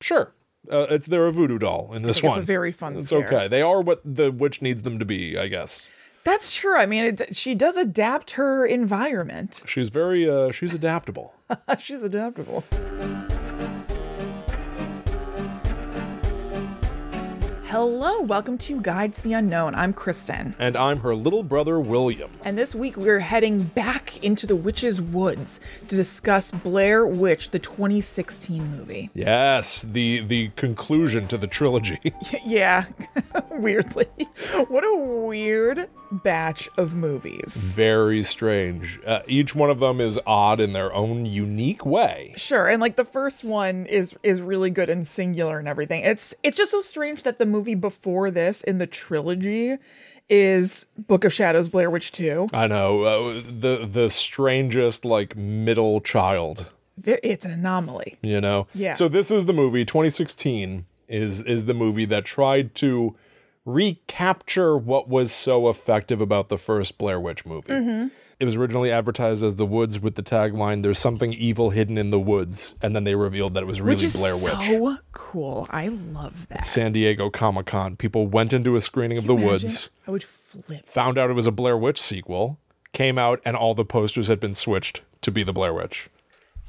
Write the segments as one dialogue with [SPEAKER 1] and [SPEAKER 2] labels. [SPEAKER 1] Sure. Uh, it's they're a voodoo doll in this
[SPEAKER 2] Like,
[SPEAKER 1] one.
[SPEAKER 2] It's a very fun
[SPEAKER 1] It's
[SPEAKER 2] scare.
[SPEAKER 1] okay. They are what the witch needs them to be, I guess.
[SPEAKER 2] That's true. I mean, it, she does adapt her environment.
[SPEAKER 1] She's very uh she's adaptable.
[SPEAKER 2] She's adaptable. Hello, welcome to Guides to the Unknown. I'm Kristen.
[SPEAKER 1] and I'm her little brother William.
[SPEAKER 2] And this week we're heading back into the Witch's Woods to discuss Blair Witch, the 2016 movie.
[SPEAKER 1] Yes, the the conclusion to the trilogy.
[SPEAKER 2] Yeah, weirdly. What a weird batch of movies.
[SPEAKER 1] very strange. Uh, each one of them is odd in their own unique way.
[SPEAKER 2] Sure, and like the first one is is really good and singular and everything. It's it's just so strange that the movie before this in the trilogy is Book of Shadows Blair Witch 2.
[SPEAKER 1] I know uh, the the strangest like middle child,
[SPEAKER 2] There- It's an anomaly.
[SPEAKER 1] you know.
[SPEAKER 2] Yeah.
[SPEAKER 1] So this is the movie 2016 is is the movie that tried to recapture what was so effective about the first Blair Witch movie.
[SPEAKER 2] Mm-hmm.
[SPEAKER 1] It was originally advertised as The Woods with the tagline "There's something evil hidden in the woods," and then they revealed that it was really
[SPEAKER 2] Which is
[SPEAKER 1] Blair Witch.
[SPEAKER 2] so cool. I love that.
[SPEAKER 1] San Diego Comic Con. People went into a screening of The
[SPEAKER 2] Imagine-
[SPEAKER 1] Woods,
[SPEAKER 2] I would flip.
[SPEAKER 1] found out it was a Blair Witch sequel, came out, and all the posters had been switched to be the Blair Witch.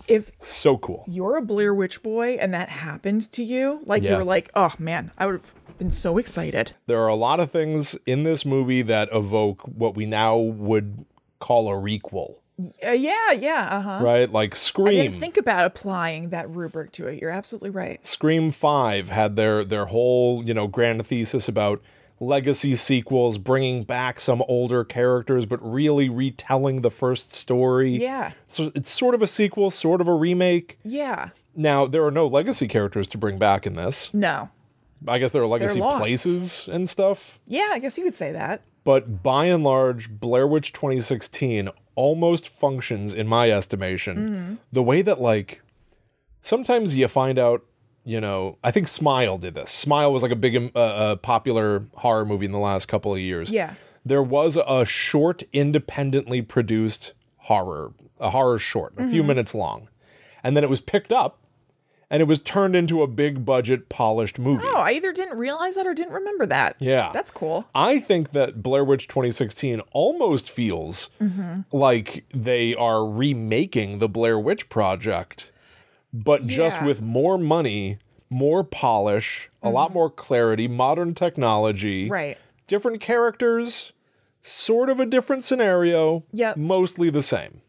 [SPEAKER 2] If
[SPEAKER 1] So cool.
[SPEAKER 2] you're a Blair Witch boy and that happened to you, like
[SPEAKER 1] Yeah.
[SPEAKER 2] you were like, oh man, I would have been so excited.
[SPEAKER 1] There are a lot of things in this movie that evoke what we now would call a requel,
[SPEAKER 2] Uh, yeah, yeah, uh huh.
[SPEAKER 1] right? Like
[SPEAKER 2] I
[SPEAKER 1] Scream.
[SPEAKER 2] didn't think about applying that rubric to it. You're absolutely right.
[SPEAKER 1] Scream 5 had their their whole, you know, grand thesis about legacy sequels bringing back some older characters but really retelling the first story.
[SPEAKER 2] Yeah,
[SPEAKER 1] So it's sort of a sequel, sort of a remake.
[SPEAKER 2] yeah.
[SPEAKER 1] Now, there are no legacy characters to bring back in this.
[SPEAKER 2] No.
[SPEAKER 1] I guess there are legacy
[SPEAKER 2] lost.
[SPEAKER 1] places and stuff.
[SPEAKER 2] Yeah, I guess you could say that.
[SPEAKER 1] But by and large, Blair Witch 2016 almost functions, in my estimation,
[SPEAKER 2] Mm-hmm.
[SPEAKER 1] the way that, like, sometimes you find out, you know, I think Smile did this. Smile was like a big, um, uh, uh, popular horror movie in the last couple of years.
[SPEAKER 2] Yeah.
[SPEAKER 1] There was a short, independently produced horror, a horror short, a
[SPEAKER 2] Mm-hmm.
[SPEAKER 1] few minutes long. And then it was picked up and it was turned into a big budget, polished movie.
[SPEAKER 2] Oh, I either didn't realize that or didn't remember that.
[SPEAKER 1] Yeah.
[SPEAKER 2] That's cool.
[SPEAKER 1] I think that Blair Witch 2016 almost feels like they are remaking the Blair Witch project, but just
[SPEAKER 2] Yeah.
[SPEAKER 1] with more money, more polish, a lot more clarity, modern technology,
[SPEAKER 2] Mm-hmm. Right.
[SPEAKER 1] different characters, sort of a different scenario,
[SPEAKER 2] Yep.
[SPEAKER 1] mostly the same.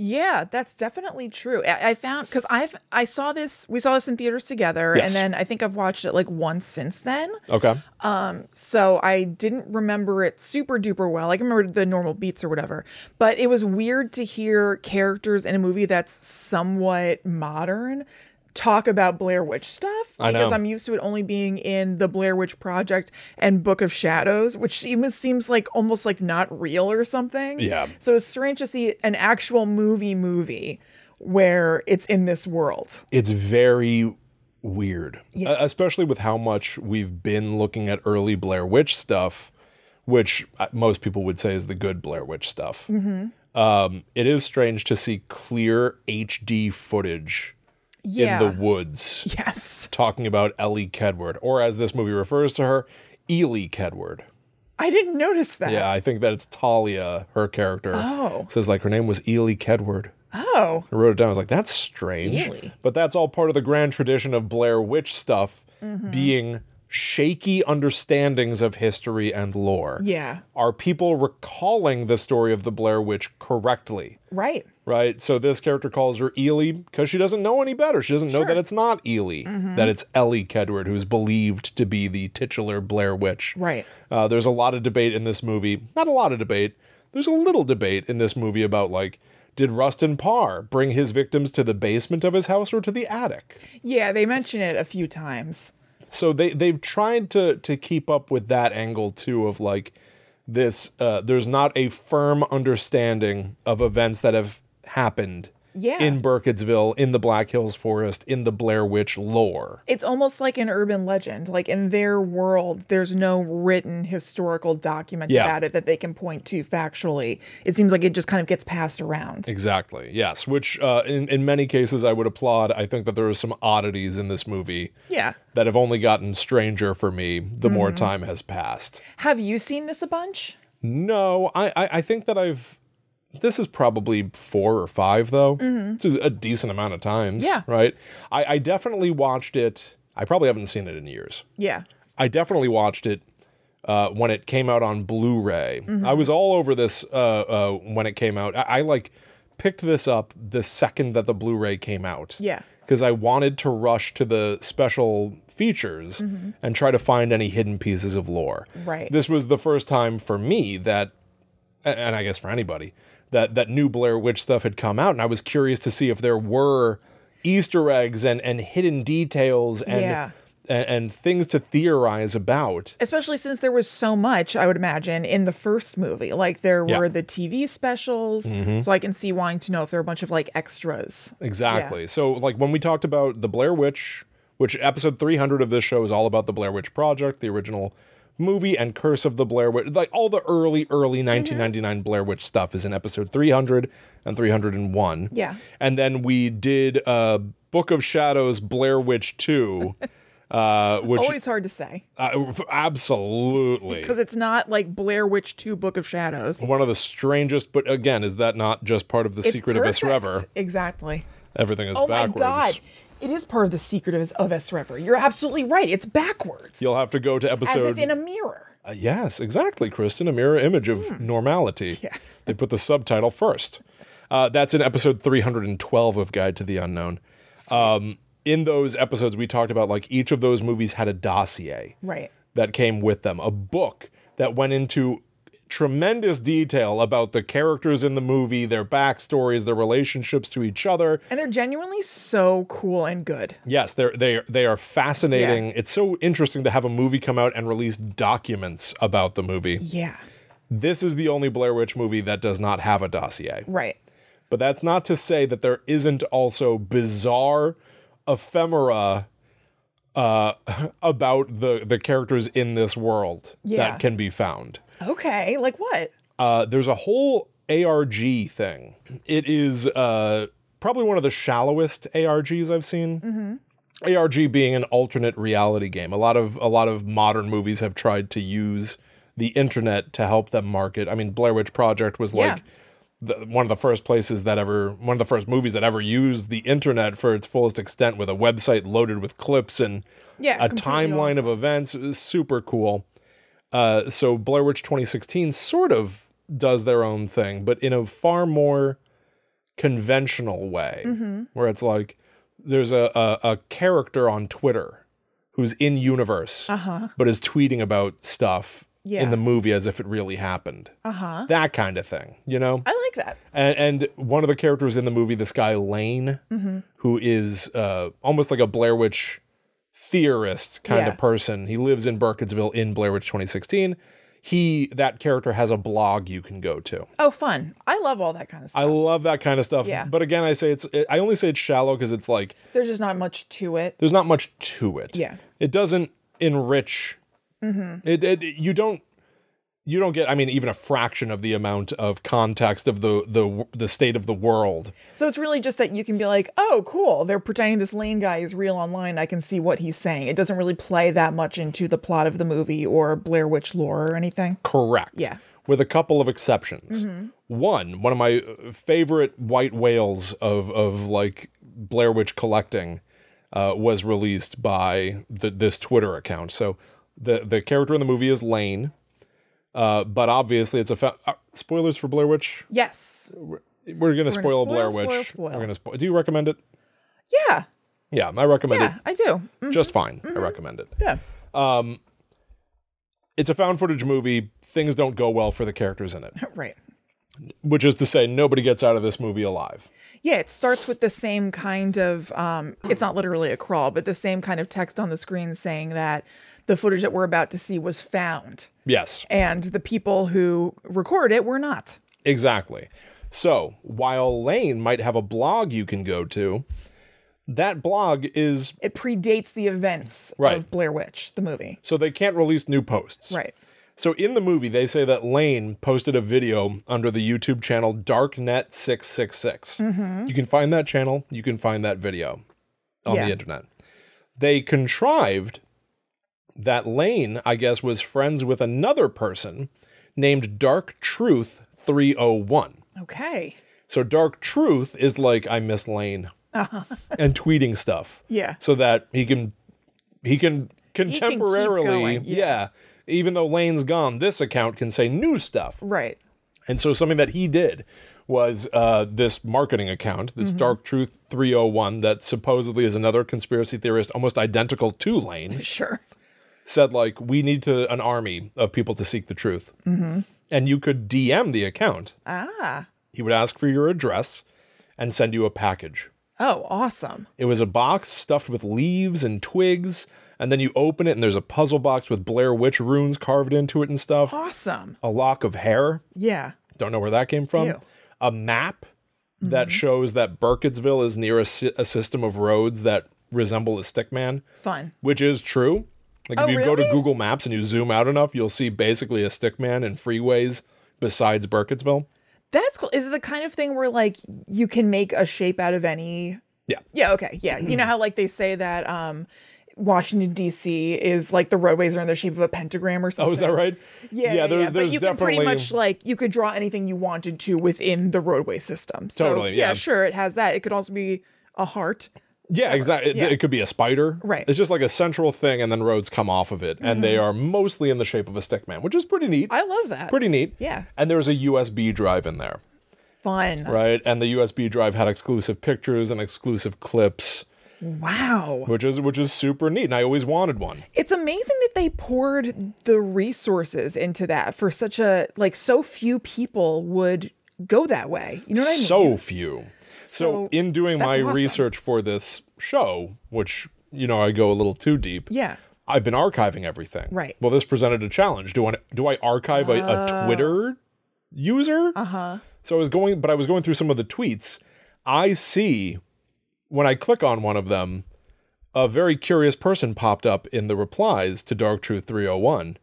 [SPEAKER 2] Yeah, that's definitely true. I, I found because I've I saw this we saw this in theaters together,
[SPEAKER 1] Yes.
[SPEAKER 2] and then I think I've watched it like once since then.
[SPEAKER 1] Okay.
[SPEAKER 2] so I didn't remember it super duper well. I can remember the normal beats or whatever, but it was weird to hear characters in a movie that's somewhat modern talk about Blair Witch stuff
[SPEAKER 1] I know.
[SPEAKER 2] because I'm used to it only being in the Blair Witch Project and Book of Shadows, which seems seems like almost like not real or something.
[SPEAKER 1] Yeah.
[SPEAKER 2] So it's strange to see an actual movie movie where it's in this world.
[SPEAKER 1] it's very weird, E- especially with how much we've been looking at early Blair Witch stuff, which uh, most people would say is the good Blair Witch stuff.
[SPEAKER 2] Mm-hmm.
[SPEAKER 1] Um, it is strange to see clear HD footage
[SPEAKER 2] Yeah.
[SPEAKER 1] in the woods
[SPEAKER 2] yes.
[SPEAKER 1] talking about Ellie Kedward, or as this movie refers to her, Ely Kedward.
[SPEAKER 2] I didn't notice that.
[SPEAKER 1] Yeah, I think that it's Talia, her character.
[SPEAKER 2] Oh.
[SPEAKER 1] Says like her name was Ely Kedward.
[SPEAKER 2] Oh.
[SPEAKER 1] I wrote it down. I was like, that's strange.
[SPEAKER 2] Really?
[SPEAKER 1] But that's all part of the grand tradition of Blair Witch stuff
[SPEAKER 2] Mm-hmm.
[SPEAKER 1] being shaky understandings of history and lore.
[SPEAKER 2] Yeah.
[SPEAKER 1] Are people recalling the story of the Blair Witch correctly?
[SPEAKER 2] Right.
[SPEAKER 1] Right? So this character calls her Ely because she doesn't know any better. She doesn't know that it's not Ely, that it's Ellie Kedward, who's believed to be the titular Blair Witch.
[SPEAKER 2] Right.
[SPEAKER 1] Uh, there's a lot of debate in this movie. Not a lot of debate. There's a little debate in this movie about like, did Rustin Parr bring his victims to the basement of his house or to the attic?
[SPEAKER 2] Yeah, they mention it a few times.
[SPEAKER 1] So they they've tried to to keep up with that angle too of like this. Uh, there's not a firm understanding of events that have happened
[SPEAKER 2] Yeah.
[SPEAKER 1] in Burkittsville, in the Black Hills Forest, in the Blair Witch lore.
[SPEAKER 2] it's almost like an urban legend. Like in their world, there's no written historical document
[SPEAKER 1] Yeah.
[SPEAKER 2] about it that they can point to factually. It seems like it just kind of gets passed around.
[SPEAKER 1] Exactly. Yes. Which, uh, in in many cases, I would applaud. I think that there are some oddities in this movie
[SPEAKER 2] Yeah. Mm-hmm.
[SPEAKER 1] that have only gotten stranger for me the more time has passed.
[SPEAKER 2] Have you seen this a bunch?
[SPEAKER 1] No, I, I, I think that I've. This is probably four or five, though. This is a decent amount of times.
[SPEAKER 2] Mm-hmm. Yeah.
[SPEAKER 1] Right? I, I definitely watched it. I probably haven't seen it in years.
[SPEAKER 2] Yeah.
[SPEAKER 1] I definitely watched it uh, when it came out on Blu ray.
[SPEAKER 2] Mm-hmm.
[SPEAKER 1] I was all over this uh, uh, when it came out. I, I like picked this up the second that the Blu ray came out.
[SPEAKER 2] Yeah.
[SPEAKER 1] Because I wanted to rush to the special features and try to find any hidden pieces of lore.
[SPEAKER 2] Mm-hmm. Right.
[SPEAKER 1] This was the first time for me that, a- and I guess for anybody, that, that new Blair Witch stuff had come out. And I was curious to see if there were Easter eggs and, and hidden details and
[SPEAKER 2] Yeah.
[SPEAKER 1] and, and things to theorize about.
[SPEAKER 2] Especially since there was so much, I would imagine, in the first movie. Like there
[SPEAKER 1] Yeah. Mm-hmm.
[SPEAKER 2] were the TV specials. So I can see wanting to know if there are a bunch of like extras.
[SPEAKER 1] Exactly. So, like when we talked about the Blair Witch, which episode 300 of this show is all about the Blair Witch Project, the original movie, and Curse of the Blair Witch, like all the early,
[SPEAKER 2] Mm-hmm.
[SPEAKER 1] early 1999 Blair Witch stuff is in episode 300 and 301.
[SPEAKER 2] Yeah.
[SPEAKER 1] And then we did uh, Book of Shadows Blair Witch 2. Uh, which
[SPEAKER 2] Always hard to say
[SPEAKER 1] uh, absolutely
[SPEAKER 2] because it's not like Blair Witch 2 Book of Shadows.
[SPEAKER 1] one of the strangest, but again, is that not just part of the
[SPEAKER 2] It's
[SPEAKER 1] secret of us
[SPEAKER 2] perfect.
[SPEAKER 1] forever?
[SPEAKER 2] Exactly.
[SPEAKER 1] Everything is
[SPEAKER 2] Oh
[SPEAKER 1] backwards.
[SPEAKER 2] my God. It is part of the secret of, of S. Rever. You're absolutely right. It's backwards.
[SPEAKER 1] You'll have to go to episode.
[SPEAKER 2] as if in a mirror.
[SPEAKER 1] Uh, yes, exactly, Kristen. A mirror image of normality.
[SPEAKER 2] Hmm. Yeah.
[SPEAKER 1] they put the subtitle first. Uh, that's in episode 312 of Guide to the Unknown. Um, in those episodes, we talked about like each of those movies had a dossier
[SPEAKER 2] Right.
[SPEAKER 1] that came with them, a book that went into tremendous detail about the characters in the movie, their backstories, their relationships to each other,
[SPEAKER 2] And they're genuinely so cool and good.
[SPEAKER 1] Yes, they're they they are fascinating. It's so interesting to have a movie come out and release documents about the movie.
[SPEAKER 2] Yeah.
[SPEAKER 1] This is the only Blair Witch movie that does not have a dossier.
[SPEAKER 2] Right.
[SPEAKER 1] But that's not to say that there isn't also bizarre ephemera uh, about the the characters in this world
[SPEAKER 2] Yeah.
[SPEAKER 1] that can be found.
[SPEAKER 2] Okay. Like what?
[SPEAKER 1] Uh, there's a whole ARG thing. It is uh, probably one of the shallowest ARGs I've seen. ARG being an alternate reality game. A lot of a lot of modern movies have tried to use the internet to help them market. I mean, Blair Witch Project was like the, one of the first places that ever, one of the first movies that ever used the internet for its fullest extent, with a website loaded with clips and
[SPEAKER 2] Yeah,
[SPEAKER 1] a
[SPEAKER 2] completely
[SPEAKER 1] timeline of events. It was super cool. Uh, so Blair Witch 2016 sort of does their own thing, but in a far more conventional way,
[SPEAKER 2] Mm-hmm.
[SPEAKER 1] where it's like there's a, a, a character on Twitter who's in universe, but is tweeting about stuff in
[SPEAKER 2] Uh-huh. Yeah.
[SPEAKER 1] the movie as if it really happened.
[SPEAKER 2] Uh huh.
[SPEAKER 1] That kind of thing, you know?
[SPEAKER 2] I like that.
[SPEAKER 1] And, and one of the characters in the movie, this guy Lane,
[SPEAKER 2] Mm-hmm.
[SPEAKER 1] who is uh, almost like a Blair Witch theorist kind
[SPEAKER 2] Yeah.
[SPEAKER 1] of person. He lives in Burkittsville in Blair Witch 2016. He that character has a blog you can go to.
[SPEAKER 2] Oh, fun. I love all that kind of
[SPEAKER 1] I
[SPEAKER 2] stuff.
[SPEAKER 1] love that kind of stuff.
[SPEAKER 2] Yeah.
[SPEAKER 1] But again, I say it's I only say it's shallow because it's like
[SPEAKER 2] There's just not much to it.
[SPEAKER 1] there's not much to it.
[SPEAKER 2] Yeah. Mm-hmm.
[SPEAKER 1] It doesn't enrich. It, it you don't you don't get I mean even a fraction of the amount of context of the the the state of the world.
[SPEAKER 2] So it's really just that you can be like, oh, cool. They're pretending this lane guy is real online. I can see what he's saying. It doesn't really play that much into the plot of the movie or Blair Witch lore or anything.
[SPEAKER 1] Correct.
[SPEAKER 2] Yeah. Mm-hmm.
[SPEAKER 1] With a couple of exceptions. One, one of my uh, favorite white whales of of like Blair Witch collecting uh, was released by the, this Twitter account. So the the character in the movie is Lane, uh, but obviously it's a fa- uh, spoilers for Blair Witch.
[SPEAKER 2] Yes.
[SPEAKER 1] We're gonna spoil,
[SPEAKER 2] spoil,
[SPEAKER 1] Blair
[SPEAKER 2] spoil,
[SPEAKER 1] Witch.
[SPEAKER 2] spoil.
[SPEAKER 1] We're gonna spoil. Do you recommend it?
[SPEAKER 2] Yeah.
[SPEAKER 1] Yeah, I recommend
[SPEAKER 2] Yeah,
[SPEAKER 1] it
[SPEAKER 2] I do. Mm,
[SPEAKER 1] just fine. I recommend it. Um,
[SPEAKER 2] Yeah.
[SPEAKER 1] It's a found footage movie. Things don't go well for the characters in it,
[SPEAKER 2] Right.
[SPEAKER 1] which is to say, nobody gets out of this movie alive.
[SPEAKER 2] Yeah, it starts with the same kind of um it's not literally a crawl, but the same kind of text on the screen saying that the footage that we're about to see was found
[SPEAKER 1] Yes.
[SPEAKER 2] and the people who record it were not.
[SPEAKER 1] Exactly. So while Lane might have a blog you can go to, that blog is
[SPEAKER 2] It predates the events
[SPEAKER 1] Right.
[SPEAKER 2] of Blair Witch, the movie.
[SPEAKER 1] so they can't release new posts.
[SPEAKER 2] Right.
[SPEAKER 1] So in the movie, they say that Lane posted a video under the YouTube channel Darknet666. You can find that channel. You can find that video on
[SPEAKER 2] Yeah.
[SPEAKER 1] the internet. They contrived that Lane, I guess, was friends with another person named Dark Truth 301.
[SPEAKER 2] Okay.
[SPEAKER 1] So Dark Truth is like, I miss Lane and tweeting stuff
[SPEAKER 2] Yeah.
[SPEAKER 1] so that he can he can
[SPEAKER 2] keep
[SPEAKER 1] contemporarily
[SPEAKER 2] going,
[SPEAKER 1] yeah.
[SPEAKER 2] yeah.
[SPEAKER 1] even though lane's gone this account can say new stuff
[SPEAKER 2] Right.
[SPEAKER 1] and so something that he did was uh, this marketing account this dark truth 301 that supposedly is another conspiracy theorist almost identical to lane
[SPEAKER 2] Sure.
[SPEAKER 1] said like we need to an army of people to seek the truth and you could dm the account
[SPEAKER 2] Ah.
[SPEAKER 1] he would ask for your address and send you a package
[SPEAKER 2] Oh, awesome.
[SPEAKER 1] it was a box stuffed with leaves and twigs, and then you open it and there's a puzzle box with Blair Witch runes carved into it and stuff.
[SPEAKER 2] Awesome.
[SPEAKER 1] A lock of hair,
[SPEAKER 2] Yeah.
[SPEAKER 1] don't know where that came from.
[SPEAKER 2] Ew. Mm-hmm.
[SPEAKER 1] A map that shows that Burkittsville is near a, sy- a system of roads that resemble a stickman,
[SPEAKER 2] Fun.
[SPEAKER 1] which is true. Like if
[SPEAKER 2] Oh,
[SPEAKER 1] you go to
[SPEAKER 2] really?
[SPEAKER 1] Google Maps and you zoom out enough, you'll see basically a stickman and freeways besides Burkittsville.
[SPEAKER 2] That's cool. Is it the kind of thing where like you can make a shape out of any
[SPEAKER 1] Yeah.
[SPEAKER 2] Yeah, okay. Yeah. You know how like they say that um Washington DC is like the roadways are in the shape of a pentagram or something.
[SPEAKER 1] Oh, is that right?
[SPEAKER 2] Yeah, yeah, yeah,
[SPEAKER 1] there-
[SPEAKER 2] but you can pretty much like you could draw anything you wanted to within the roadway system. So,
[SPEAKER 1] Totally, yeah.
[SPEAKER 2] sure, it has that. It could also be a heart.
[SPEAKER 1] Yeah, exactly. It,
[SPEAKER 2] Yeah.
[SPEAKER 1] it could be a spider.
[SPEAKER 2] Right. Mm-hmm.
[SPEAKER 1] It's just like a central thing, and then roads come off of it, and they are mostly in the shape of a stick man, which is pretty neat.
[SPEAKER 2] I love that.
[SPEAKER 1] pretty neat.
[SPEAKER 2] Yeah.
[SPEAKER 1] And there's a USB drive in there,
[SPEAKER 2] fun.
[SPEAKER 1] right? And the USB drive had exclusive pictures and exclusive clips,
[SPEAKER 2] Wow.
[SPEAKER 1] which is which is super neat. And I always wanted one.
[SPEAKER 2] It's amazing that they poured the resources into that for such a like so few people would go that way. You know what I mean?
[SPEAKER 1] So few. So,
[SPEAKER 2] So,
[SPEAKER 1] in doing
[SPEAKER 2] that's
[SPEAKER 1] my
[SPEAKER 2] awesome.
[SPEAKER 1] research for this show, which you know I go a little too deep.
[SPEAKER 2] yeah.
[SPEAKER 1] I've been archiving everything.
[SPEAKER 2] Right. Oh.
[SPEAKER 1] Well, this presented a challenge. Do I do I archive a, a Twitter user? Uh huh.
[SPEAKER 2] Uh-huh.
[SPEAKER 1] So I was going, but I was going through some of the tweets. I see when I click on one of them, a very curious person popped up in the replies to Dark Truth 301.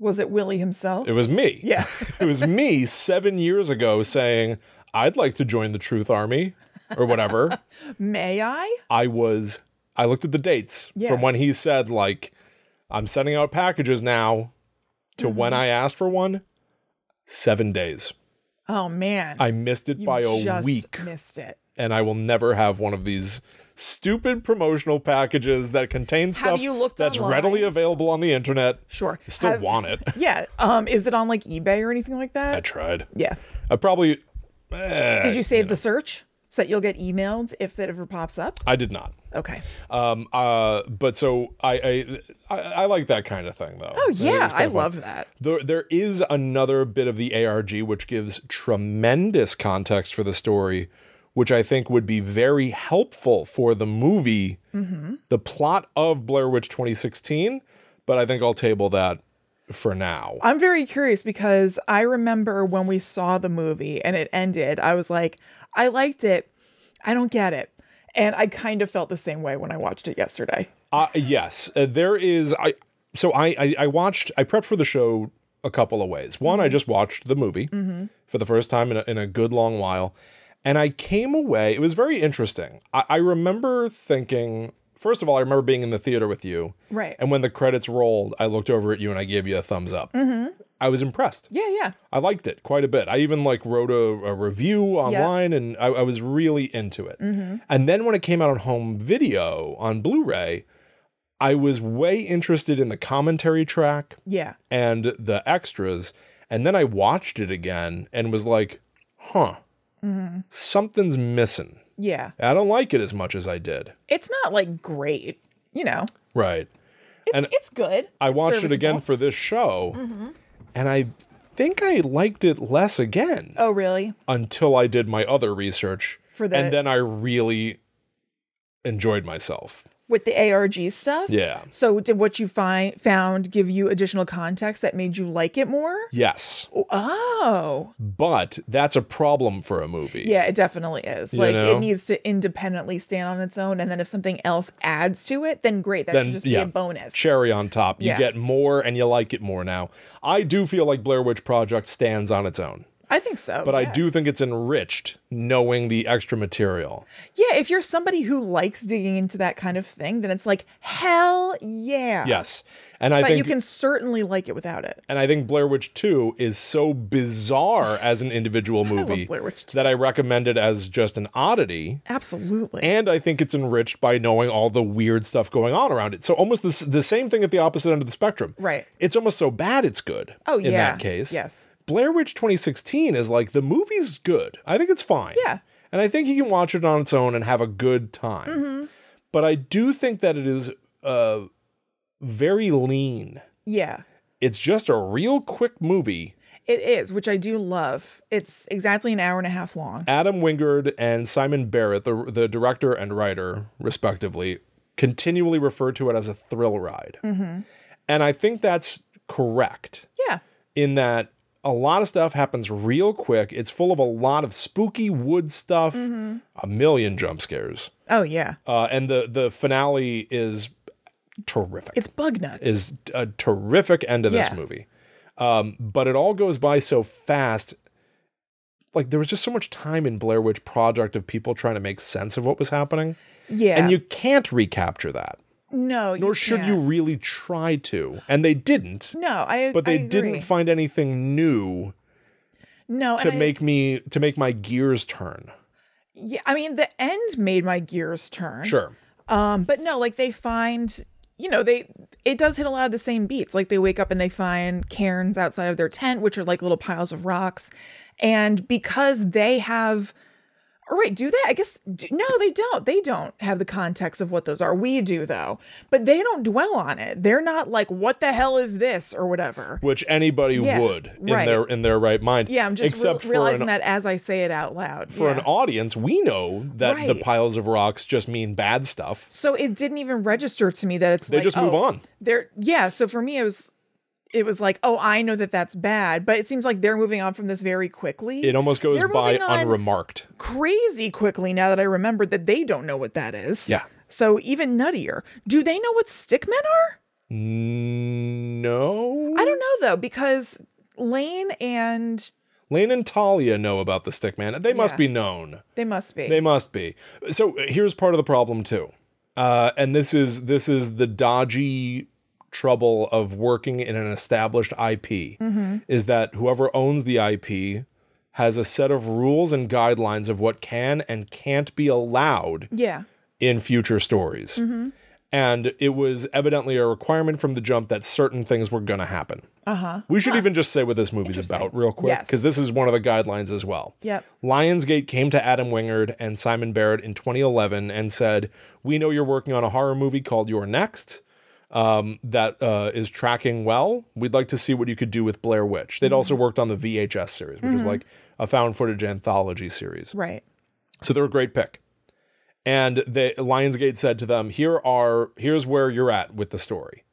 [SPEAKER 2] Was it Willie himself?
[SPEAKER 1] It was me.
[SPEAKER 2] Yeah.
[SPEAKER 1] it was me seven years ago saying I'd like to join the Truth Army or whatever.
[SPEAKER 2] May I?
[SPEAKER 1] I was I looked at the dates
[SPEAKER 2] Yeah.
[SPEAKER 1] from when he said like I'm sending out packages now to
[SPEAKER 2] Mm-hmm.
[SPEAKER 1] when I asked for one 7 days.
[SPEAKER 2] Oh man.
[SPEAKER 1] I missed it
[SPEAKER 2] You
[SPEAKER 1] by a
[SPEAKER 2] just
[SPEAKER 1] week
[SPEAKER 2] missed it.
[SPEAKER 1] and I will never have one of these stupid promotional packages that contain stuff
[SPEAKER 2] you looked
[SPEAKER 1] that's readily
[SPEAKER 2] online?
[SPEAKER 1] available on the internet.
[SPEAKER 2] Sure.
[SPEAKER 1] I still
[SPEAKER 2] Have-
[SPEAKER 1] want it.
[SPEAKER 2] Yeah. Um, is it on like eBay or anything like
[SPEAKER 1] I
[SPEAKER 2] that?
[SPEAKER 1] tried.
[SPEAKER 2] yeah.
[SPEAKER 1] I probably eh,
[SPEAKER 2] Did you save the search so that you'll get emailed if it ever pops up?
[SPEAKER 1] I did not.
[SPEAKER 2] Okay.
[SPEAKER 1] Um uh but so I I I, I like that kind of thing though.
[SPEAKER 2] Oh yeah,
[SPEAKER 1] It's
[SPEAKER 2] I
[SPEAKER 1] kinda fun.
[SPEAKER 2] love that.
[SPEAKER 1] There, there is another bit of the ARG which gives tremendous context for the story, which I think would be very helpful for the movie, the plot of Blair Witch 2016. But I think I'll table that for now.
[SPEAKER 2] I'm very curious because I remember when we saw the movie and it ended, I was like, I liked it. I don't get it. And I kind of felt the same way when I watched it yesterday.
[SPEAKER 1] Uh, yes, uh, there is. I so I, I I watched. I prepped for the show a couple of ways. One, I just watched the movie for the first time in a, in a good long while, and I came away. It was very interesting. I, I remember thinking. First of all, I remember being in the theater with you.
[SPEAKER 2] Right.
[SPEAKER 1] And when the credits rolled, I looked over at you and I gave you a thumbs up. I was impressed.
[SPEAKER 2] Yeah, yeah.
[SPEAKER 1] I liked it quite a bit. I even like wrote a, a review online and I, I was really into it. And then when it came out on home video on Blu ray, I was way interested in the commentary track
[SPEAKER 2] Yeah.
[SPEAKER 1] and the extras. And then I watched it again and was like, huh, something's missing.
[SPEAKER 2] Yeah.
[SPEAKER 1] I don't like it as much as I did.
[SPEAKER 2] It's not like great, you know.
[SPEAKER 1] Right.
[SPEAKER 2] It's
[SPEAKER 1] And
[SPEAKER 2] it's good.
[SPEAKER 1] I
[SPEAKER 2] It's
[SPEAKER 1] watched it again
[SPEAKER 2] serviceable.
[SPEAKER 1] for this show and I think I liked it less again.
[SPEAKER 2] Oh, really?
[SPEAKER 1] until I did my other research
[SPEAKER 2] For the-
[SPEAKER 1] and then I really enjoyed myself.
[SPEAKER 2] with the ARG stuff.
[SPEAKER 1] Yeah.
[SPEAKER 2] So did what you find found give you additional context that made you like it more?
[SPEAKER 1] Yes.
[SPEAKER 2] Oh.
[SPEAKER 1] But that's a problem for a movie.
[SPEAKER 2] Yeah, it definitely is. like
[SPEAKER 1] know?
[SPEAKER 2] it needs to independently stand on its own and then if something else adds to it, then great, that
[SPEAKER 1] Then,
[SPEAKER 2] should just be
[SPEAKER 1] yeah.
[SPEAKER 2] a bonus.
[SPEAKER 1] Cherry on top. You
[SPEAKER 2] Yeah.
[SPEAKER 1] get more and you like it more now. I do feel like Blair Witch Project stands on its own,
[SPEAKER 2] I think so.
[SPEAKER 1] but I
[SPEAKER 2] yeah.
[SPEAKER 1] do think it's enriched knowing the extra material.
[SPEAKER 2] Yeah, if you're somebody who likes digging into that kind of thing, then it's like hell yeah.
[SPEAKER 1] Yes. And I
[SPEAKER 2] But
[SPEAKER 1] think
[SPEAKER 2] you can certainly like it without it.
[SPEAKER 1] and I think Blair Witch 2 is so bizarre as an individual movie
[SPEAKER 2] Blair Witch 2.
[SPEAKER 1] that I recommend it as just an oddity.
[SPEAKER 2] Absolutely.
[SPEAKER 1] And I think it's enriched by knowing all the weird stuff going on around it. So almost the, s- the same thing at the opposite end of the spectrum.
[SPEAKER 2] Right.
[SPEAKER 1] It's almost so bad it's good.
[SPEAKER 2] Oh,
[SPEAKER 1] In
[SPEAKER 2] yeah.
[SPEAKER 1] that case.
[SPEAKER 2] Yes.
[SPEAKER 1] Blair Witch 2016 is like the movie's good. I think it's fine.
[SPEAKER 2] Yeah.
[SPEAKER 1] And I think you can watch it on its own and have a good time.
[SPEAKER 2] Mm-hmm.
[SPEAKER 1] But I do think that it is uh, very lean.
[SPEAKER 2] yeah.
[SPEAKER 1] It's just a real quick movie.
[SPEAKER 2] It is, which I do love. It's exactly an hour and a half long.
[SPEAKER 1] Adam Wingard and Simon Barrett, the, the director and writer, respectively, continually refer to it as a thrill ride. And I think that's correct
[SPEAKER 2] Yeah.
[SPEAKER 1] in that a lot of stuff happens real quick. It's full of a lot of spooky wood stuff, a million jump scares.
[SPEAKER 2] Oh yeah.
[SPEAKER 1] Uh, and the, the finale is terrific
[SPEAKER 2] It's bug nuts.
[SPEAKER 1] is a terrific end to this
[SPEAKER 2] Yeah.
[SPEAKER 1] movie. Um, but it all goes by so fast. Like there was just so much time in Blair Witch Project of people trying to make sense of what was happening,
[SPEAKER 2] yeah.
[SPEAKER 1] and you can't recapture that,
[SPEAKER 2] no.
[SPEAKER 1] nor should you really try to. And they didn't,
[SPEAKER 2] No, I.
[SPEAKER 1] but
[SPEAKER 2] I
[SPEAKER 1] they
[SPEAKER 2] agree.
[SPEAKER 1] didn't find anything new
[SPEAKER 2] no
[SPEAKER 1] to
[SPEAKER 2] and I-
[SPEAKER 1] make me to make my gears turn.
[SPEAKER 2] Yeah, I mean the end made my gears turn.
[SPEAKER 1] Sure,
[SPEAKER 2] Um, but no, like they find, you know, they it does hit a lot of the same beats. Like they wake up and they find cairns outside of their tent, which are like little piles of rocks, and because they have. All right, do they? I guess do, no, they don't. They don't have the context of what those are. We do though, but they don't dwell on it. They're not like, "What the hell is this?" or whatever.
[SPEAKER 1] which anybody
[SPEAKER 2] Yeah,
[SPEAKER 1] would in
[SPEAKER 2] right.
[SPEAKER 1] their in their right mind.
[SPEAKER 2] Yeah, I'm just re-
[SPEAKER 1] except for
[SPEAKER 2] realizing
[SPEAKER 1] an
[SPEAKER 2] that as I say it out loud.
[SPEAKER 1] for an
[SPEAKER 2] Yeah.
[SPEAKER 1] audience, we know that the
[SPEAKER 2] Right.
[SPEAKER 1] piles of rocks just mean bad stuff.
[SPEAKER 2] So it didn't even register to me that it's
[SPEAKER 1] They
[SPEAKER 2] like,
[SPEAKER 1] just move
[SPEAKER 2] oh,
[SPEAKER 1] on.
[SPEAKER 2] They're yeah. So for me, it was it was like, oh, I know that that's bad, but it seems like they're moving on from this very quickly.
[SPEAKER 1] It almost goes
[SPEAKER 2] They're
[SPEAKER 1] by
[SPEAKER 2] moving on
[SPEAKER 1] unremarked.
[SPEAKER 2] crazy quickly now that I remembered that they don't know what that is.
[SPEAKER 1] Yeah.
[SPEAKER 2] So even nuttier. Do they know what stickmen are?
[SPEAKER 1] No.
[SPEAKER 2] I don't know though because Lane and
[SPEAKER 1] Lane and Talia know about the Stickman. They must
[SPEAKER 2] Yeah.
[SPEAKER 1] be known.
[SPEAKER 2] they must be.
[SPEAKER 1] They must be. So here's part of the problem too. Uh, and this is this is the dodgy trouble of working in an established IP
[SPEAKER 2] Mm-hmm.
[SPEAKER 1] is that whoever owns the IP has a set of rules and guidelines of what can and can't be allowed
[SPEAKER 2] yeah.
[SPEAKER 1] in future stories.
[SPEAKER 2] Mm-hmm.
[SPEAKER 1] And it was evidently a requirement from the jump that certain things were going to happen.
[SPEAKER 2] Uh huh.
[SPEAKER 1] We should even just say what this movie's about real quick,
[SPEAKER 2] Yes.
[SPEAKER 1] because this is one of the guidelines as well.
[SPEAKER 2] Yep.
[SPEAKER 1] Lionsgate came to Adam Wingard and Simon Barrett in 2011 and said, "We know you're working on a horror movie called Your Next." Um, that uh, is tracking well. We'd like to see what you could do with Blair Witch. They'd
[SPEAKER 2] Mm-hmm.
[SPEAKER 1] also worked on the VHS series, which is like a found footage anthology series.
[SPEAKER 2] Right.
[SPEAKER 1] So they're a great pick. And the Lionsgate said to them, "Here are here's where you're at with the story.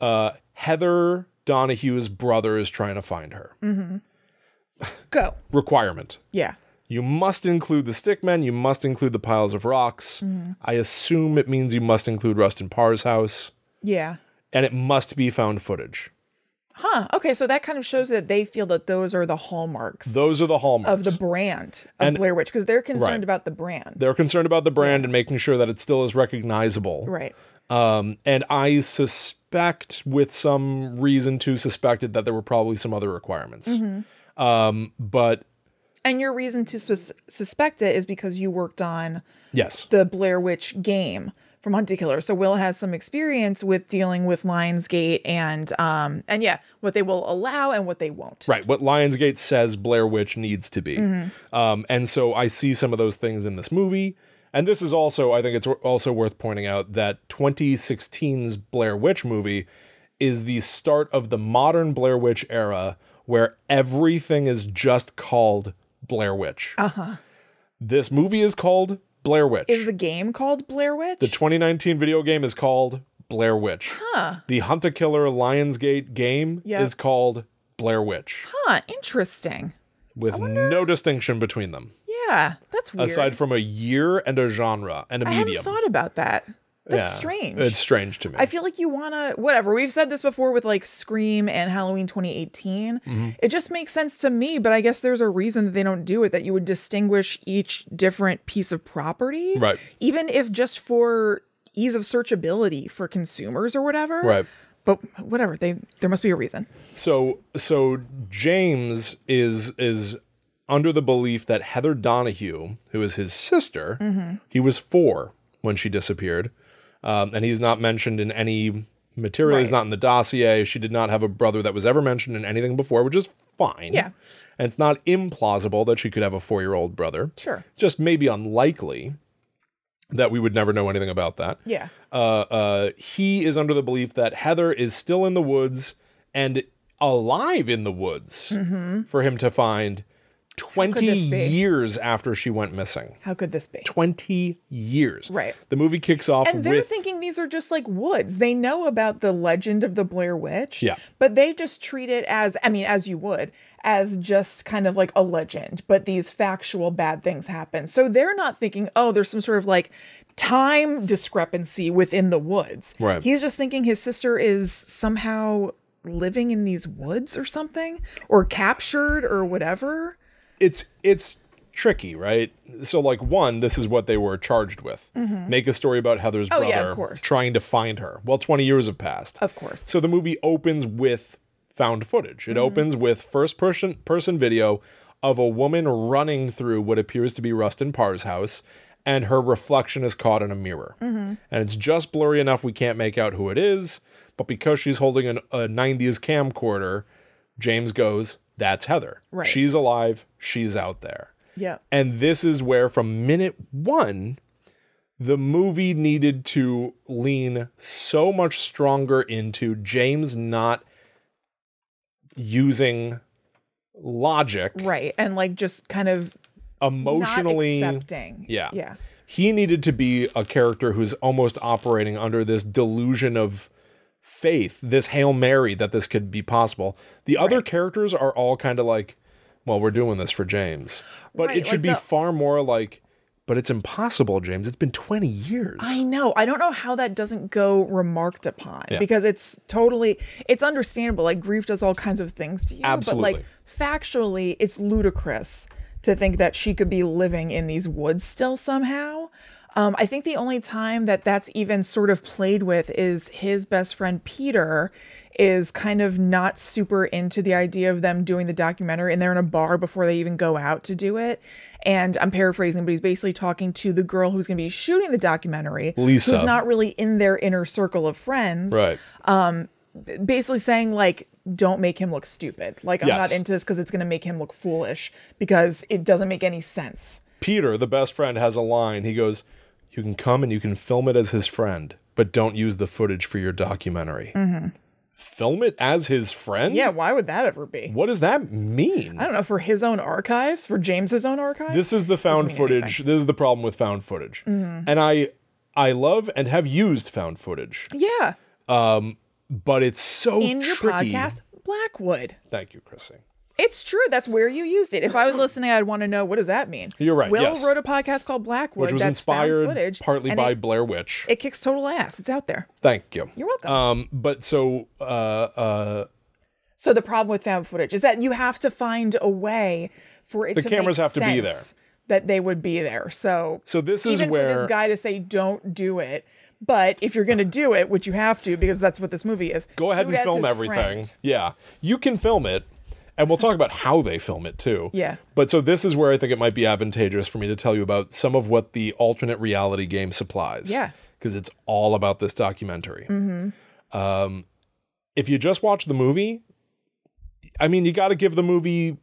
[SPEAKER 1] Uh, Heather Donahue's brother is trying to find her.
[SPEAKER 2] Go.
[SPEAKER 1] Requirement:
[SPEAKER 2] Yeah.
[SPEAKER 1] You must include the stickmen. You must include the piles of rocks. I assume it means you must include Rustin Parr's house,
[SPEAKER 2] Yeah.
[SPEAKER 1] and it must be found footage.
[SPEAKER 2] Huh. Okay. So that kind of shows that they feel that those are the hallmarks.
[SPEAKER 1] Those are the hallmarks
[SPEAKER 2] of the brand of Blair Witch because they're concerned
[SPEAKER 1] Right.
[SPEAKER 2] about the brand.
[SPEAKER 1] They're concerned about the brand and making sure that it still is recognizable.
[SPEAKER 2] right.
[SPEAKER 1] Um, and I suspect, with some reason to suspected, that there were probably some other requirements. Um, but
[SPEAKER 2] And your reason to sus- suspect it is because you worked on
[SPEAKER 1] yes,
[SPEAKER 2] the Blair Witch game from Hunting Killer. So Will has some experience with dealing with Lionsgate and um and yeah, what they will allow and what they won't.
[SPEAKER 1] right. What Lionsgate says Blair Witch needs to be. Um, and so I see some of those things in this movie. And this is also, I think it's also worth pointing out that 2016's Blair Witch movie is the start of the modern Blair Witch era where everything is just called Blair Witch.
[SPEAKER 2] Uh-huh.
[SPEAKER 1] This movie is called Blair Witch.
[SPEAKER 2] Is the game called Blair Witch?
[SPEAKER 1] The 2019 video game is called Blair Witch.
[SPEAKER 2] huh.
[SPEAKER 1] The Hunter Killer Lionsgate game
[SPEAKER 2] Yeah.
[SPEAKER 1] is called Blair Witch,
[SPEAKER 2] Huh. Interesting.
[SPEAKER 1] with no distinction between them,
[SPEAKER 2] Yeah. That's weird.
[SPEAKER 1] aside from a year and a genre and a
[SPEAKER 2] I hadn't
[SPEAKER 1] medium.
[SPEAKER 2] thought about that. That's
[SPEAKER 1] Yeah.
[SPEAKER 2] strange.
[SPEAKER 1] It's strange to me.
[SPEAKER 2] I feel like you want to, whatever. We've said this before with like Scream and Halloween 2018.
[SPEAKER 1] Mm-hmm.
[SPEAKER 2] It just makes sense to me, but I guess there's a reason that they don't do it that you would distinguish each different piece of property.
[SPEAKER 1] Right.
[SPEAKER 2] Even if just for ease of searchability for consumers or whatever.
[SPEAKER 1] right. Mm-hmm.
[SPEAKER 2] But whatever, they there must be a reason.
[SPEAKER 1] So so James is is under the belief that Heather Donahue, who is his sister,
[SPEAKER 2] Mm-hmm.
[SPEAKER 1] he was four when she disappeared, um, and he's not mentioned in any material. He's
[SPEAKER 2] Right.
[SPEAKER 1] not in the dossier. She did not have a brother that was ever mentioned in anything before, which is fine.
[SPEAKER 2] Yeah.
[SPEAKER 1] and it's not implausible that she could have a four-year-old brother.
[SPEAKER 2] Sure.
[SPEAKER 1] Just maybe unlikely that we would never know anything about that
[SPEAKER 2] Yeah.
[SPEAKER 1] uh, uh, he is under the belief that Heather is still in the woods and alive in the woods for him to find 20
[SPEAKER 2] Mm-hmm. this be?
[SPEAKER 1] years after she went missing.
[SPEAKER 2] How could this be?
[SPEAKER 1] 20 years.
[SPEAKER 2] Right.
[SPEAKER 1] The movie kicks off
[SPEAKER 2] And they're
[SPEAKER 1] with
[SPEAKER 2] thinking these are just like woods. They know about the legend of the Blair Witch.
[SPEAKER 1] Yeah.
[SPEAKER 2] But they just treat it as, I mean, as you would, as just kind of like a legend, but these factual bad things happen. So they're not thinking, oh, there's some sort of like time discrepancy within the woods.
[SPEAKER 1] Right.
[SPEAKER 2] He's just thinking his sister is somehow living in these woods or something, or captured or whatever.
[SPEAKER 1] it's it's tricky, right? So like one, this is what they were charged with. Make a story about Heather's
[SPEAKER 2] Mm-hmm. Oh,
[SPEAKER 1] brother
[SPEAKER 2] yeah, of course.
[SPEAKER 1] trying to find her. Well, 20 years have passed.
[SPEAKER 2] Of course.
[SPEAKER 1] So the movie opens with found footage. It opens with first person person video of a woman running through what appears to be Rustin Parr's house, and her reflection is caught in a mirror. And it's just blurry enough we can't make out who it is, but because she's holding an, a 90s camcorder, James goes, "That's Heather.
[SPEAKER 2] Right.
[SPEAKER 1] She's alive. She's out there."
[SPEAKER 2] Yeah.
[SPEAKER 1] And this is where, from minute one, the movie needed to lean so much stronger into James not using logic
[SPEAKER 2] Right. And like just kind of
[SPEAKER 1] emotionally.
[SPEAKER 2] not accepting.
[SPEAKER 1] Yeah.
[SPEAKER 2] Yeah.
[SPEAKER 1] He needed to be a character who's almost operating under this delusion of faith, this Hail Mary that this could be possible. The other characters are all kind of like, well, we're doing this for James. But
[SPEAKER 2] Right,
[SPEAKER 1] it should
[SPEAKER 2] like
[SPEAKER 1] be
[SPEAKER 2] the-
[SPEAKER 1] far more like, but it's impossible, James. It's been 20 years.
[SPEAKER 2] I know. I don't know how that doesn't go remarked upon
[SPEAKER 1] Yeah.
[SPEAKER 2] because it's totally it's understandable. Like grief does all kinds of things to you. But
[SPEAKER 1] Absolutely.
[SPEAKER 2] like factually, it's ludicrous to think that she could be living in these woods still somehow. Um, I think the only time that that's even sort of played with is his best friend Peter is kind of not super into the idea of them doing the documentary and they're in a bar before they even go out to do it. And I'm paraphrasing, but he's basically talking to the girl who's going to be shooting the documentary,
[SPEAKER 1] Lisa.
[SPEAKER 2] who's not really in their inner circle of friends
[SPEAKER 1] right.
[SPEAKER 2] basically saying like don't make him look stupid like i'm
[SPEAKER 1] Yes.
[SPEAKER 2] not into this because it's going to make him look foolish because it doesn't make any sense
[SPEAKER 1] Peter, the best friend, has a line. He goes, You can come and you can film it as his friend, but don't use the footage for your documentary. Film it as his friend?
[SPEAKER 2] Mm-hmm. yeah why would that ever be
[SPEAKER 1] What does that mean?
[SPEAKER 2] i don't know for his own archives for james's own archives
[SPEAKER 1] this is the found
[SPEAKER 2] mean Mm-hmm.
[SPEAKER 1] footage this is the problem with found footage and i i love and have used found footage
[SPEAKER 2] yeah
[SPEAKER 1] but it's so
[SPEAKER 2] in your
[SPEAKER 1] tricky.
[SPEAKER 2] podcast blackwood
[SPEAKER 1] thank you chrissy
[SPEAKER 2] it's true that's where you used it if i was listening i'd want to know what does that mean
[SPEAKER 1] You're right,
[SPEAKER 2] will
[SPEAKER 1] yes.
[SPEAKER 2] wrote a podcast called blackwood
[SPEAKER 1] which was
[SPEAKER 2] that's found
[SPEAKER 1] inspired
[SPEAKER 2] footage,
[SPEAKER 1] partly
[SPEAKER 2] and
[SPEAKER 1] by
[SPEAKER 2] it,
[SPEAKER 1] blair witch
[SPEAKER 2] it kicks total ass it's out there
[SPEAKER 1] thank you
[SPEAKER 2] you're welcome
[SPEAKER 1] um but so uh uh
[SPEAKER 2] So the problem with found footage is that you have to find a way for it. The to
[SPEAKER 1] cameras
[SPEAKER 2] make
[SPEAKER 1] have to be there.
[SPEAKER 2] sense That they would be there. So
[SPEAKER 1] so this is
[SPEAKER 2] even for
[SPEAKER 1] where
[SPEAKER 2] this guy to say don't do it, but if you're going to do it, which you have to because that's what this movie is.
[SPEAKER 1] go ahead
[SPEAKER 2] do it
[SPEAKER 1] and
[SPEAKER 2] as
[SPEAKER 1] film
[SPEAKER 2] his
[SPEAKER 1] everything
[SPEAKER 2] friend.
[SPEAKER 1] yeah you can film it and we'll talk about how they film it too
[SPEAKER 2] Yeah.
[SPEAKER 1] but so this is where i think it might be advantageous for me to tell you about some of what the alternate reality game supplies
[SPEAKER 2] Yeah.
[SPEAKER 1] because it's all about this documentary um
[SPEAKER 2] Mm-hmm.
[SPEAKER 1] if you just watch the movie i mean you got to give the movie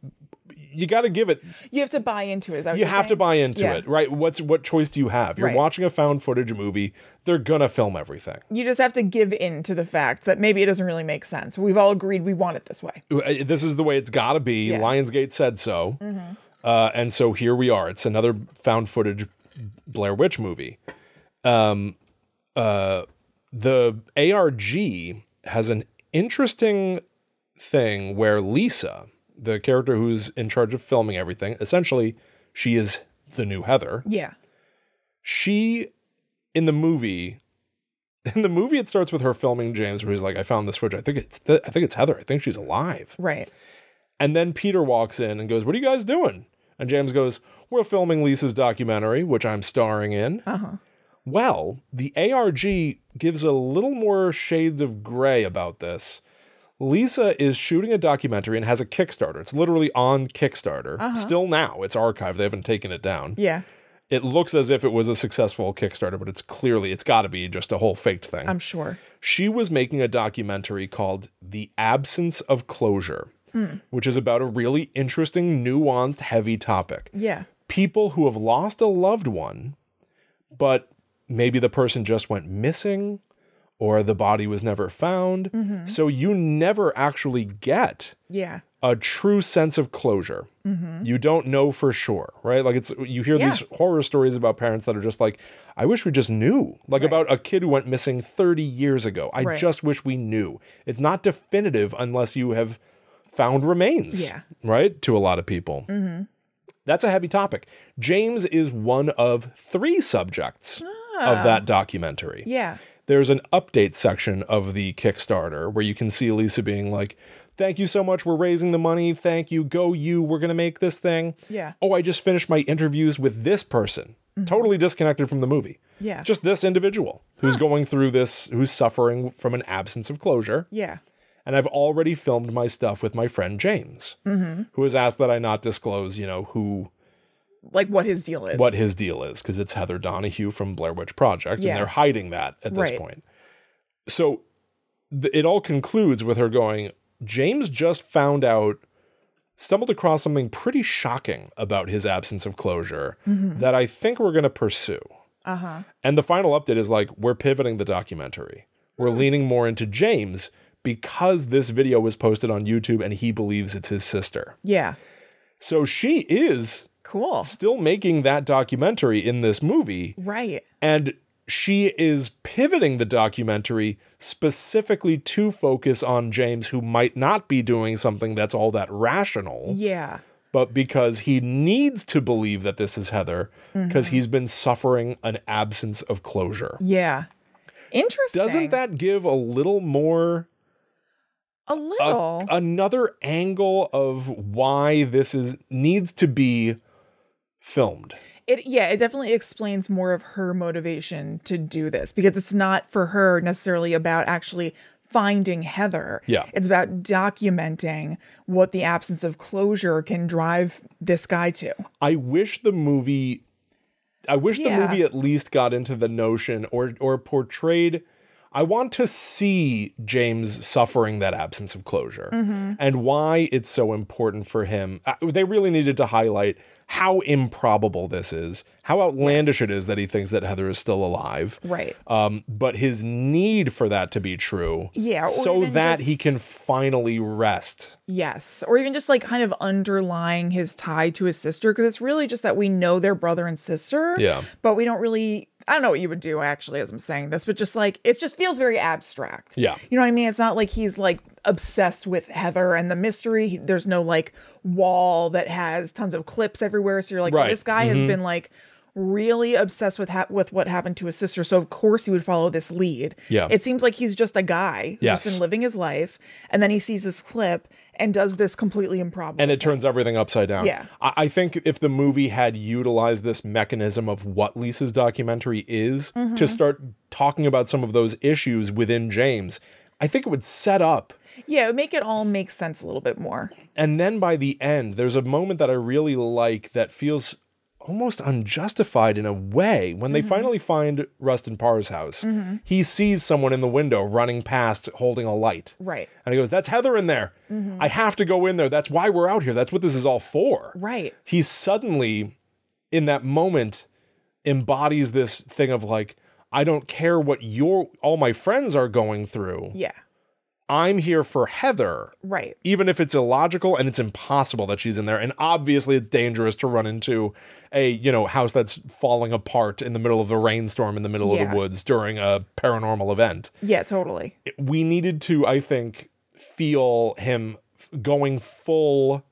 [SPEAKER 1] you got to give it
[SPEAKER 2] You have to buy into it. Is that what
[SPEAKER 1] you
[SPEAKER 2] you're
[SPEAKER 1] have to
[SPEAKER 2] saying?
[SPEAKER 1] buy into
[SPEAKER 2] Yeah.
[SPEAKER 1] it right what's what choice do you have you're
[SPEAKER 2] Right.
[SPEAKER 1] watching a found footage movie they're gonna film everything
[SPEAKER 2] You just have to give in to the fact that maybe it doesn't really make sense. We've all agreed we want it this way.
[SPEAKER 1] Uh, this is the way it's got to be.
[SPEAKER 2] Yeah.
[SPEAKER 1] Lionsgate said so. Uh, and so here we are. It's another found footage Blair Witch movie. Um, uh, the ARG has an interesting thing where Lisa, the character who's in charge of filming everything, essentially she is the new Heather.
[SPEAKER 2] Yeah.
[SPEAKER 1] She in the movie in the movie it starts with her filming James where he's like I found this footage. I think it's th- I think it's Heather. I think she's alive.
[SPEAKER 2] Right.
[SPEAKER 1] And then Peter walks in and goes, What are you guys doing? And James goes, We're filming Lisa's documentary, which I'm starring in.
[SPEAKER 2] Uh-huh.
[SPEAKER 1] Well, the ARG gives a little more shades of gray about this. Lisa is shooting a documentary and has a Kickstarter. It's literally on Kickstarter. Still now, it's archived. They haven't taken it down.
[SPEAKER 2] Yeah.
[SPEAKER 1] It looks as if it was a successful Kickstarter, but it's clearly, it's got to be just a whole faked thing
[SPEAKER 2] I'm sure.
[SPEAKER 1] she was making a documentary called The Absence of Closure, which is about a really interesting, nuanced, heavy topic.
[SPEAKER 2] Yeah.
[SPEAKER 1] People who have lost a loved one, but maybe the person just went missing or the body was never found. So you never actually get
[SPEAKER 2] Yeah.
[SPEAKER 1] a true sense of closure. You don't know for sure, right? Like it's you hear
[SPEAKER 2] Mm-hmm. Yeah.
[SPEAKER 1] these horror stories about parents that are just like, I wish we just knew. Like about a kid who went missing 30 years ago. I
[SPEAKER 2] Right.
[SPEAKER 1] just wish we knew. It's not definitive unless you have found remains.
[SPEAKER 2] Yeah. Mm-hmm.
[SPEAKER 1] Right? To a lot of people. That's a heavy topic. James is one of three subjects
[SPEAKER 2] Ah.
[SPEAKER 1] of that documentary
[SPEAKER 2] Yeah.
[SPEAKER 1] there's an update section of the Kickstarter where you can see Lisa being like, Thank you so much. We're raising the money. Thank you. Go you. We're going to make this thing.
[SPEAKER 2] Yeah. Mm-hmm.
[SPEAKER 1] Oh, I just finished my interviews with this person. Totally disconnected from the movie.
[SPEAKER 2] Yeah.
[SPEAKER 1] Just this individual who's going through this, who's suffering from an absence of closure.
[SPEAKER 2] Yeah.
[SPEAKER 1] And I've already filmed my stuff with my friend James,
[SPEAKER 2] Mm-hmm.
[SPEAKER 1] who has asked that I not disclose, you know, who
[SPEAKER 2] Like what his deal is.
[SPEAKER 1] what his deal is because it's Heather Donahue from Blair Witch Project,
[SPEAKER 2] Yeah.
[SPEAKER 1] and they're hiding that at this
[SPEAKER 2] Right.
[SPEAKER 1] point. So th- it all concludes with her going, James just found out, stumbled across something pretty shocking about his absence of closure that I think we're going to pursue.
[SPEAKER 2] Mm-hmm. Uh-huh.
[SPEAKER 1] And the final update is like, we're pivoting the documentary, we're
[SPEAKER 2] Mm-hmm.
[SPEAKER 1] leaning more into James because this video was posted on YouTube and he believes it's his sister.
[SPEAKER 2] Yeah.
[SPEAKER 1] So she is
[SPEAKER 2] Cool.
[SPEAKER 1] still making that documentary in this movie
[SPEAKER 2] Right.
[SPEAKER 1] and she is pivoting the documentary specifically to focus on James who might not be doing something that's all that rational
[SPEAKER 2] Yeah.
[SPEAKER 1] but because he needs to believe that this is Heather because he's been suffering an absence of closure
[SPEAKER 2] Yeah. Interesting.
[SPEAKER 1] doesn't that give a little more
[SPEAKER 2] a
[SPEAKER 1] a-
[SPEAKER 2] little?
[SPEAKER 1] another angle of why this is needs to be filmed
[SPEAKER 2] it yeah, it definitely explains more of her motivation to do this because it's not for her necessarily about actually finding Heather.
[SPEAKER 1] Yeah.
[SPEAKER 2] It's about documenting what the absence of closure can drive this guy to.
[SPEAKER 1] I wish the movie I wish
[SPEAKER 2] Yeah.
[SPEAKER 1] the movie at least got into the notion or or portrayed I want to see James suffering that absence of closure
[SPEAKER 2] Mm-hmm.
[SPEAKER 1] and why it's so important for him. Uh, They really needed to highlight how improbable this is, how outlandish it is that he thinks that Heather is still alive.
[SPEAKER 2] Right.
[SPEAKER 1] Um, but his need for that to be true.
[SPEAKER 2] Yeah, or
[SPEAKER 1] So
[SPEAKER 2] even
[SPEAKER 1] that he
[SPEAKER 2] just-
[SPEAKER 1] can finally rest.
[SPEAKER 2] Yes. Or even just like kind of underlying his tie to his sister because it's really just that we know they're brother and sister.
[SPEAKER 1] Yeah.
[SPEAKER 2] But we don't really I don't know what you would do actually as I'm saying this, but just like it just feels very abstract.
[SPEAKER 1] Yeah.
[SPEAKER 2] You know what I mean? It's not like he's like obsessed with Heather and the mystery. He- There's no like wall that has tons of clips everywhere. So you're like, well,
[SPEAKER 1] Right. Mm-hmm.
[SPEAKER 2] this guy has been like really obsessed with ha- with what happened to his sister. So of course he would follow this lead.
[SPEAKER 1] Yeah.
[SPEAKER 2] It seems like he's just a guy who's
[SPEAKER 1] Yes.
[SPEAKER 2] just been living his life, and then he sees this clip and does this completely improbable.
[SPEAKER 1] and it turns everything upside down.
[SPEAKER 2] Yeah.
[SPEAKER 1] I, I think if the movie had utilized this mechanism of what Lisa's documentary is to start talking about some of those issues within James, I think it would set up.
[SPEAKER 2] yeah, it would make it all make sense a little bit more.
[SPEAKER 1] And then by the end, there's a moment that I really like that feels almost unjustified in a way. When they finally find Rustin Parr's house, he sees someone in the window running past holding a light.
[SPEAKER 2] Right.
[SPEAKER 1] And he goes, That's Heather in there. I have to go in there. That's why we're out here. That's what this is all for
[SPEAKER 2] Right.
[SPEAKER 1] he suddenly in that moment embodies this thing of like i don't care what your all my friends are going through
[SPEAKER 2] Yeah.
[SPEAKER 1] I'm here for Heather,
[SPEAKER 2] Right.
[SPEAKER 1] even if it's illogical and it's impossible that she's in there. And obviously, it's dangerous to run into a you know house that's falling apart in the middle of a rainstorm in the middle of
[SPEAKER 2] Yeah.
[SPEAKER 1] the woods during a paranormal event.
[SPEAKER 2] Yeah, totally.
[SPEAKER 1] We needed to, I think, feel him f- going full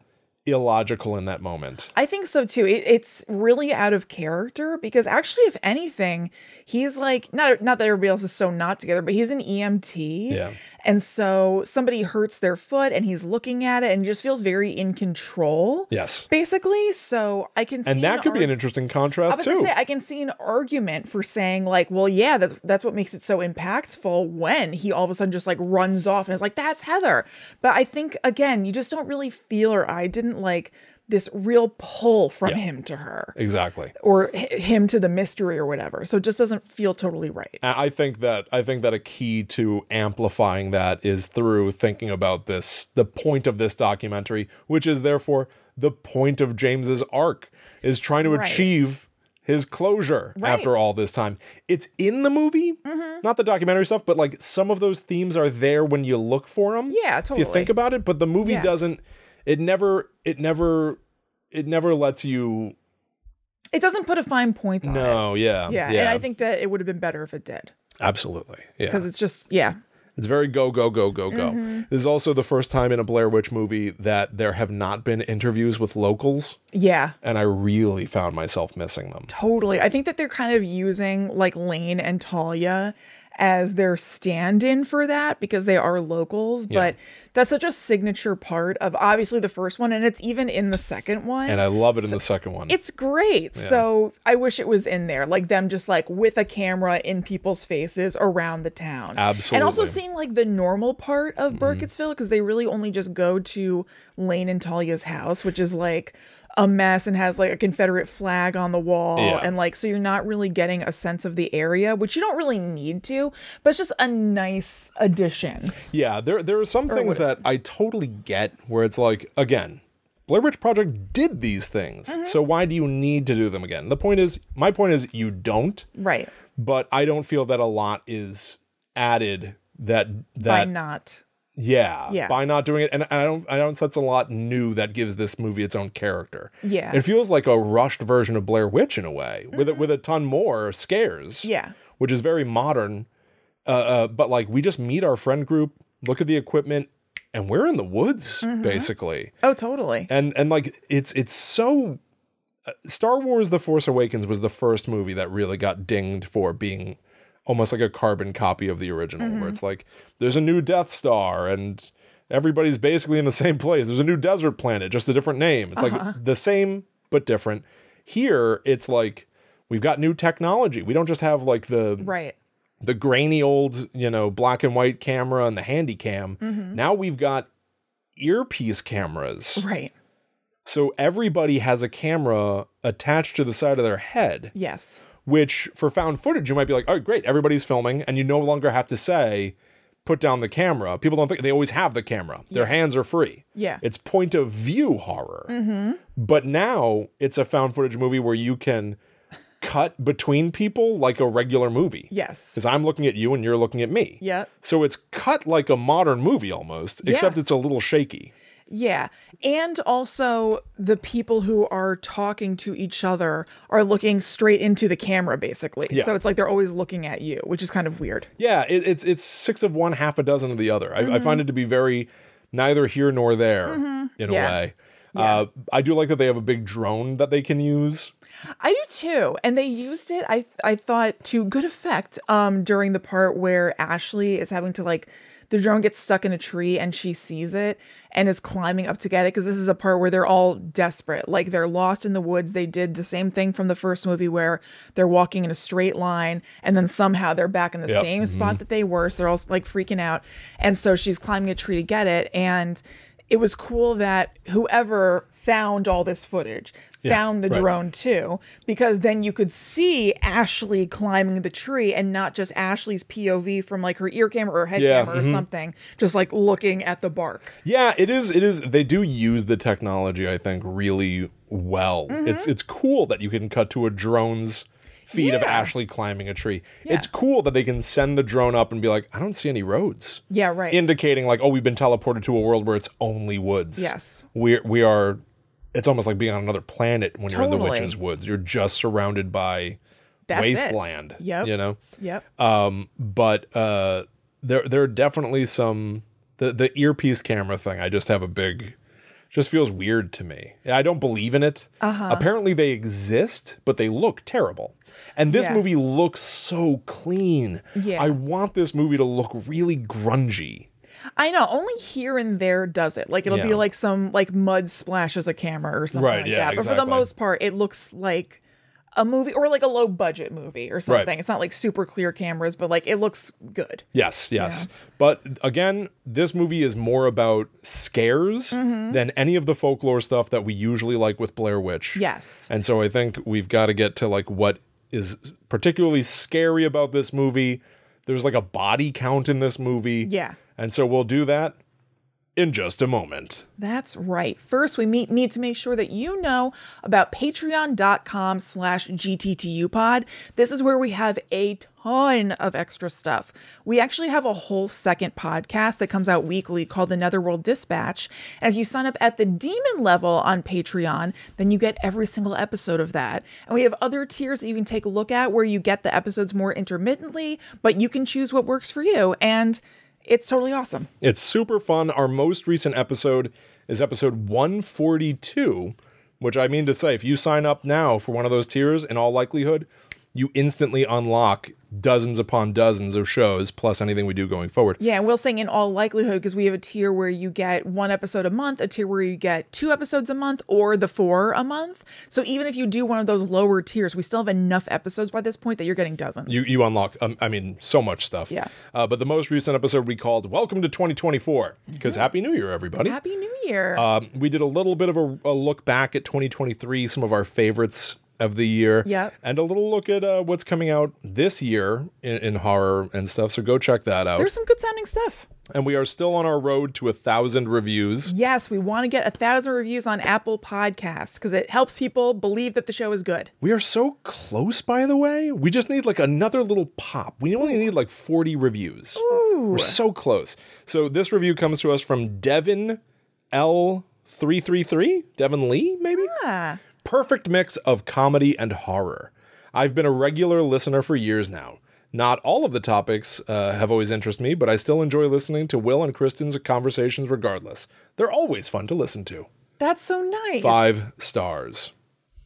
[SPEAKER 1] illogical in that moment.
[SPEAKER 2] I think so too. It, it's really out of character because actually, if anything, he's like not not that everybody else is so not together, but he's an EMT,
[SPEAKER 1] Yeah.
[SPEAKER 2] and so somebody hurts their foot, and he's looking at it, and just feels very in control,
[SPEAKER 1] Yes.
[SPEAKER 2] basically. So I can, see
[SPEAKER 1] And that could be an
[SPEAKER 2] arg-
[SPEAKER 1] interesting
[SPEAKER 2] I
[SPEAKER 1] contrast
[SPEAKER 2] was
[SPEAKER 1] too.
[SPEAKER 2] gonna say I can see an argument for saying like, well, yeah, that's that's what makes it so impactful when he all of a sudden just like runs off and is like, that's Heather. But I think again, you just don't really feel or I didn't like this real pull from him to her
[SPEAKER 1] exactly.
[SPEAKER 2] or h- him to the mystery or whatever. So it just doesn't feel totally right.
[SPEAKER 1] I I think that I think that a key to amplifying that is through thinking about this the point of this documentary, which is therefore the point of James's arc is trying to
[SPEAKER 2] Right.
[SPEAKER 1] achieve his closure
[SPEAKER 2] Right.
[SPEAKER 1] after all this time. It's in the movie, not the documentary stuff, but like some of those themes are there when you look for them.
[SPEAKER 2] Yeah,
[SPEAKER 1] If you
[SPEAKER 2] totally.
[SPEAKER 1] think about it, but the movie
[SPEAKER 2] Yeah.
[SPEAKER 1] doesn't it never it never it never lets you
[SPEAKER 2] It doesn't put a fine point on it.
[SPEAKER 1] No, yeah.
[SPEAKER 2] Yeah, and I think that it would have been better if it did
[SPEAKER 1] absolutely. Yeah.
[SPEAKER 2] because it's just yeah.
[SPEAKER 1] It's very go, go, go, go, go. This is also the first time in a Blair Witch movie that there have not been interviews with locals,
[SPEAKER 2] Yeah.
[SPEAKER 1] and I really found myself missing them.
[SPEAKER 2] Totally. I think that they're kind of using like Lane and Talia as their stand in for that because they are locals, but that's such a signature part of obviously the first one, and it's even in the second one.
[SPEAKER 1] And I love it in the second one.
[SPEAKER 2] it's great. So I wish it was in there, like them just like with a camera in people's faces around the town. And also
[SPEAKER 1] Absolutely. Mm-hmm.
[SPEAKER 2] seeing like the normal part of Burkittsville because they really only just go to Lane and Talia's house, which is like a mess and has like a Confederate flag on the wall.
[SPEAKER 1] Yeah.
[SPEAKER 2] And like, so you're not really getting a sense of the area, which you don't really need to, but it's just a nice addition.
[SPEAKER 1] yeah, there there are some things that I totally get where it's like, again, Blair Witch Project did these things. So why do you need to do them again? The point is, my point is you don't,
[SPEAKER 2] Right.
[SPEAKER 1] but I don't feel that a lot is added that
[SPEAKER 2] By
[SPEAKER 1] that
[SPEAKER 2] not.
[SPEAKER 1] Yeah,
[SPEAKER 2] Yeah.
[SPEAKER 1] By not doing it, and I don't, I don't sense a lot new that gives this movie its own character.
[SPEAKER 2] Yeah. Mm-hmm.
[SPEAKER 1] it feels like a rushed version of Blair Witch in a way, with a, with a ton more scares.
[SPEAKER 2] Yeah.
[SPEAKER 1] which is very modern. Uh, uh, but like we just meet our friend group, look at the equipment, and we're in the woods basically.
[SPEAKER 2] Oh, totally.
[SPEAKER 1] And and like it's it's so. uh, Star Wars: The Force Awakens was the first movie that really got dinged for being almost like a carbon copy of the original, where it's like there's a new Death Star and everybody's basically in the same place. There's a new desert planet, just a different name. It's like the same but different. Here, it's like we've got new technology. We don't just have like the
[SPEAKER 2] Right.
[SPEAKER 1] the grainy old, you know, black and white camera and the handy cam. Now we've got earpiece cameras.
[SPEAKER 2] Right.
[SPEAKER 1] So everybody has a camera attached to the side of their head,
[SPEAKER 2] Yes.
[SPEAKER 1] which for found footage, you might be like, oh, great, everybody's filming. And you no longer have to say, put down the camera. People don't think they always have the camera, their hands are free.
[SPEAKER 2] Yeah.
[SPEAKER 1] It's point of view horror. But now it's a found footage movie where you can cut between people like a regular movie.
[SPEAKER 2] Yes.
[SPEAKER 1] Because I'm looking at you and you're looking at me.
[SPEAKER 2] Yep.
[SPEAKER 1] So it's cut like a modern movie almost, except it's a little shaky.
[SPEAKER 2] Yeah. And also, the people who are talking to each other are looking straight into the camera, basically.
[SPEAKER 1] Yeah.
[SPEAKER 2] So it's like they're always looking at you, which is kind of weird.
[SPEAKER 1] Yeah, it, it's it's six of one, half a dozen of the other. I, I
[SPEAKER 2] Mm-hmm.
[SPEAKER 1] find it to be very neither here nor there in a
[SPEAKER 2] Yeah.
[SPEAKER 1] way. Uh, I do like that they have a big drone that they can use.
[SPEAKER 2] I do too. And they used it, I, I thought, to good effect um, during the part where Ashley is having to, like, the drone gets stuck in a tree and she sees it and is climbing up to get it because this is a part where they're all desperate. Like, they're lost in the woods. They did the same thing from the first movie where they're walking in a straight line and then somehow they're back in the
[SPEAKER 1] Yep. Mm-hmm.
[SPEAKER 2] same spot that they were. So they're all like freaking out. And so she's climbing a tree to get it. And it was cool that whoever found all this footage found the
[SPEAKER 1] right.
[SPEAKER 2] drone too, because then you could see Ashley climbing the tree and not just Ashley's POV from like her ear camera or head
[SPEAKER 1] Yeah, mm-hmm.
[SPEAKER 2] camera or something, just like looking at the bark.
[SPEAKER 1] Yeah, it is. It is. They do use the
[SPEAKER 2] Mm-hmm.
[SPEAKER 1] technology, I think, really well. It's it's cool that you can cut to a drone's feet of
[SPEAKER 2] Yeah.
[SPEAKER 1] Ashley climbing a tree.
[SPEAKER 2] Yeah.
[SPEAKER 1] It's cool that they can send the drone up and be like, I don't see any roads.
[SPEAKER 2] Yeah, right.
[SPEAKER 1] Indicating like, oh, we've been teleported to a world where it's only woods.
[SPEAKER 2] Yes.
[SPEAKER 1] We're we are it's almost like being on another planet when you're in the
[SPEAKER 2] Totally.
[SPEAKER 1] witch's woods. You're just surrounded by
[SPEAKER 2] That's it.
[SPEAKER 1] wasteland.
[SPEAKER 2] Yep.
[SPEAKER 1] You know?
[SPEAKER 2] Yep.
[SPEAKER 1] Um, but uh, there there are definitely some the the earpiece camera thing. I just have a big, just feels weird to me. I don't believe in it. Uh-huh. Apparently they exist, but they look terrible. And this
[SPEAKER 2] Yeah.
[SPEAKER 1] movie looks so clean.
[SPEAKER 2] Yeah.
[SPEAKER 1] I want this movie to look really grungy.
[SPEAKER 2] I know. Only here and there does it. Like it'll
[SPEAKER 1] Yeah.
[SPEAKER 2] be like some like mud splashes a camera or something
[SPEAKER 1] Right,
[SPEAKER 2] like
[SPEAKER 1] yeah,
[SPEAKER 2] that. But for
[SPEAKER 1] exactly.
[SPEAKER 2] the most part, it looks like a movie or like a low budget movie or something. It's not like super clear cameras, but like it looks good.
[SPEAKER 1] Yes, yes. But again, this movie is more about scares
[SPEAKER 2] Mm-hmm.
[SPEAKER 1] than any of the folklore stuff that we usually like with Blair Witch.
[SPEAKER 2] Yes.
[SPEAKER 1] And so I think we've got to get to like what is particularly scary about this movie. There's like a body count in this movie.
[SPEAKER 2] Yeah.
[SPEAKER 1] And so we'll do that in just a moment.
[SPEAKER 2] That's right. First, we meet, need to make sure that you know about patreon.com slash gttupod. This is where we have a ton of extra stuff. We actually have a whole second podcast that comes out weekly called The Netherworld Dispatch. And if you sign up at the demon level on Patreon, then you get every single episode of that. And we have other tiers that you can take a look at where you get the episodes more intermittently, but you can choose what works for you. And it's totally awesome.
[SPEAKER 1] It's super fun. Our most recent episode is episode 142, which I mean to say, if you sign up now for one of those tiers, in all likelihood, you instantly unlock dozens upon dozens of shows, plus anything we do going forward.
[SPEAKER 2] Yeah, and we'll sing in all likelihood because we have a tier where you get one episode a month, a tier where you get two episodes a month, or the four a month. So even if you do one of those lower tiers, we still have enough episodes by this point that you're getting dozens.
[SPEAKER 1] You, you unlock, um, I mean, so much stuff.
[SPEAKER 2] Yeah.
[SPEAKER 1] Uh, but the most recent episode we called Welcome to 2024, because Happy New Year, everybody.
[SPEAKER 2] Mm-hmm. Happy New Year.
[SPEAKER 1] Um, we did a little bit of a, a look back at 2023, some of our favorites of the year,
[SPEAKER 2] Yep.
[SPEAKER 1] and a little look at uh, what's coming out this year in, in horror and stuff. So go check that out.
[SPEAKER 2] There's some good sounding stuff.
[SPEAKER 1] and we are still on our road to a thousand reviews.
[SPEAKER 2] Yes, we want to get a thousand reviews on Apple Podcasts because it helps people believe that the show is good.
[SPEAKER 1] We are so close, by the way. We just need like another little pop. We only need like 40 reviews. We're so close. So this review comes to us from Devin L333, Devin Lee, maybe?
[SPEAKER 2] Ah,
[SPEAKER 1] Perfect mix of comedy and horror. I've been a regular listener for years now. Not all of the topics uh, have always interested me, but I still enjoy listening to Will and Kristen's conversations regardless. They're always fun to listen to.
[SPEAKER 2] that's so nice.
[SPEAKER 1] Five stars.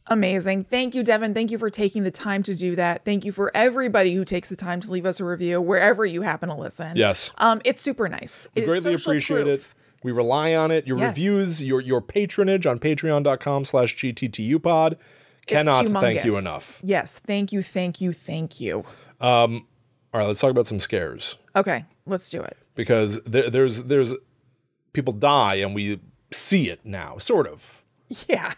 [SPEAKER 2] Amazing. Thank you, Devin. Thank you for taking the time to do that. Thank you for everybody who takes the time to leave us a review wherever you happen to listen.
[SPEAKER 1] Yes.
[SPEAKER 2] Um, it's super nice.
[SPEAKER 1] We greatly appreciate it. We rely on it. Your
[SPEAKER 2] Yes.
[SPEAKER 1] reviews, your your patronage on patreon.com slash gttupod. Cannot thank you enough.
[SPEAKER 2] Yes. Thank you. Thank you. Thank you.
[SPEAKER 1] All right, let's talk about some scares.
[SPEAKER 2] Okay. Let's do it.
[SPEAKER 1] because there, there's there's people die and we see it now, sort of.
[SPEAKER 2] Yeah.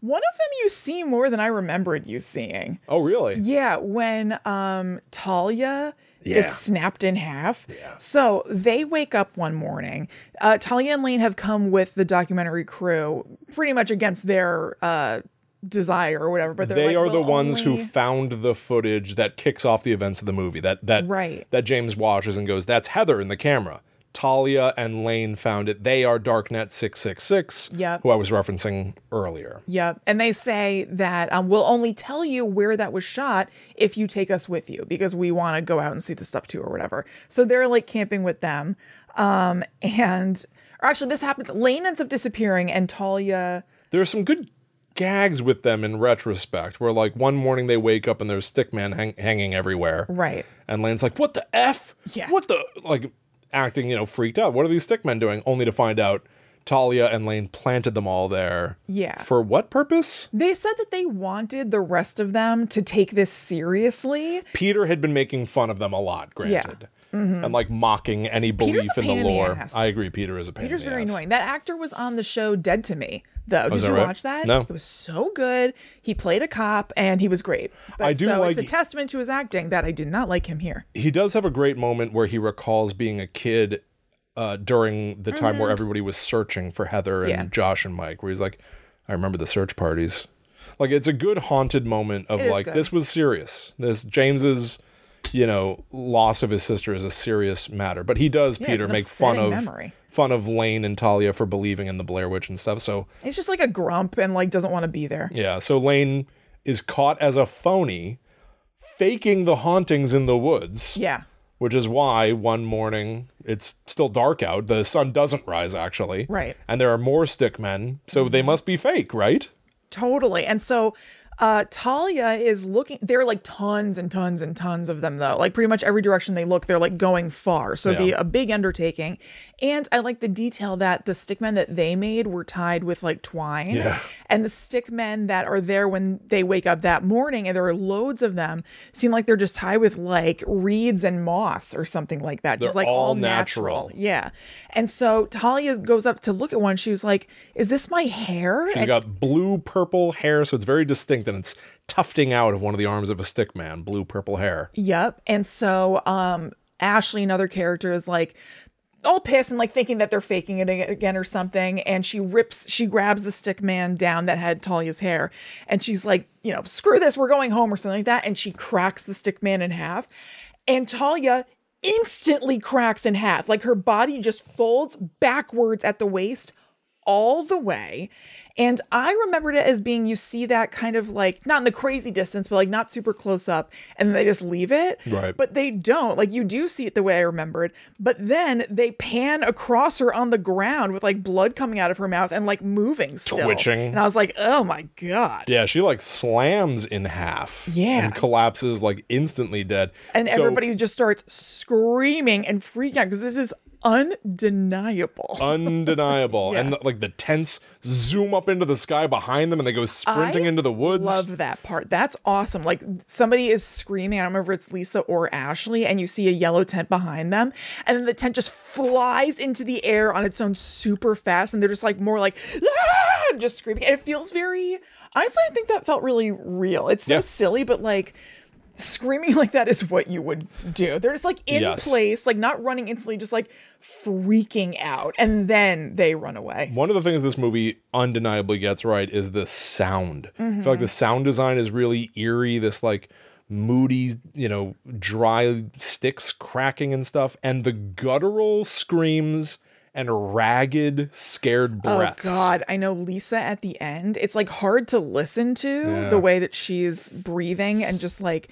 [SPEAKER 2] One of them you see more than I remembered you seeing.
[SPEAKER 1] Oh, really?
[SPEAKER 2] Yeah, when um Talia
[SPEAKER 1] Yeah.
[SPEAKER 2] is snapped in half. So they wake up one morning. Uh, Talia and Lane have come with the documentary crew, pretty much against their uh, desire or whatever. But they're
[SPEAKER 1] They
[SPEAKER 2] like,
[SPEAKER 1] are the
[SPEAKER 2] "We'll
[SPEAKER 1] ones who
[SPEAKER 2] only-"
[SPEAKER 1] found the footage that kicks off the events of the movie. That that
[SPEAKER 2] Right.
[SPEAKER 1] that James watches and goes, "That's Heather in the camera." Talia and Lane found it. They are Darknet six six six,
[SPEAKER 2] Yep.
[SPEAKER 1] who I was referencing earlier.
[SPEAKER 2] Yep, and they say that um, we'll only tell you where that was shot if you take us with you because we want to go out and see the stuff too or whatever. So they're like camping with them, um, and or actually this happens. Lane ends up disappearing, and Talia.
[SPEAKER 1] There are some good gags with them in retrospect, where like one morning they wake up and there's Stickman hang- hanging everywhere,
[SPEAKER 2] Right.
[SPEAKER 1] And Lane's like, "What the f?
[SPEAKER 2] Yeah.
[SPEAKER 1] What the like?" Acting, you know, freaked out. What are these stick men doing? Only to find out Talia and Lane planted them all there.
[SPEAKER 2] Yeah.
[SPEAKER 1] For what purpose?
[SPEAKER 2] They said that they wanted the rest of them to take this seriously.
[SPEAKER 1] Peter had been making fun of them a lot, granted, and like mocking any belief
[SPEAKER 2] Mm-hmm. a
[SPEAKER 1] in the
[SPEAKER 2] pain in the
[SPEAKER 1] lore.
[SPEAKER 2] ass.
[SPEAKER 1] I agree. Peter is a pain.
[SPEAKER 2] Peter's
[SPEAKER 1] in the
[SPEAKER 2] very
[SPEAKER 1] ass.
[SPEAKER 2] annoying. That actor was on the show Dead to Me, though. Did
[SPEAKER 1] Oh, that
[SPEAKER 2] you
[SPEAKER 1] right?
[SPEAKER 2] watch that?
[SPEAKER 1] No.
[SPEAKER 2] It was so good. He played a cop and he was great. But
[SPEAKER 1] I do
[SPEAKER 2] so it's a
[SPEAKER 1] like-
[SPEAKER 2] testament to his acting that I did not like him here.
[SPEAKER 1] he does have a great moment where he recalls being a kid uh, during the time where everybody was searching for Heather and
[SPEAKER 2] Mm-hmm. Yeah.
[SPEAKER 1] Josh and Mike, where he's like, I remember the search parties. Like it's a good haunted moment of
[SPEAKER 2] It is
[SPEAKER 1] like
[SPEAKER 2] good.
[SPEAKER 1] this was serious. This James's, you know, loss of his sister is a serious matter. But he does
[SPEAKER 2] Yeah, it's
[SPEAKER 1] Peter
[SPEAKER 2] an
[SPEAKER 1] make fun of
[SPEAKER 2] upsetting memory.
[SPEAKER 1] fun of Lane and Talia for believing in the Blair Witch and stuff. So
[SPEAKER 2] He's just like a grump and like doesn't want to be there.
[SPEAKER 1] yeah, so Lane is caught as a phony, faking the hauntings in the woods.
[SPEAKER 2] Yeah.
[SPEAKER 1] which is why one morning it's still dark out. The sun doesn't rise actually.
[SPEAKER 2] Right. Mm-hmm.
[SPEAKER 1] And there are more stick men, so they must be fake, right?
[SPEAKER 2] Totally. And so uh Talia is looking there are like tons and tons and tons of them though. Like pretty much every direction they look, they're like going far. So it'd be
[SPEAKER 1] Yeah.
[SPEAKER 2] a big undertaking. And I like the detail that the stick men that they made were tied with like twine.
[SPEAKER 1] Yeah.
[SPEAKER 2] And the stick men that are there when they wake up that morning and there are loads of them seem like they're just tied with like reeds and moss or something like that. just
[SPEAKER 1] They're
[SPEAKER 2] like
[SPEAKER 1] all
[SPEAKER 2] all, natural.
[SPEAKER 1] natural.
[SPEAKER 2] Yeah. And so Talia goes up to look at one. She was like, Is this my hair?
[SPEAKER 1] She's got blue purple hair, so it's very distinct and it's tufting out of one of the arms of a stick man, blue purple hair.
[SPEAKER 2] Yep. And so um Ashley, another character, is like all pissed and like thinking that they're faking it ag- again or something. And she rips, she grabs the stick man down that had Talia's hair. And she's like, you know, screw this, we're going home or something like that. And she cracks the stick man in half. And Talia instantly cracks in half. Like her body just folds backwards at the waist all the way. And I remembered it as being you see that kind of like not in the crazy distance, but like not super close up, and they just leave it.
[SPEAKER 1] Right.
[SPEAKER 2] But they don't. Like you do see it the way I remembered, but then they pan across her on the ground with like blood coming out of her mouth and like moving still.
[SPEAKER 1] Twitching.
[SPEAKER 2] And I was like, oh my God.
[SPEAKER 1] Yeah, she like slams in half.
[SPEAKER 2] Yeah.
[SPEAKER 1] And collapses like instantly dead.
[SPEAKER 2] And
[SPEAKER 1] So-
[SPEAKER 2] everybody just starts screaming and freaking out because this is undeniable.
[SPEAKER 1] Undeniable.
[SPEAKER 2] Yeah.
[SPEAKER 1] And like the tents zoom up into the sky behind them and they go sprinting
[SPEAKER 2] I
[SPEAKER 1] into the woods.
[SPEAKER 2] Love that part. That's awesome. Like somebody is screaming. I don't remember if it's Lisa or Ashley, and you see a yellow tent behind them, and then the tent just flies into the air on its own super fast, and they're just like more like "Ah!" and just screaming. And it feels very honestly, I think that felt really real. It's so
[SPEAKER 1] Yeah.
[SPEAKER 2] silly, but like screaming like that is what you would do. They're just like in
[SPEAKER 1] Yes.
[SPEAKER 2] place, like not running instantly, just like freaking out, and then they run away.
[SPEAKER 1] One of the things this movie undeniably gets right is the sound. I
[SPEAKER 2] Mm-hmm.
[SPEAKER 1] feel like the sound design is really eerie, this like moody, you know, dry sticks cracking and stuff, and the guttural screams and ragged, scared
[SPEAKER 2] Oh
[SPEAKER 1] breaths.
[SPEAKER 2] God, I know Lisa at the end. It's like hard to listen to the way that she's breathing and just like,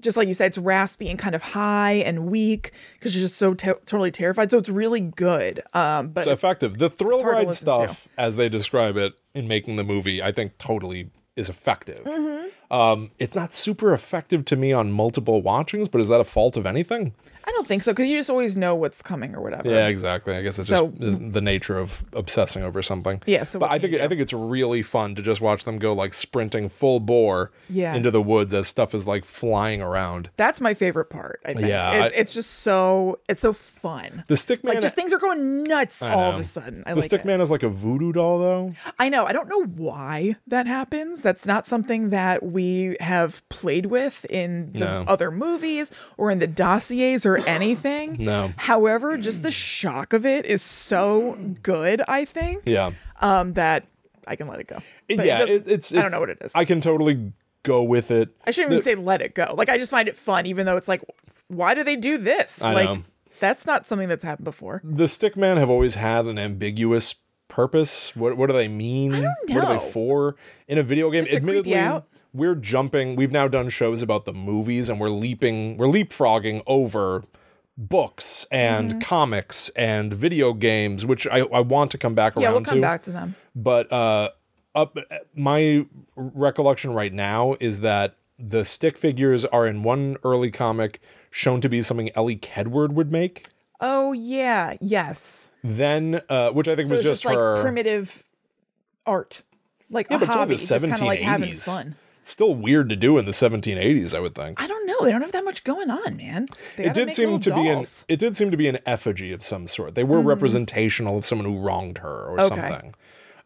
[SPEAKER 2] just like you said, it's raspy and kind of high and weak because she's just so te- totally terrified. So it's really good. Um, but
[SPEAKER 1] So
[SPEAKER 2] it's-
[SPEAKER 1] effective. The thrill
[SPEAKER 2] hard to
[SPEAKER 1] ride
[SPEAKER 2] listen to.
[SPEAKER 1] stuff, as they describe it in making the movie, I think totally is effective.
[SPEAKER 2] Mm-hmm.
[SPEAKER 1] Um, it's not super effective to me on multiple watchings, but is that a fault of anything?
[SPEAKER 2] I don't think so because you just always know what's coming or whatever.
[SPEAKER 1] Yeah, exactly. I guess it's
[SPEAKER 2] So-
[SPEAKER 1] just is the nature of obsessing over something.
[SPEAKER 2] Yeah, so
[SPEAKER 1] but
[SPEAKER 2] what
[SPEAKER 1] I
[SPEAKER 2] can
[SPEAKER 1] think I think it's really fun to just watch them go like sprinting full bore
[SPEAKER 2] Yeah.
[SPEAKER 1] into the woods as stuff is like flying around.
[SPEAKER 2] That's my favorite part. I think.
[SPEAKER 1] Yeah,
[SPEAKER 2] It-
[SPEAKER 1] I-
[SPEAKER 2] it's just so it's so fun.
[SPEAKER 1] The stick man,
[SPEAKER 2] like just things are going nuts all of
[SPEAKER 1] know.
[SPEAKER 2] a sudden. I
[SPEAKER 1] the
[SPEAKER 2] like
[SPEAKER 1] stick
[SPEAKER 2] it.
[SPEAKER 1] man is like a voodoo doll though.
[SPEAKER 2] I know. I don't know why that happens. That's not something that we have played with in the
[SPEAKER 1] No.
[SPEAKER 2] other movies or in the dossiers or anything.
[SPEAKER 1] No.
[SPEAKER 2] However, just the shock of it is so good, I think,
[SPEAKER 1] Yeah,
[SPEAKER 2] um, that I can let it go. But it
[SPEAKER 1] yeah.
[SPEAKER 2] doesn't-
[SPEAKER 1] it- it's,
[SPEAKER 2] I don't
[SPEAKER 1] it's-
[SPEAKER 2] know what it is.
[SPEAKER 1] I can totally go with it.
[SPEAKER 2] I shouldn't even say let it go. Like, I just find it fun, even though it's like, why do they do this?
[SPEAKER 1] I
[SPEAKER 2] like,
[SPEAKER 1] know.
[SPEAKER 2] that's not something that's happened before.
[SPEAKER 1] The stick man have always had an ambiguous purpose. What what do they mean? What are
[SPEAKER 2] know.
[SPEAKER 1] they for in a video game?
[SPEAKER 2] Just to creep you out?
[SPEAKER 1] we're jumping. We've now done shows about the movies, and we're leaping, we're leapfrogging over books
[SPEAKER 2] Mm-hmm.
[SPEAKER 1] and comics and video games, which I, I want to come back
[SPEAKER 2] Yeah,
[SPEAKER 1] around
[SPEAKER 2] we'll come
[SPEAKER 1] to.
[SPEAKER 2] back to them.
[SPEAKER 1] But uh, up my recollection right now is that the stick figures are in one early comic shown to be something Ellie Kedward would make.
[SPEAKER 2] Oh, yeah. Yes.
[SPEAKER 1] Then, uh, which I think
[SPEAKER 2] So
[SPEAKER 1] was
[SPEAKER 2] it's
[SPEAKER 1] just,
[SPEAKER 2] just, like
[SPEAKER 1] her
[SPEAKER 2] primitive art, like a
[SPEAKER 1] but it's
[SPEAKER 2] hobby,
[SPEAKER 1] only the
[SPEAKER 2] just kind of like having
[SPEAKER 1] 1780s.
[SPEAKER 2] fun.
[SPEAKER 1] still weird to do in the 1780s, I would think.
[SPEAKER 2] I don't know. They don't have that much going on, man. They
[SPEAKER 1] It did seem to be an it did seem to be an effigy of some sort. They were
[SPEAKER 2] Hmm.
[SPEAKER 1] representational of someone who wronged her or something.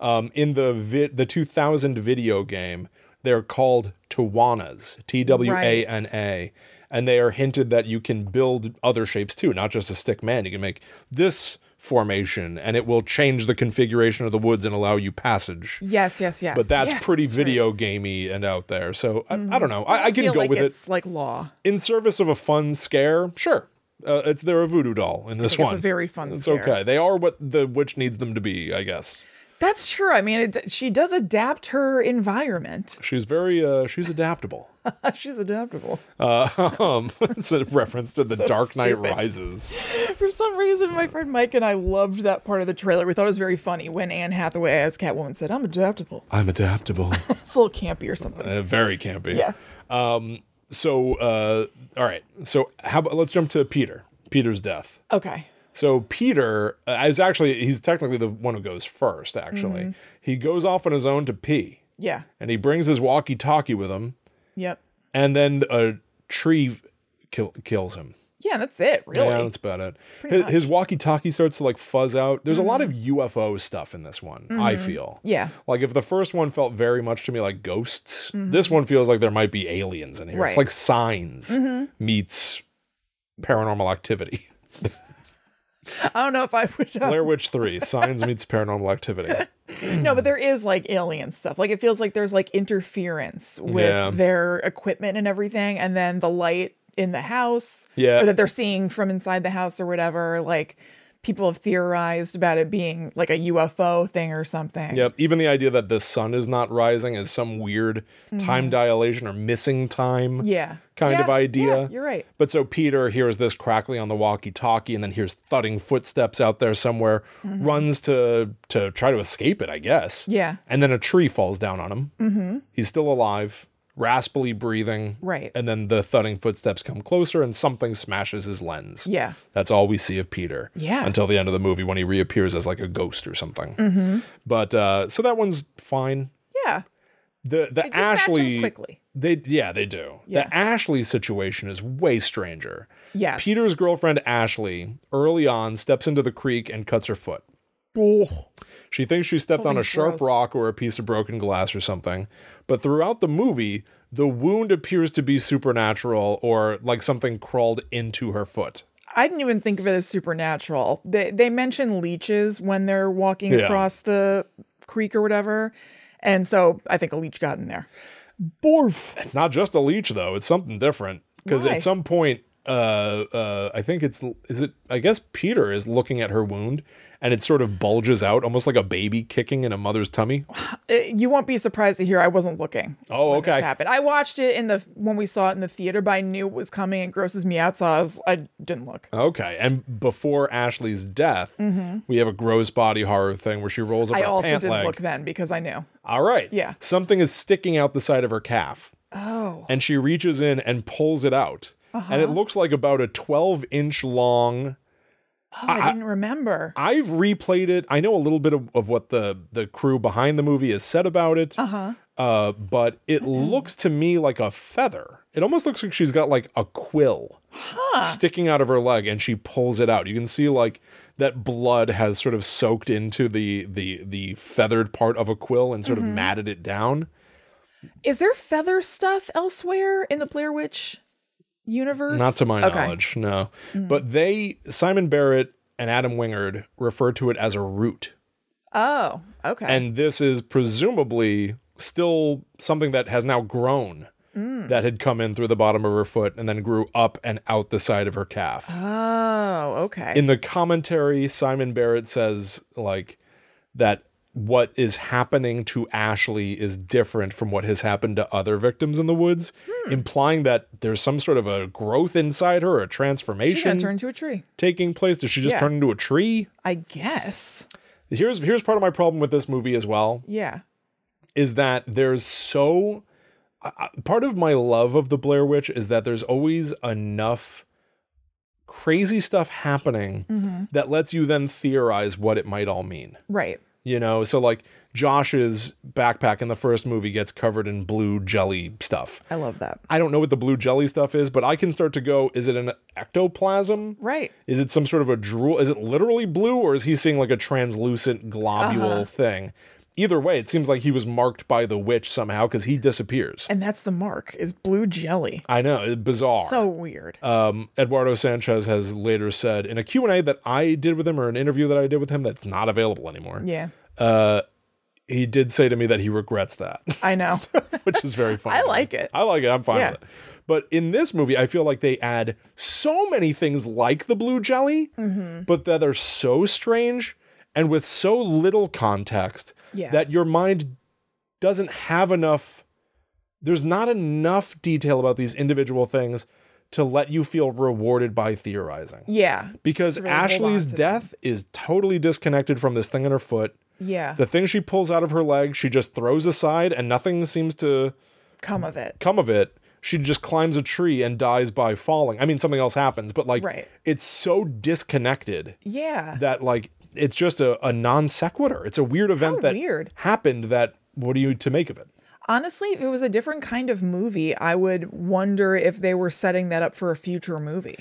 [SPEAKER 1] Um, in the vi- the 2000 video game, they're called Tawanas, T W A N A, and they are hinted that you can build other shapes too, not just a stick man. You can make this formation and it will change the configuration of the woods and allow you passage.
[SPEAKER 2] Yes, yes, yes.
[SPEAKER 1] But that's
[SPEAKER 2] yes,
[SPEAKER 1] pretty
[SPEAKER 2] right. Mm-hmm.
[SPEAKER 1] video gamey and out there. So I, I don't know. I, I can
[SPEAKER 2] feel
[SPEAKER 1] go
[SPEAKER 2] like
[SPEAKER 1] with it.
[SPEAKER 2] it's like law.
[SPEAKER 1] In service of a fun scare, sure. Uh, it's they're a voodoo doll in this
[SPEAKER 2] It's
[SPEAKER 1] one.
[SPEAKER 2] a very fun
[SPEAKER 1] it's
[SPEAKER 2] scare.
[SPEAKER 1] okay. They are what the witch needs them to be, I guess.
[SPEAKER 2] That's true. I mean, it, she does adapt her environment.
[SPEAKER 1] She's very uh, she's adaptable.
[SPEAKER 2] She's adaptable.
[SPEAKER 1] Uh, um, it's a reference to the Dark Knight
[SPEAKER 2] stupid.
[SPEAKER 1] Rises.
[SPEAKER 2] For some reason, my friend Mike and I loved that part of the trailer. We thought it was very funny when Anne Hathaway as Catwoman said, "I'm adaptable."
[SPEAKER 1] I'm adaptable.
[SPEAKER 2] It's a little campy or something.
[SPEAKER 1] uh, very campy.
[SPEAKER 2] Yeah.
[SPEAKER 1] Um. So, uh, all right. So, how about let's jump to Peter. Peter's death.
[SPEAKER 2] Okay.
[SPEAKER 1] So Peter uh, is actually he's technically the one who goes first. Actually,
[SPEAKER 2] Mm-hmm.
[SPEAKER 1] he goes off on his own to pee,
[SPEAKER 2] Yeah.
[SPEAKER 1] and he brings his walkie-talkie with him,
[SPEAKER 2] Yep.
[SPEAKER 1] and then a tree kill, kills him.
[SPEAKER 2] Yeah, that's it. Really.
[SPEAKER 1] Yeah, that's about it. His, his walkie-talkie starts to like fuzz out. There's a lot of UFO stuff in this one. I feel.
[SPEAKER 2] Mm-hmm. Yeah.
[SPEAKER 1] Like if the first one felt very much to me like ghosts, this one feels like there might be aliens in here. It's
[SPEAKER 2] Mm-hmm. Right. Mm-hmm.
[SPEAKER 1] like signs meets paranormal activity.
[SPEAKER 2] I don't know if I would. uh,
[SPEAKER 1] Blair Witch 3, signs meets paranormal activity.
[SPEAKER 2] No, but there is like alien stuff. Like it feels like there's like interference with
[SPEAKER 1] Yeah.
[SPEAKER 2] their equipment and everything, and then the light in the house,
[SPEAKER 1] Yeah.
[SPEAKER 2] or that they're seeing from inside the house or whatever. Like people have theorized about it being like a UFO thing or something.
[SPEAKER 1] Yep. Even the idea that the sun is not rising is some weird time dilation or missing time
[SPEAKER 2] Mm-hmm. Yeah.
[SPEAKER 1] kind of
[SPEAKER 2] Yeah,
[SPEAKER 1] idea.
[SPEAKER 2] yeah, you're right.
[SPEAKER 1] But so Peter hears this crackling on the walkie-talkie, and then hears thudding footsteps out there somewhere. Runs to to try to escape it, I guess.
[SPEAKER 2] Mm-hmm. Yeah.
[SPEAKER 1] And then a tree falls down on him. Mm-hmm. He's still alive, raspily breathing.
[SPEAKER 2] Right.
[SPEAKER 1] And then the thudding footsteps come closer, and something smashes his lens.
[SPEAKER 2] Yeah.
[SPEAKER 1] That's all we see of Peter.
[SPEAKER 2] Yeah.
[SPEAKER 1] Until the end of the movie when he reappears as like a ghost or something.
[SPEAKER 2] Mm-hmm.
[SPEAKER 1] But uh, so that one's fine.
[SPEAKER 2] Yeah.
[SPEAKER 1] The the
[SPEAKER 2] dispatch him
[SPEAKER 1] Ashley
[SPEAKER 2] quickly.
[SPEAKER 1] They yeah they do.
[SPEAKER 2] Yeah.
[SPEAKER 1] The Ashley situation is way stranger.
[SPEAKER 2] Yes.
[SPEAKER 1] Peter's girlfriend Ashley early on steps into the creek and cuts her foot. She thinks she stepped on a
[SPEAKER 2] thing's
[SPEAKER 1] sharp
[SPEAKER 2] gross.
[SPEAKER 1] rock or a piece of broken glass or something. But throughout the movie, the wound appears to be supernatural or like something crawled into her foot.
[SPEAKER 2] I didn't even think of it as supernatural. They they mention leeches when they're walking
[SPEAKER 1] Yeah.
[SPEAKER 2] across the creek or whatever. And so I think a leech got in there.
[SPEAKER 1] Borf. It's not just a leech though; it's something different. Because
[SPEAKER 2] Why?
[SPEAKER 1] at some point, uh, uh, I think it's is it. I guess Peter is looking at her wound, and it sort of bulges out, almost like a baby kicking in a mother's tummy.
[SPEAKER 2] Uh, you won't be surprised to hear I wasn't looking.
[SPEAKER 1] Oh,
[SPEAKER 2] when this
[SPEAKER 1] okay.
[SPEAKER 2] Happened. I watched it in the when we saw it in the theater, but I knew it was coming. It grosses me out, so I was I didn't look.
[SPEAKER 1] Okay, and before Ashley's death, we have a gross body horror thing where she rolls up
[SPEAKER 2] I
[SPEAKER 1] her
[SPEAKER 2] also
[SPEAKER 1] pant
[SPEAKER 2] didn't
[SPEAKER 1] leg.
[SPEAKER 2] look then because I knew.
[SPEAKER 1] All right,
[SPEAKER 2] Yeah.
[SPEAKER 1] something is sticking out the side of her calf.
[SPEAKER 2] Oh, Uh-huh.
[SPEAKER 1] and she reaches in and pulls it out. And it looks like about a 12 inch long.
[SPEAKER 2] oh I, didn't remember.
[SPEAKER 1] I've replayed it. I know a little bit of, of what the, the crew behind the movie has said about it. Uh-huh. but it looks to me like a feather. It almost looks like she's got like a quill sticking out of her leg and she pulls it out. You can see like that blood has sort of soaked into the the the feathered part of a quill and sort of matted it down.
[SPEAKER 2] Is there feather stuff elsewhere in the Blair Witch universe?
[SPEAKER 1] Not to my
[SPEAKER 2] Okay.
[SPEAKER 1] knowledge, no. But they, Simon Barrett and Adam Wingard, refer to it as a root.
[SPEAKER 2] Oh, okay.
[SPEAKER 1] And this is presumably still something that has now grown that had come in through the bottom of her foot and then grew up and out the side of her calf.
[SPEAKER 2] oh, okay.
[SPEAKER 1] In the commentary, Simon Barrett says, like, that what is happening to Ashley is different from what has happened to other victims in the woods, implying that there's some sort of a growth inside her, a
[SPEAKER 2] She's gonna
[SPEAKER 1] transformation
[SPEAKER 2] turn into a tree.
[SPEAKER 1] taking place. Does she just
[SPEAKER 2] Yeah.
[SPEAKER 1] turn into a tree?
[SPEAKER 2] I guess.
[SPEAKER 1] Here's here's part of my problem with this movie as well
[SPEAKER 2] Yeah.
[SPEAKER 1] is that there's so I- I- part of my love of the Blair Witch is that there's always enough crazy stuff happening that lets you then theorize what it might all mean.
[SPEAKER 2] Right.
[SPEAKER 1] You know, so like Josh's backpack in the first movie gets covered in blue jelly stuff.
[SPEAKER 2] I love that.
[SPEAKER 1] I don't know what the blue jelly stuff is, but I can start to go, is it an ectoplasm?
[SPEAKER 2] Right.
[SPEAKER 1] Is it
[SPEAKER 2] Uh-huh.
[SPEAKER 1] some sort of a drool? Is it literally blue, or is he seeing like a translucent globule thing? Either way, it seems like he was marked by the witch somehow because he disappears.
[SPEAKER 2] And that's the mark is blue jelly.
[SPEAKER 1] I know, it's bizarre.
[SPEAKER 2] So weird.
[SPEAKER 1] Um, Eduardo Sanchez has later said in a Q&A that I did with him or an interview that I did with him that's not available anymore.
[SPEAKER 2] yeah,
[SPEAKER 1] Uh, he did say to me that he regrets that,
[SPEAKER 2] I know.
[SPEAKER 1] which is very funny.
[SPEAKER 2] I like it.
[SPEAKER 1] I like it. I'm fine
[SPEAKER 2] Yeah.
[SPEAKER 1] with it. But in this movie, I feel like they add so many things like the blue jelly,
[SPEAKER 2] Mm-hmm.
[SPEAKER 1] but that are so strange and with so little context
[SPEAKER 2] Yeah.
[SPEAKER 1] that your mind doesn't have enough. There's not enough detail about these individual things to let you feel rewarded by theorizing.
[SPEAKER 2] yeah,
[SPEAKER 1] Because
[SPEAKER 2] really hold on
[SPEAKER 1] Ashley's
[SPEAKER 2] to them.
[SPEAKER 1] death is totally disconnected from this thing in her foot.
[SPEAKER 2] yeah.
[SPEAKER 1] The thing she pulls out of her leg, she just throws aside and nothing seems to
[SPEAKER 2] Come of it.
[SPEAKER 1] come of it. She just climbs a tree and dies by falling. I mean, something else happens, but like
[SPEAKER 2] Right.
[SPEAKER 1] it's so disconnected
[SPEAKER 2] Yeah,
[SPEAKER 1] that like it's just a, a non sequitur. It's a weird event that
[SPEAKER 2] weird.
[SPEAKER 1] happened that what are you to make of it?
[SPEAKER 2] honestly, if it was a different kind of movie, I would wonder if they were setting that up for a future movie.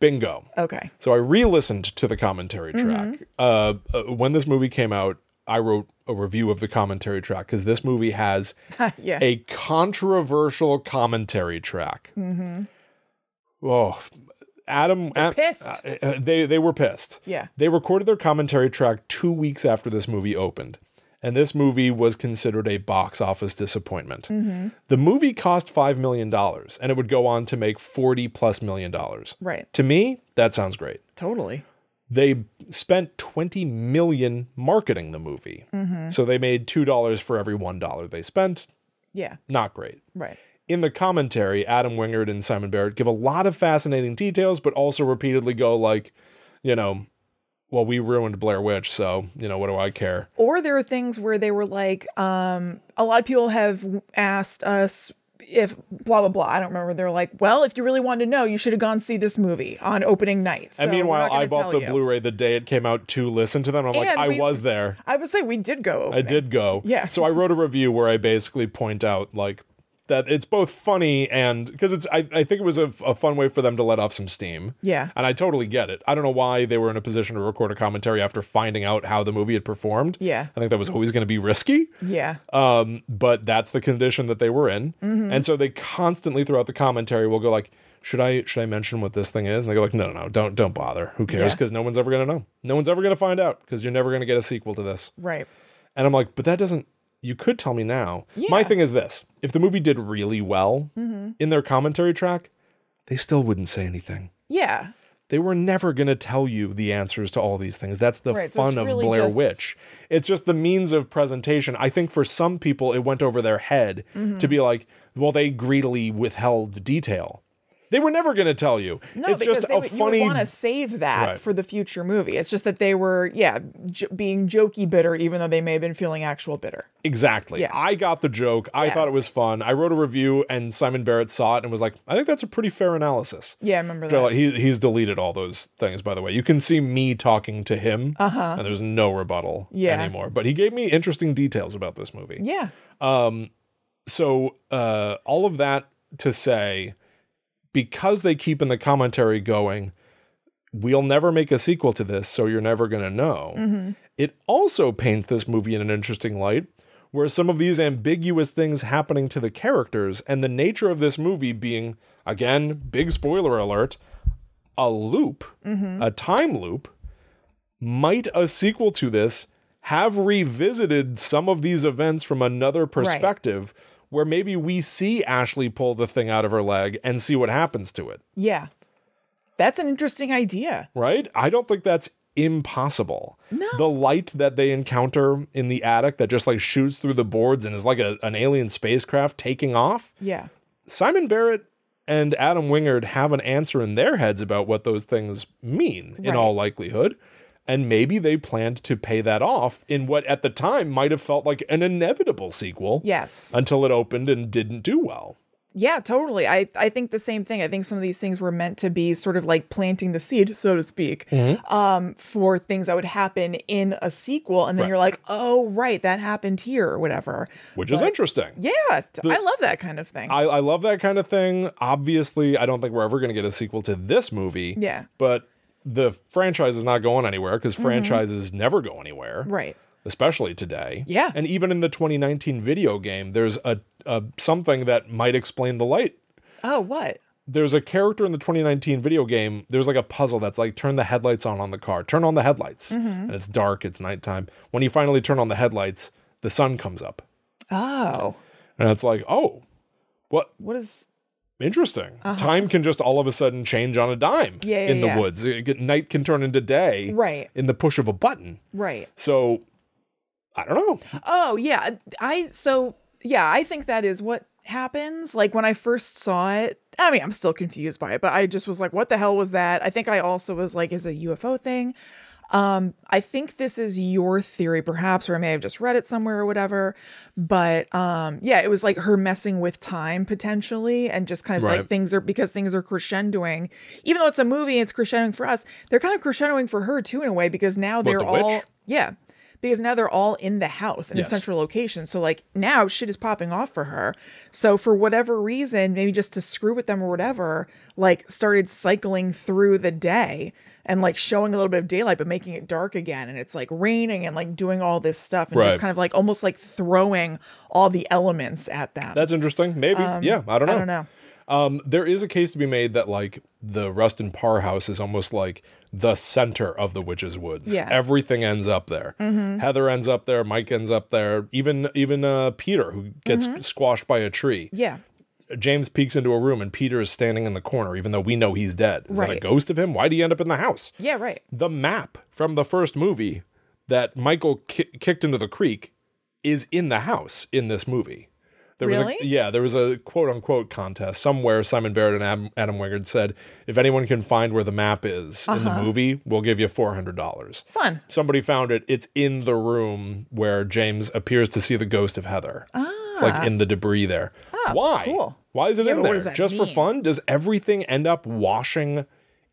[SPEAKER 1] Bingo.
[SPEAKER 2] Okay.
[SPEAKER 1] So I re-listened to the commentary
[SPEAKER 2] Mm-hmm.
[SPEAKER 1] track. Uh, uh, when this movie came out, I wrote a review of the commentary track because this movie has
[SPEAKER 2] yeah.
[SPEAKER 1] a controversial commentary track. Oh, Adam, Ad-
[SPEAKER 2] Mm-hmm. pissed.
[SPEAKER 1] uh, uh, they they were pissed.
[SPEAKER 2] Yeah.
[SPEAKER 1] they recorded their commentary track two weeks after this movie opened. And this movie was considered a box office disappointment.
[SPEAKER 2] Mm-hmm.
[SPEAKER 1] The movie cost $5 million and it would go on to make 40 plus million dollars.
[SPEAKER 2] right.
[SPEAKER 1] To me, that sounds great.
[SPEAKER 2] Totally.
[SPEAKER 1] They spent 20 million marketing the movie.
[SPEAKER 2] Mm-hmm.
[SPEAKER 1] So they made $2 for every $1 they spent.
[SPEAKER 2] Yeah.
[SPEAKER 1] Not great.
[SPEAKER 2] Right.
[SPEAKER 1] In the commentary, Adam Wingard and Simon Barrett give a lot of fascinating details, but also repeatedly go like, you know, well, we ruined Blair Witch, so, you know, what do I care?
[SPEAKER 2] or there are things where they were like um a lot of people have asked us if blah blah blah i don't remember they're like well if you really wanted to know you should have gone see this movie on opening night So
[SPEAKER 1] and
[SPEAKER 2] we're
[SPEAKER 1] meanwhile,
[SPEAKER 2] not gonna
[SPEAKER 1] I bought the
[SPEAKER 2] tell you.
[SPEAKER 1] Blu-ray the day it came out to listen to them. I'm like,
[SPEAKER 2] And
[SPEAKER 1] I
[SPEAKER 2] we-
[SPEAKER 1] was there.
[SPEAKER 2] i would say we did go
[SPEAKER 1] I
[SPEAKER 2] opening.
[SPEAKER 1] did go.
[SPEAKER 2] Yeah.
[SPEAKER 1] So I wrote a review where I basically point out like that it's both funny and because it's I, I think it was a, a fun way for them to let off some steam.
[SPEAKER 2] Yeah.
[SPEAKER 1] And I totally get it. I don't know why they were in a position to record a commentary after finding out how the movie had performed.
[SPEAKER 2] Yeah.
[SPEAKER 1] I think that was always going to be risky.
[SPEAKER 2] yeah
[SPEAKER 1] Um, but that's the condition that they were in.
[SPEAKER 2] Mm-hmm.
[SPEAKER 1] And so they constantly throughout the commentary will go like, should I should I mention what this thing is? And they go like, no, no, no, don't don't bother. Who cares?
[SPEAKER 2] Yeah.
[SPEAKER 1] Because no one's ever gonna know. No one's ever gonna find out because you're never gonna get a sequel to this.
[SPEAKER 2] right
[SPEAKER 1] And I'm like, but that doesn't. You could tell me now. My
[SPEAKER 2] Yeah. Mm-hmm.
[SPEAKER 1] thing is this: if the movie did really well in their commentary track, they still wouldn't say anything.
[SPEAKER 2] yeah
[SPEAKER 1] They were never going to tell you the answers to all these things. That's the
[SPEAKER 2] Right, so
[SPEAKER 1] fun
[SPEAKER 2] it's
[SPEAKER 1] of
[SPEAKER 2] really
[SPEAKER 1] Blair
[SPEAKER 2] just-
[SPEAKER 1] Witch. It's just the means of presentation. I think for some people, it went over their head
[SPEAKER 2] Mm-hmm.
[SPEAKER 1] to be like, well, they greedily withheld detail. They were never going to tell you.
[SPEAKER 2] no
[SPEAKER 1] it's
[SPEAKER 2] because
[SPEAKER 1] just
[SPEAKER 2] they
[SPEAKER 1] a
[SPEAKER 2] would,
[SPEAKER 1] funny
[SPEAKER 2] you want to save that
[SPEAKER 1] Right.
[SPEAKER 2] for the future movie it's just that they were yeah j- being jokey bitter even though they may have been feeling actual bitter
[SPEAKER 1] Exactly.
[SPEAKER 2] Yeah.
[SPEAKER 1] I got the joke. I
[SPEAKER 2] Yeah.
[SPEAKER 1] thought it was fun. I wrote a review, and Simon Barrett saw it and was like, "I think that's a pretty fair analysis."
[SPEAKER 2] yeah i remember that
[SPEAKER 1] So, like, he he's deleted all those things, by the way. You can see me talking to him, uh-huh. and there's no rebuttal
[SPEAKER 2] Yeah.
[SPEAKER 1] anymore. But he gave me interesting details about this movie.
[SPEAKER 2] yeah
[SPEAKER 1] So uh, all of that to say, because they keep in the commentary going, we'll never make a sequel to this, so you're never going to know. It also paints this movie in an interesting light, where some of these ambiguous things happening to the characters and the nature of this movie being, again, big spoiler alert, a loop, a time loop. Might a sequel to this have revisited some of these events from another perspective? Where maybe we see Ashley pull the thing out of her leg and see what happens to it
[SPEAKER 2] yeah that's an interesting idea
[SPEAKER 1] right? I don't think that's impossible.
[SPEAKER 2] No.
[SPEAKER 1] The light that they encounter in the attic that just like shoots through the boards and is like a, an alien spacecraft taking off.
[SPEAKER 2] yeah
[SPEAKER 1] Simon Barrett and Adam Wingard have an answer in their heads about what those things mean in
[SPEAKER 2] Right.
[SPEAKER 1] all likelihood. And maybe they planned to pay that off in what at the time might have felt like an inevitable sequel
[SPEAKER 2] yes
[SPEAKER 1] until it opened and didn't do well.
[SPEAKER 2] Yeah, totally. I, I think the same thing. I think some of these things were meant to be sort of like planting the seed, so to speak, um, for things that would happen in a sequel. And then you're like, oh, right, that happened here or whatever.
[SPEAKER 1] Which is interesting.
[SPEAKER 2] Yeah, t- I love that kind of thing.
[SPEAKER 1] I, I love that kind of thing. Obviously, I don't think we're ever going to get a sequel to this movie.
[SPEAKER 2] Yeah. Mm-hmm.
[SPEAKER 1] But the franchise is not going anywhere because franchises never go anywhere.
[SPEAKER 2] right.
[SPEAKER 1] especially today.
[SPEAKER 2] Yeah.
[SPEAKER 1] And even in the 2019 video game, there's a, a something that might explain the light.
[SPEAKER 2] Oh, what?
[SPEAKER 1] There's a character in the 2019 video game. There's like a puzzle that's like turn the headlights on on the car. Turn on the headlights.
[SPEAKER 2] Mm-hmm.
[SPEAKER 1] And it's dark, it's nighttime. When you finally turn on the headlights, the sun comes up.
[SPEAKER 2] Oh,
[SPEAKER 1] And it's like, "Oh, what
[SPEAKER 2] what is?
[SPEAKER 1] Interesting. Time can just all of a sudden change on a dime
[SPEAKER 2] Uh-huh. Yeah, yeah,
[SPEAKER 1] in the
[SPEAKER 2] yeah.
[SPEAKER 1] woods. It could- night can turn into day
[SPEAKER 2] Right.
[SPEAKER 1] in the push of a button.
[SPEAKER 2] Right.
[SPEAKER 1] So I don't know.
[SPEAKER 2] Oh yeah, I so yeah, I think that is what happens. Like when I first saw it, I mean, I'm still confused by it, but I just was like, "What the hell was that?" I think I also was like, "Is it a UFO thing?" Um, I think this is your theory, perhaps, or I may have just read it somewhere or whatever. But um, yeah, it was like her messing with time potentially, and just kind of
[SPEAKER 1] Right.
[SPEAKER 2] like things are because things are crescendoing. Even though it's a movie, it's crescendoing for us. They're kind of crescendoing for her too, in a way, because now they're
[SPEAKER 1] the
[SPEAKER 2] all
[SPEAKER 1] witch?
[SPEAKER 2] yeah. Because now they're all in the house in
[SPEAKER 1] Yes.
[SPEAKER 2] a central location. So like now shit is popping off for her. So for whatever reason, maybe just to screw with them or whatever, like started cycling through the day and like showing a little bit of daylight but making it dark again and it's like raining and like doing all this stuff and
[SPEAKER 1] Right.
[SPEAKER 2] just kind of like almost like throwing all the elements at them.
[SPEAKER 1] That's interesting. Maybe. yeah. I don't know.
[SPEAKER 2] I don't know.
[SPEAKER 1] Um, there is a case to be made that like the Rustin Parr house is almost like the center of the witch's woods.
[SPEAKER 2] Yeah. Mm-hmm.
[SPEAKER 1] Everything ends up there. Heather ends up there. Mike ends up there. Even even uh, Peter, who gets
[SPEAKER 2] Mm-hmm.
[SPEAKER 1] squashed by a tree.
[SPEAKER 2] Yeah.
[SPEAKER 1] James peeks into a room and Peter is standing in the corner, even though we know he's dead. Is that a
[SPEAKER 2] Right.
[SPEAKER 1] ghost of him? Why'd he end up in the house?
[SPEAKER 2] Yeah, right.
[SPEAKER 1] The map from the first movie that Michael ki- kicked into the creek is in the house in this movie. There Was a,
[SPEAKER 2] Really?
[SPEAKER 1] yeah, there was a quote unquote contest somewhere. Simon Barrett and Adam, Adam Wingard said, if anyone can find where the map is in
[SPEAKER 2] Uh-huh.
[SPEAKER 1] the movie, we'll give you $400.
[SPEAKER 2] Fun.
[SPEAKER 1] Somebody found it. It's in the room where James appears to see the ghost of Heather. It's like in the debris there. Why?
[SPEAKER 2] Ah. Oh, cool.
[SPEAKER 1] Why is it
[SPEAKER 2] Yeah,
[SPEAKER 1] in
[SPEAKER 2] but what
[SPEAKER 1] there?
[SPEAKER 2] does that
[SPEAKER 1] Just for
[SPEAKER 2] mean?
[SPEAKER 1] fun? Does everything end up washing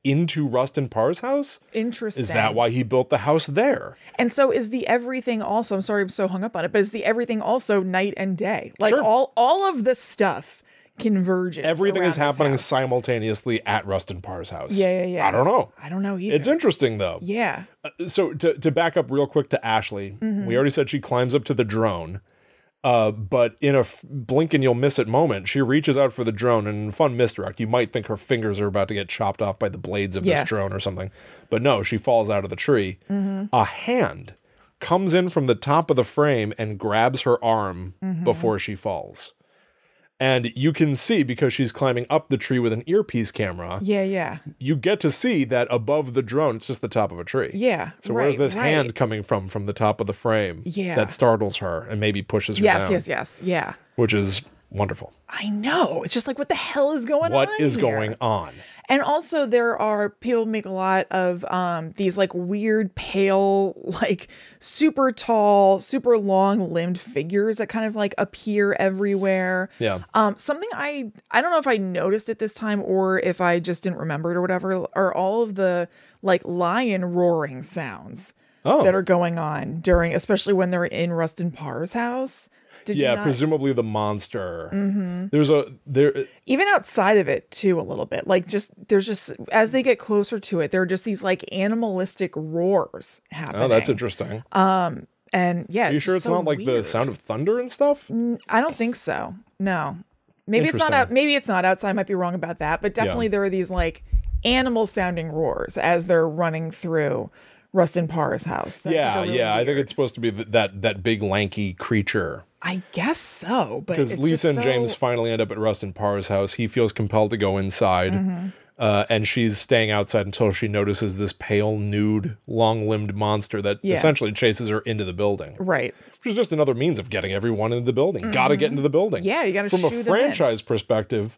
[SPEAKER 1] into Rustin Parr's house?
[SPEAKER 2] Interesting.
[SPEAKER 1] Is that why he built the house there?
[SPEAKER 2] And so is the everything also. I'm sorry I'm so hung up on it, but is the everything also night and day? Like
[SPEAKER 1] Sure.
[SPEAKER 2] all all of this stuff converges.
[SPEAKER 1] Everything is
[SPEAKER 2] around this
[SPEAKER 1] happening
[SPEAKER 2] house.
[SPEAKER 1] simultaneously at Rustin Parr's house.
[SPEAKER 2] Yeah, yeah, yeah.
[SPEAKER 1] I don't know.
[SPEAKER 2] I don't know either.
[SPEAKER 1] It's interesting though.
[SPEAKER 2] yeah.
[SPEAKER 1] so to, to back up real quick to Ashley, we already said she climbs up to the drone. Uh, but in a f- blink and you'll miss it moment, she reaches out for the drone and in fun misdirect. You might think her fingers are about to get chopped off by the blades of
[SPEAKER 2] Yeah.
[SPEAKER 1] this drone or something, but no, she falls out of the tree. A hand comes in from the top of the frame and grabs her arm before she falls. And you can see because she's climbing up the tree with an earpiece camera,
[SPEAKER 2] Yeah, yeah.
[SPEAKER 1] you get to see that above the drone, it's just the top of a tree.
[SPEAKER 2] Yeah.
[SPEAKER 1] So where's
[SPEAKER 2] right,
[SPEAKER 1] this
[SPEAKER 2] right.
[SPEAKER 1] hand coming from from the top of the frame?
[SPEAKER 2] Yeah.
[SPEAKER 1] That startles her and maybe pushes her
[SPEAKER 2] Yes,
[SPEAKER 1] down.
[SPEAKER 2] yes, yes. Yeah.
[SPEAKER 1] Which is wonderful.
[SPEAKER 2] I know. It's just like what the hell is going on?
[SPEAKER 1] What is
[SPEAKER 2] here?
[SPEAKER 1] going on?
[SPEAKER 2] And also there are people make a lot of um these like weird pale like super tall, super long limbed figures that kind of like appear everywhere.
[SPEAKER 1] Yeah.
[SPEAKER 2] Um something I I don't know if I noticed it this time or if I just didn't remember it or whatever are all of the like lion roaring sounds
[SPEAKER 1] Oh.
[SPEAKER 2] that are going on during especially when they're in Rustin Parr's house. Did
[SPEAKER 1] Yeah,
[SPEAKER 2] you not Mm-hmm.
[SPEAKER 1] presumably the monster. There's a there
[SPEAKER 2] even outside of it too a little bit like just there's just as they get closer to it there are just these like animalistic roars happening
[SPEAKER 1] Oh, that's interesting.
[SPEAKER 2] Uh, and yeah
[SPEAKER 1] Are you sure it's not like the sound of thunder and stuff?
[SPEAKER 2] i don't think so no maybe it's not
[SPEAKER 1] Interesting.
[SPEAKER 2] out maybe it's not outside i might be wrong about that but definitely there are these like animal sounding roars as they're running through rustin parr's house that I think
[SPEAKER 1] yeah,
[SPEAKER 2] are really
[SPEAKER 1] yeah. I think
[SPEAKER 2] weird.
[SPEAKER 1] it's supposed to be th- that that big lanky creature.
[SPEAKER 2] i guess so but
[SPEAKER 1] Because
[SPEAKER 2] it's
[SPEAKER 1] Lisa and
[SPEAKER 2] just so-
[SPEAKER 1] James finally end up at Rustin Parr's house. He feels compelled to go inside.
[SPEAKER 2] Mm-hmm.
[SPEAKER 1] Uh, and she's staying outside until she notices this pale, nude, long limbed monster that
[SPEAKER 2] Yeah.
[SPEAKER 1] essentially chases her into the building,
[SPEAKER 2] right
[SPEAKER 1] which is just another means of getting everyone into the building. Gotta get into the building.
[SPEAKER 2] Mm-hmm. Yeah, you gotta
[SPEAKER 1] From
[SPEAKER 2] shoo them
[SPEAKER 1] a
[SPEAKER 2] in.
[SPEAKER 1] franchise perspective,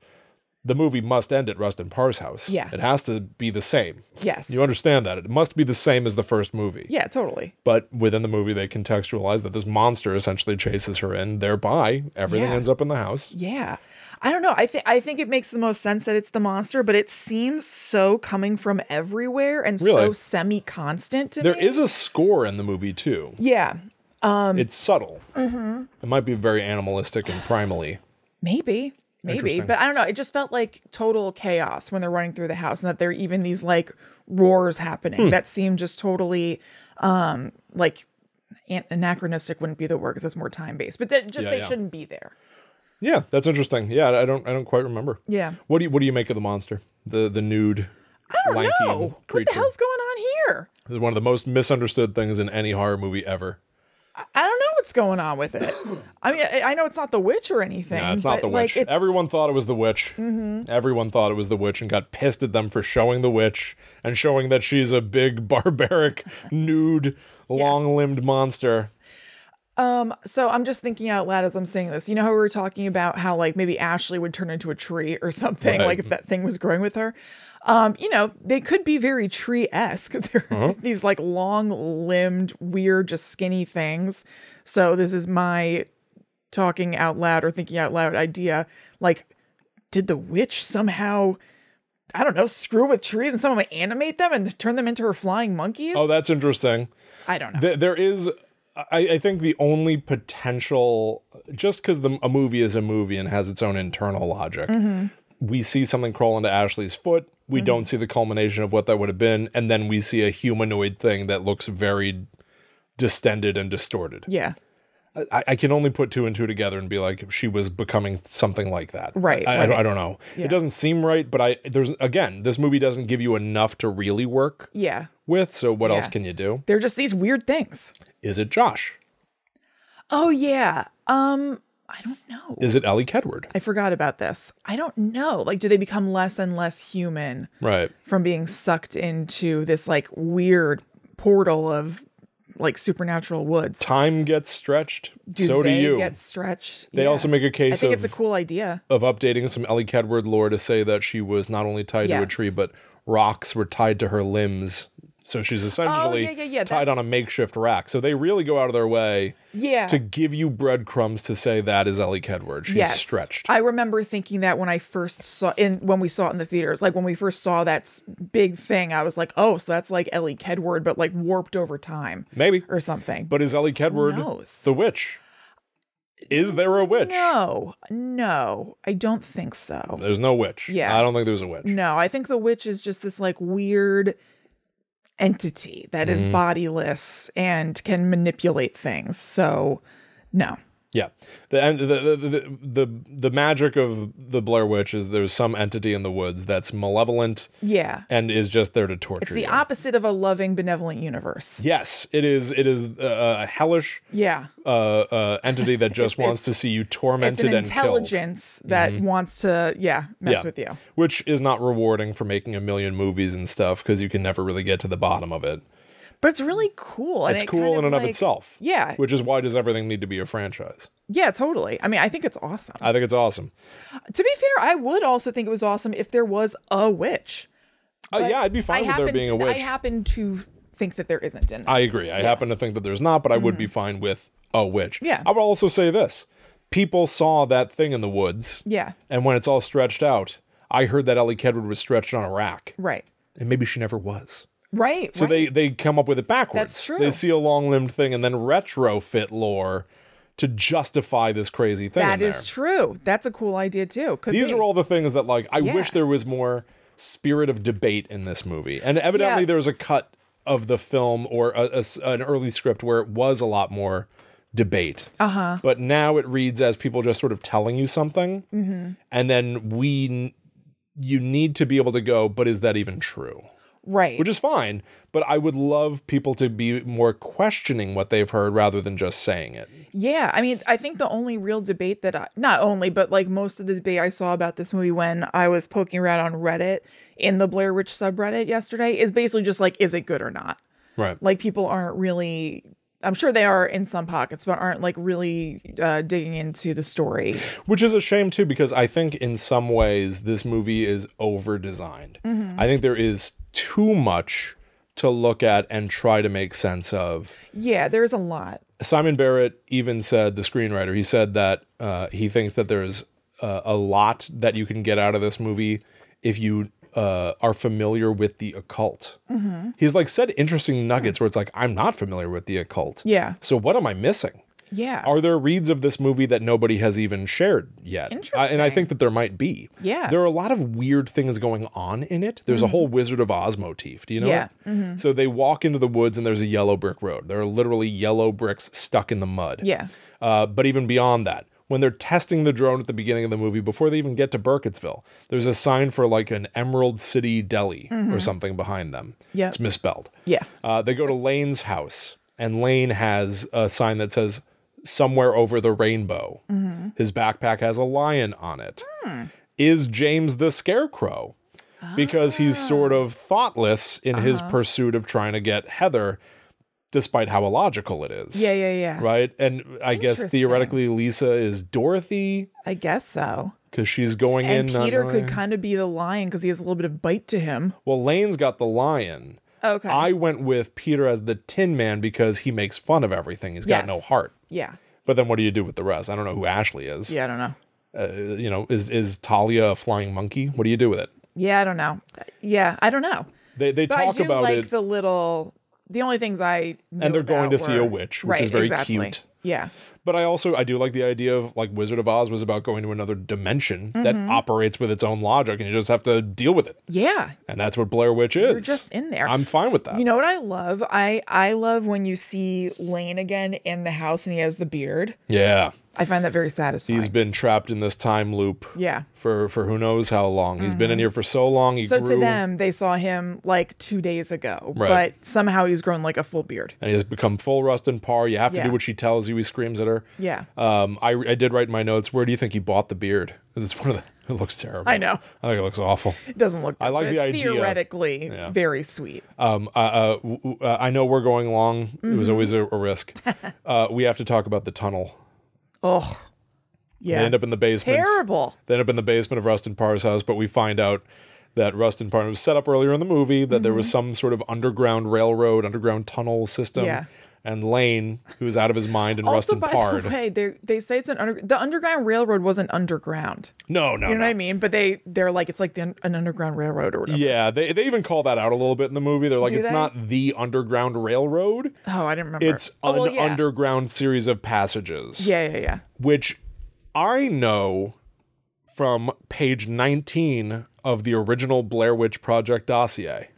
[SPEAKER 1] the movie must end at Rustin Parr's house.
[SPEAKER 2] Yeah.
[SPEAKER 1] It has to be the same.
[SPEAKER 2] Yes.
[SPEAKER 1] You understand that. It must be the same as the first movie
[SPEAKER 2] yeah totally
[SPEAKER 1] but within the movie they contextualize that this monster essentially chases her in thereby everything
[SPEAKER 2] Yeah.
[SPEAKER 1] ends up in the house
[SPEAKER 2] Yeah. I don't know. I think I think it makes the most sense that it's the monster, but it seems so coming from everywhere and
[SPEAKER 1] Really?
[SPEAKER 2] so semi-constant to
[SPEAKER 1] there
[SPEAKER 2] me.
[SPEAKER 1] is a score in the movie too
[SPEAKER 2] yeah. Um,
[SPEAKER 1] it's subtle
[SPEAKER 2] mm-hmm.
[SPEAKER 1] it might be very animalistic and primally
[SPEAKER 2] Maybe. Maybe.
[SPEAKER 1] Interesting.
[SPEAKER 2] But I don't know. It just felt like total chaos when they're running through the house and that there are
[SPEAKER 1] Hmm.
[SPEAKER 2] even these like roars happening that seem just totally um like an- anachronistic wouldn't be the word because it's more time based, but that just
[SPEAKER 1] Yeah,
[SPEAKER 2] they
[SPEAKER 1] yeah.
[SPEAKER 2] shouldn't be there.
[SPEAKER 1] Yeah, that's interesting. Yeah, I don't I don't quite remember.
[SPEAKER 2] Yeah.
[SPEAKER 1] What do you what do you make of the monster? The the nude lanky
[SPEAKER 2] No, what the
[SPEAKER 1] creature.
[SPEAKER 2] hell's going on here?
[SPEAKER 1] It's one of the most misunderstood things in any horror movie ever.
[SPEAKER 2] I don't know what's going on with it. I mean, I, I know it's not the witch or anything.
[SPEAKER 1] Yeah, it's not
[SPEAKER 2] but,
[SPEAKER 1] the
[SPEAKER 2] like,
[SPEAKER 1] witch.
[SPEAKER 2] it's- Mm-hmm.
[SPEAKER 1] Everyone thought it was the witch. Everyone thought it was the witch and got pissed at them for showing the witch and showing that she's a big barbaric nude long-limbed monster.
[SPEAKER 2] Um, so I'm just thinking out loud as I'm saying this. You know how we were talking about how like maybe Ashley would turn into a tree or something,
[SPEAKER 1] Right.
[SPEAKER 2] like if that thing was growing with her. Um, you know, they could be very tree esque. They're
[SPEAKER 1] Uh-huh.
[SPEAKER 2] these like long limbed, weird, just skinny things. So this is my talking out loud or thinking out loud idea. Like, did the witch somehow I don't know, screw with trees and somehow animate them and turn them into her flying monkeys?
[SPEAKER 1] Oh, that's interesting.
[SPEAKER 2] I don't know.
[SPEAKER 1] Th- there is I, I think the only potential just because a movie is a movie and has its own internal logic
[SPEAKER 2] Mm-hmm.
[SPEAKER 1] we see something crawl into ashley's foot we don't see the culmination of what that would have been and then we see a humanoid thing that looks very distended and distorted
[SPEAKER 2] yeah.
[SPEAKER 1] I, I can only put two and two together and be like she was becoming something like that
[SPEAKER 2] Right,
[SPEAKER 1] i, I, don't,
[SPEAKER 2] right.
[SPEAKER 1] I don't know it doesn't seem right but i there's again this movie doesn't give you enough to really work
[SPEAKER 2] Yeah.
[SPEAKER 1] with so what else
[SPEAKER 2] Yeah.
[SPEAKER 1] can you do
[SPEAKER 2] They're just these weird things.
[SPEAKER 1] is it josh
[SPEAKER 2] Oh yeah. Um, I don't know.
[SPEAKER 1] is it ellie kedward
[SPEAKER 2] I forgot about this. I don't know. Like, do they become less and less human
[SPEAKER 1] Right.
[SPEAKER 2] from being sucked into this like weird portal of like supernatural woods?
[SPEAKER 1] Time gets stretched.
[SPEAKER 2] Do
[SPEAKER 1] so do
[SPEAKER 2] they
[SPEAKER 1] you.
[SPEAKER 2] get stretched?
[SPEAKER 1] they also make a
[SPEAKER 2] I
[SPEAKER 1] case
[SPEAKER 2] think
[SPEAKER 1] of,
[SPEAKER 2] it's a cool idea.
[SPEAKER 1] of updating some Ellie Kedward lore to say that she was not only tied to a
[SPEAKER 2] Yes.
[SPEAKER 1] tree, but rocks were tied to her limbs. So she's essentially
[SPEAKER 2] Oh, yeah, yeah,
[SPEAKER 1] tied on a makeshift rack. So they really go out of their way
[SPEAKER 2] Yeah.
[SPEAKER 1] to give you breadcrumbs to say that is Ellie Kedward. She's
[SPEAKER 2] yes.
[SPEAKER 1] stretched.
[SPEAKER 2] I remember thinking that when I first saw in when we saw it in the theaters, like when we first saw that s- big thing, I was like, oh, so that's like Ellie Kedward, but like warped over time
[SPEAKER 1] Maybe.
[SPEAKER 2] or something.
[SPEAKER 1] But is Ellie Kedward
[SPEAKER 2] knows?
[SPEAKER 1] the witch? Is there a witch?
[SPEAKER 2] No, no, I don't think so.
[SPEAKER 1] There's no witch.
[SPEAKER 2] Yeah.
[SPEAKER 1] I don't think there's a witch.
[SPEAKER 2] No, I think the witch is just this like weird entity that is
[SPEAKER 1] Mm-hmm.
[SPEAKER 2] bodiless and can manipulate things. So, no.
[SPEAKER 1] Yeah, the and the the, the the the magic of the Blair Witch is there's some entity in the woods that's malevolent
[SPEAKER 2] Yeah.
[SPEAKER 1] and is just there to torture
[SPEAKER 2] It's the
[SPEAKER 1] you.
[SPEAKER 2] opposite of a loving, benevolent universe.
[SPEAKER 1] yes, it is. It is uh, a hellish
[SPEAKER 2] Yeah.
[SPEAKER 1] uh, uh, entity that just wants to see you
[SPEAKER 2] It's an
[SPEAKER 1] tormented and killed, Mm-hmm.
[SPEAKER 2] intelligence that wants to, yeah, mess
[SPEAKER 1] Yeah.
[SPEAKER 2] with you.
[SPEAKER 1] which is not rewarding for making a million movies and stuff because you can never really get to the bottom of it.
[SPEAKER 2] But it's really cool. and
[SPEAKER 1] It's
[SPEAKER 2] it
[SPEAKER 1] cool
[SPEAKER 2] kind
[SPEAKER 1] in and of
[SPEAKER 2] like-
[SPEAKER 1] itself.
[SPEAKER 2] Yeah.
[SPEAKER 1] which is why does everything need to be a franchise?
[SPEAKER 2] Yeah, totally. I mean, I think it's awesome.
[SPEAKER 1] I think it's awesome.
[SPEAKER 2] to be fair, I would also think it was awesome if there was a witch.
[SPEAKER 1] Uh, yeah, I'd be fine with there
[SPEAKER 2] happen
[SPEAKER 1] being
[SPEAKER 2] to-
[SPEAKER 1] a witch.
[SPEAKER 2] I happen to think that there isn't in this.
[SPEAKER 1] I agree. I happen to think that there's not, but I would be fine with a witch.
[SPEAKER 2] Mm-hmm. Yeah.
[SPEAKER 1] I would also say this people saw that thing in the woods.
[SPEAKER 2] Yeah.
[SPEAKER 1] And when it's all stretched out, I heard that Ellie Kedward was stretched on a rack.
[SPEAKER 2] Right.
[SPEAKER 1] And maybe she never was.
[SPEAKER 2] Right.
[SPEAKER 1] So they, they come up with it backwards.
[SPEAKER 2] That's true.
[SPEAKER 1] They see a long limbed thing and then retrofit lore to justify this crazy thing.
[SPEAKER 2] That
[SPEAKER 1] in
[SPEAKER 2] is
[SPEAKER 1] there.
[SPEAKER 2] true. That's a cool idea too. Could
[SPEAKER 1] These
[SPEAKER 2] be.
[SPEAKER 1] are all the things that like I wish
[SPEAKER 2] Yeah.
[SPEAKER 1] there was more spirit of debate in this movie. And evidently
[SPEAKER 2] Yeah.
[SPEAKER 1] there was a cut of the film or a- a s- an early script where it was a lot more debate. Uh-huh. But now it reads as people just sort of telling you something.
[SPEAKER 2] Mm-hmm.
[SPEAKER 1] And then we n- you need to be able to go, but is that even true?
[SPEAKER 2] right.
[SPEAKER 1] Which is fine, but I would love people to be more questioning what they've heard rather than just saying it.
[SPEAKER 2] Yeah, I mean, I think the only real debate that I, not only, but like most of the debate I saw about this movie when I was poking around on Reddit in the Blair Witch subreddit yesterday is basically just like, is it good or not?
[SPEAKER 1] Right.
[SPEAKER 2] Like people aren't really. I'm sure they are in some pockets, but aren't like really uh, digging into the story.
[SPEAKER 1] Which is a shame too, because I think in some ways this movie is over designed. I think there is too much to look at and try to make sense of.
[SPEAKER 2] Yeah, there's a lot.
[SPEAKER 1] Simon Barrett even said, the screenwriter, he said that uh, he thinks that there's uh, a lot that you can get out of this movie if you uh, are familiar with the occult. He's like said interesting nuggets where it's like, I'm not familiar with the occult.
[SPEAKER 2] Yeah.
[SPEAKER 1] So what am I missing?
[SPEAKER 2] Yeah.
[SPEAKER 1] Are there reads of this movie that nobody has even shared yet? I- and I
[SPEAKER 2] Interesting.
[SPEAKER 1] think that there might be.
[SPEAKER 2] Yeah. Mm-hmm.
[SPEAKER 1] There are a lot of weird things going on in it. There's a whole Wizard of Oz motif. Do you know?
[SPEAKER 2] Yeah. Mm-hmm.
[SPEAKER 1] it? So they walk into the woods and there's a yellow brick road. There are literally yellow bricks stuck in the mud.
[SPEAKER 2] Yeah.
[SPEAKER 1] Uh, but even beyond that, when they're testing the drone at the beginning of the movie, before they even get to Burkittsville, there's a sign for like an Emerald City Deli
[SPEAKER 2] Mm-hmm.
[SPEAKER 1] or something behind them.
[SPEAKER 2] Yep.
[SPEAKER 1] It's misspelled.
[SPEAKER 2] Yeah.
[SPEAKER 1] Uh, they go to Lane's house, and Lane has a sign that says "Somewhere over the rainbow."
[SPEAKER 2] Mm-hmm.
[SPEAKER 1] His backpack has a lion on it.
[SPEAKER 2] Hmm.
[SPEAKER 1] Is James the Scarecrow? Because he's
[SPEAKER 2] Ah.
[SPEAKER 1] sort of thoughtless in his
[SPEAKER 2] Uh-huh.
[SPEAKER 1] pursuit of trying to get Heather, despite how illogical it is.
[SPEAKER 2] Yeah. Yeah. Yeah.
[SPEAKER 1] Right, and I guess
[SPEAKER 2] Interesting.
[SPEAKER 1] theoretically Lisa is Dorothy
[SPEAKER 2] I guess so.
[SPEAKER 1] because she's going
[SPEAKER 2] And
[SPEAKER 1] in. not
[SPEAKER 2] Peter could
[SPEAKER 1] knowing-
[SPEAKER 2] kind of be the lion because he has a little bit of bite to him.
[SPEAKER 1] well, Lane's got the lion.
[SPEAKER 2] Okay.
[SPEAKER 1] I went with Peter as the Tin Man because he makes fun of everything. He's got no
[SPEAKER 2] Yes.
[SPEAKER 1] heart.
[SPEAKER 2] yeah.
[SPEAKER 1] But then what do you do with the rest? I don't know who Ashley is.
[SPEAKER 2] Yeah. I don't know.
[SPEAKER 1] Uh, you know, is is Talia a flying monkey? What do you do with it?
[SPEAKER 2] Yeah. I don't know. Yeah. I don't know.
[SPEAKER 1] They they
[SPEAKER 2] But
[SPEAKER 1] talk
[SPEAKER 2] I do
[SPEAKER 1] about
[SPEAKER 2] like
[SPEAKER 1] it.
[SPEAKER 2] the little. The only things I
[SPEAKER 1] And they're
[SPEAKER 2] knew
[SPEAKER 1] going
[SPEAKER 2] about
[SPEAKER 1] to see a
[SPEAKER 2] were-
[SPEAKER 1] witch, which
[SPEAKER 2] right,
[SPEAKER 1] is very
[SPEAKER 2] exactly.
[SPEAKER 1] cute.
[SPEAKER 2] Yeah.
[SPEAKER 1] but I also I do like the idea of like Wizard of Oz was about going to another dimension that
[SPEAKER 2] Mm-hmm.
[SPEAKER 1] operates with its own logic and you just have to deal with it.
[SPEAKER 2] Yeah.
[SPEAKER 1] And that's what Blair Witch is.
[SPEAKER 2] You're just in there.
[SPEAKER 1] I'm fine with that.
[SPEAKER 2] You know what I love? I I love when you see Lane again in the house and he has the beard.
[SPEAKER 1] yeah.
[SPEAKER 2] I find that very satisfying.
[SPEAKER 1] He's been trapped in this time loop
[SPEAKER 2] yeah. Mm-hmm.
[SPEAKER 1] for for who knows how long. He's been in here for so long. He
[SPEAKER 2] So
[SPEAKER 1] grew
[SPEAKER 2] to them, they saw him like two days ago,
[SPEAKER 1] Right.
[SPEAKER 2] but somehow he's grown like a full beard.
[SPEAKER 1] and he has become full rust and par. You have to
[SPEAKER 2] Yeah.
[SPEAKER 1] do what she tells you. He screams at her.
[SPEAKER 2] Yeah.
[SPEAKER 1] Um, I, I did write in my notes. Where do you think he bought the beard? 'Cause It's one of the. It looks terrible.
[SPEAKER 2] I know.
[SPEAKER 1] I think it looks awful.
[SPEAKER 2] It doesn't look.
[SPEAKER 1] I like
[SPEAKER 2] good,
[SPEAKER 1] the
[SPEAKER 2] but
[SPEAKER 1] idea.
[SPEAKER 2] Theoretically, very sweet.
[SPEAKER 1] Um, uh, uh, w- w- uh, I know we're going long. It was always a, a risk. uh, we have to talk about the tunnel.
[SPEAKER 2] Oh, yeah.
[SPEAKER 1] They end up in the basement.
[SPEAKER 2] Terrible.
[SPEAKER 1] They end up in the basement of Rustin Parr's house, but we find out that Rustin Parr it was set up earlier in the movie that there was some sort of underground railroad, underground tunnel system.
[SPEAKER 2] Mm-hmm. Yeah.
[SPEAKER 1] And Lane, who was out of his mind, and
[SPEAKER 2] Also,
[SPEAKER 1] Rustin
[SPEAKER 2] by
[SPEAKER 1] Parr.
[SPEAKER 2] the way, they they say it's an under, the underground railroad wasn't underground.
[SPEAKER 1] No, no,
[SPEAKER 2] You know
[SPEAKER 1] no.
[SPEAKER 2] what I mean? But they they're like it's like the, un- an underground railroad or whatever.
[SPEAKER 1] Yeah, they, they even call that out a little bit in the movie. They're like,
[SPEAKER 2] Do
[SPEAKER 1] it's
[SPEAKER 2] they?
[SPEAKER 1] not the Underground Railroad.
[SPEAKER 2] Oh, I didn't remember.
[SPEAKER 1] It's
[SPEAKER 2] oh,
[SPEAKER 1] an
[SPEAKER 2] well, yeah.
[SPEAKER 1] underground series of passages.
[SPEAKER 2] Yeah, yeah, yeah.
[SPEAKER 1] Which I know from page 19 of the original Blair Witch Project dossier.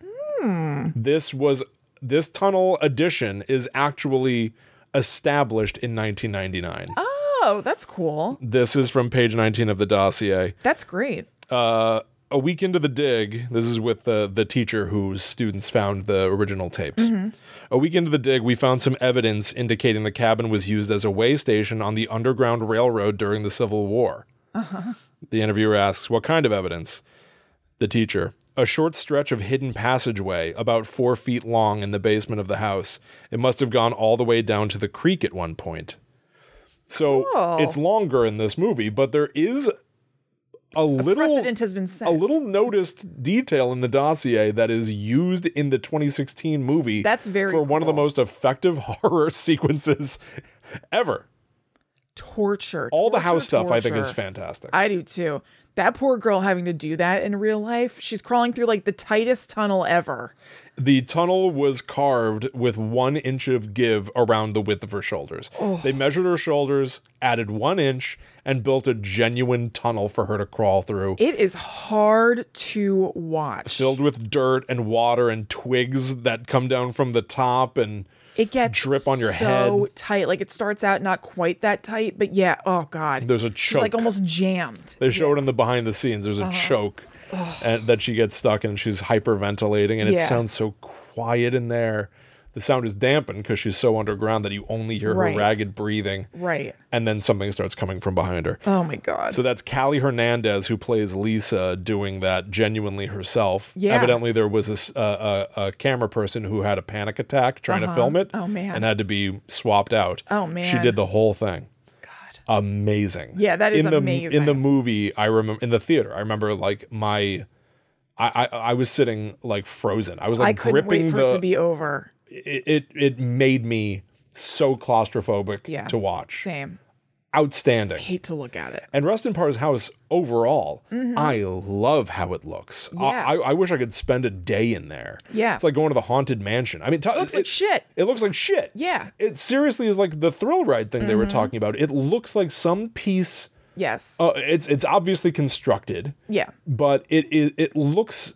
[SPEAKER 2] Hmm.
[SPEAKER 1] This was this tunnel edition is actually established in 1999.
[SPEAKER 2] Oh, that's cool.
[SPEAKER 1] This is from page 19 of the dossier.
[SPEAKER 2] That's great.
[SPEAKER 1] uh, a week into the dig, this is with the the teacher whose students found the original tapes. A week into the dig, we found some evidence indicating the cabin was used as a way station on the Underground Railroad during the Civil War. The interviewer asks, "What kind of evidence?" The teacher. A short stretch of hidden passageway, about four feet long, in the basement of the house. It must have gone all the way down to the creek at one point. So
[SPEAKER 2] Cool.
[SPEAKER 1] it's longer in this movie, but there is a little
[SPEAKER 2] Precedent has been set.
[SPEAKER 1] a little noticed detail in the dossier that is used in the 2016 movie.
[SPEAKER 2] That's very
[SPEAKER 1] for one of the
[SPEAKER 2] cool.
[SPEAKER 1] most effective horror sequences ever.
[SPEAKER 2] torture.
[SPEAKER 1] All the
[SPEAKER 2] torture,
[SPEAKER 1] house stuff I think is
[SPEAKER 2] torture.
[SPEAKER 1] fantastic.
[SPEAKER 2] I do too. That poor girl having to do that in real life. She's crawling through like the tightest tunnel ever.
[SPEAKER 1] the tunnel was carved with one inch of give around the width of her shoulders.
[SPEAKER 2] Oh.
[SPEAKER 1] They measured her shoulders, added one inch, and built a genuine tunnel for her to crawl through.
[SPEAKER 2] It is hard to watch.
[SPEAKER 1] Filled with dirt and water and twigs that come down from the top and
[SPEAKER 2] it gets
[SPEAKER 1] drip on your
[SPEAKER 2] so
[SPEAKER 1] head.
[SPEAKER 2] tight. Like it starts out not quite that tight, but yeah. Oh god.
[SPEAKER 1] there's a
[SPEAKER 2] She's
[SPEAKER 1] choke.
[SPEAKER 2] like almost jammed.
[SPEAKER 1] They show it in the behind the scenes.
[SPEAKER 2] Uh-huh.
[SPEAKER 1] There's a choke and, that she gets stuck and she's hyperventilating, and
[SPEAKER 2] Yeah.
[SPEAKER 1] it sounds so quiet in there. The sound is dampened because she's so underground that you only hear
[SPEAKER 2] Right.
[SPEAKER 1] her ragged breathing.
[SPEAKER 2] Right.
[SPEAKER 1] And then something starts coming from behind her.
[SPEAKER 2] Oh my god.
[SPEAKER 1] So that's Callie Hernandez who plays Lisa doing that genuinely herself.
[SPEAKER 2] Yeah.
[SPEAKER 1] Evidently, there was a s- a, a- a camera person who had a panic attack trying to film it.
[SPEAKER 2] Oh, man.
[SPEAKER 1] And had to be swapped out.
[SPEAKER 2] Oh,
[SPEAKER 1] She
[SPEAKER 2] man.
[SPEAKER 1] did the whole thing
[SPEAKER 2] god.
[SPEAKER 1] amazing.
[SPEAKER 2] Yeah, that is
[SPEAKER 1] in the, In the
[SPEAKER 2] amazing.
[SPEAKER 1] movie, I remember in the theater, I remember like my, I I, I was sitting like frozen. I was
[SPEAKER 2] I
[SPEAKER 1] like
[SPEAKER 2] couldn't
[SPEAKER 1] gripping
[SPEAKER 2] wait for
[SPEAKER 1] the.
[SPEAKER 2] it to be over.
[SPEAKER 1] it, it it made me so claustrophobic
[SPEAKER 2] Yeah.
[SPEAKER 1] to watch.
[SPEAKER 2] Same.
[SPEAKER 1] outstanding.
[SPEAKER 2] Hate to look at it.
[SPEAKER 1] And Rustin Parr's house overall, I love how it looks. I-
[SPEAKER 2] Mm-hmm. Yeah.
[SPEAKER 1] I, I, wish I could spend a day in there.
[SPEAKER 2] Yeah.
[SPEAKER 1] It's like going to the haunted mansion. I mean, it
[SPEAKER 2] Looks like shit.
[SPEAKER 1] It looks like shit.
[SPEAKER 2] Yeah. Mm-hmm.
[SPEAKER 1] It seriously is like the thrill ride thing they were talking about. It looks like some piece.
[SPEAKER 2] Yes.
[SPEAKER 1] Uh, it's it's obviously constructed,
[SPEAKER 2] yeah.
[SPEAKER 1] but it is it looks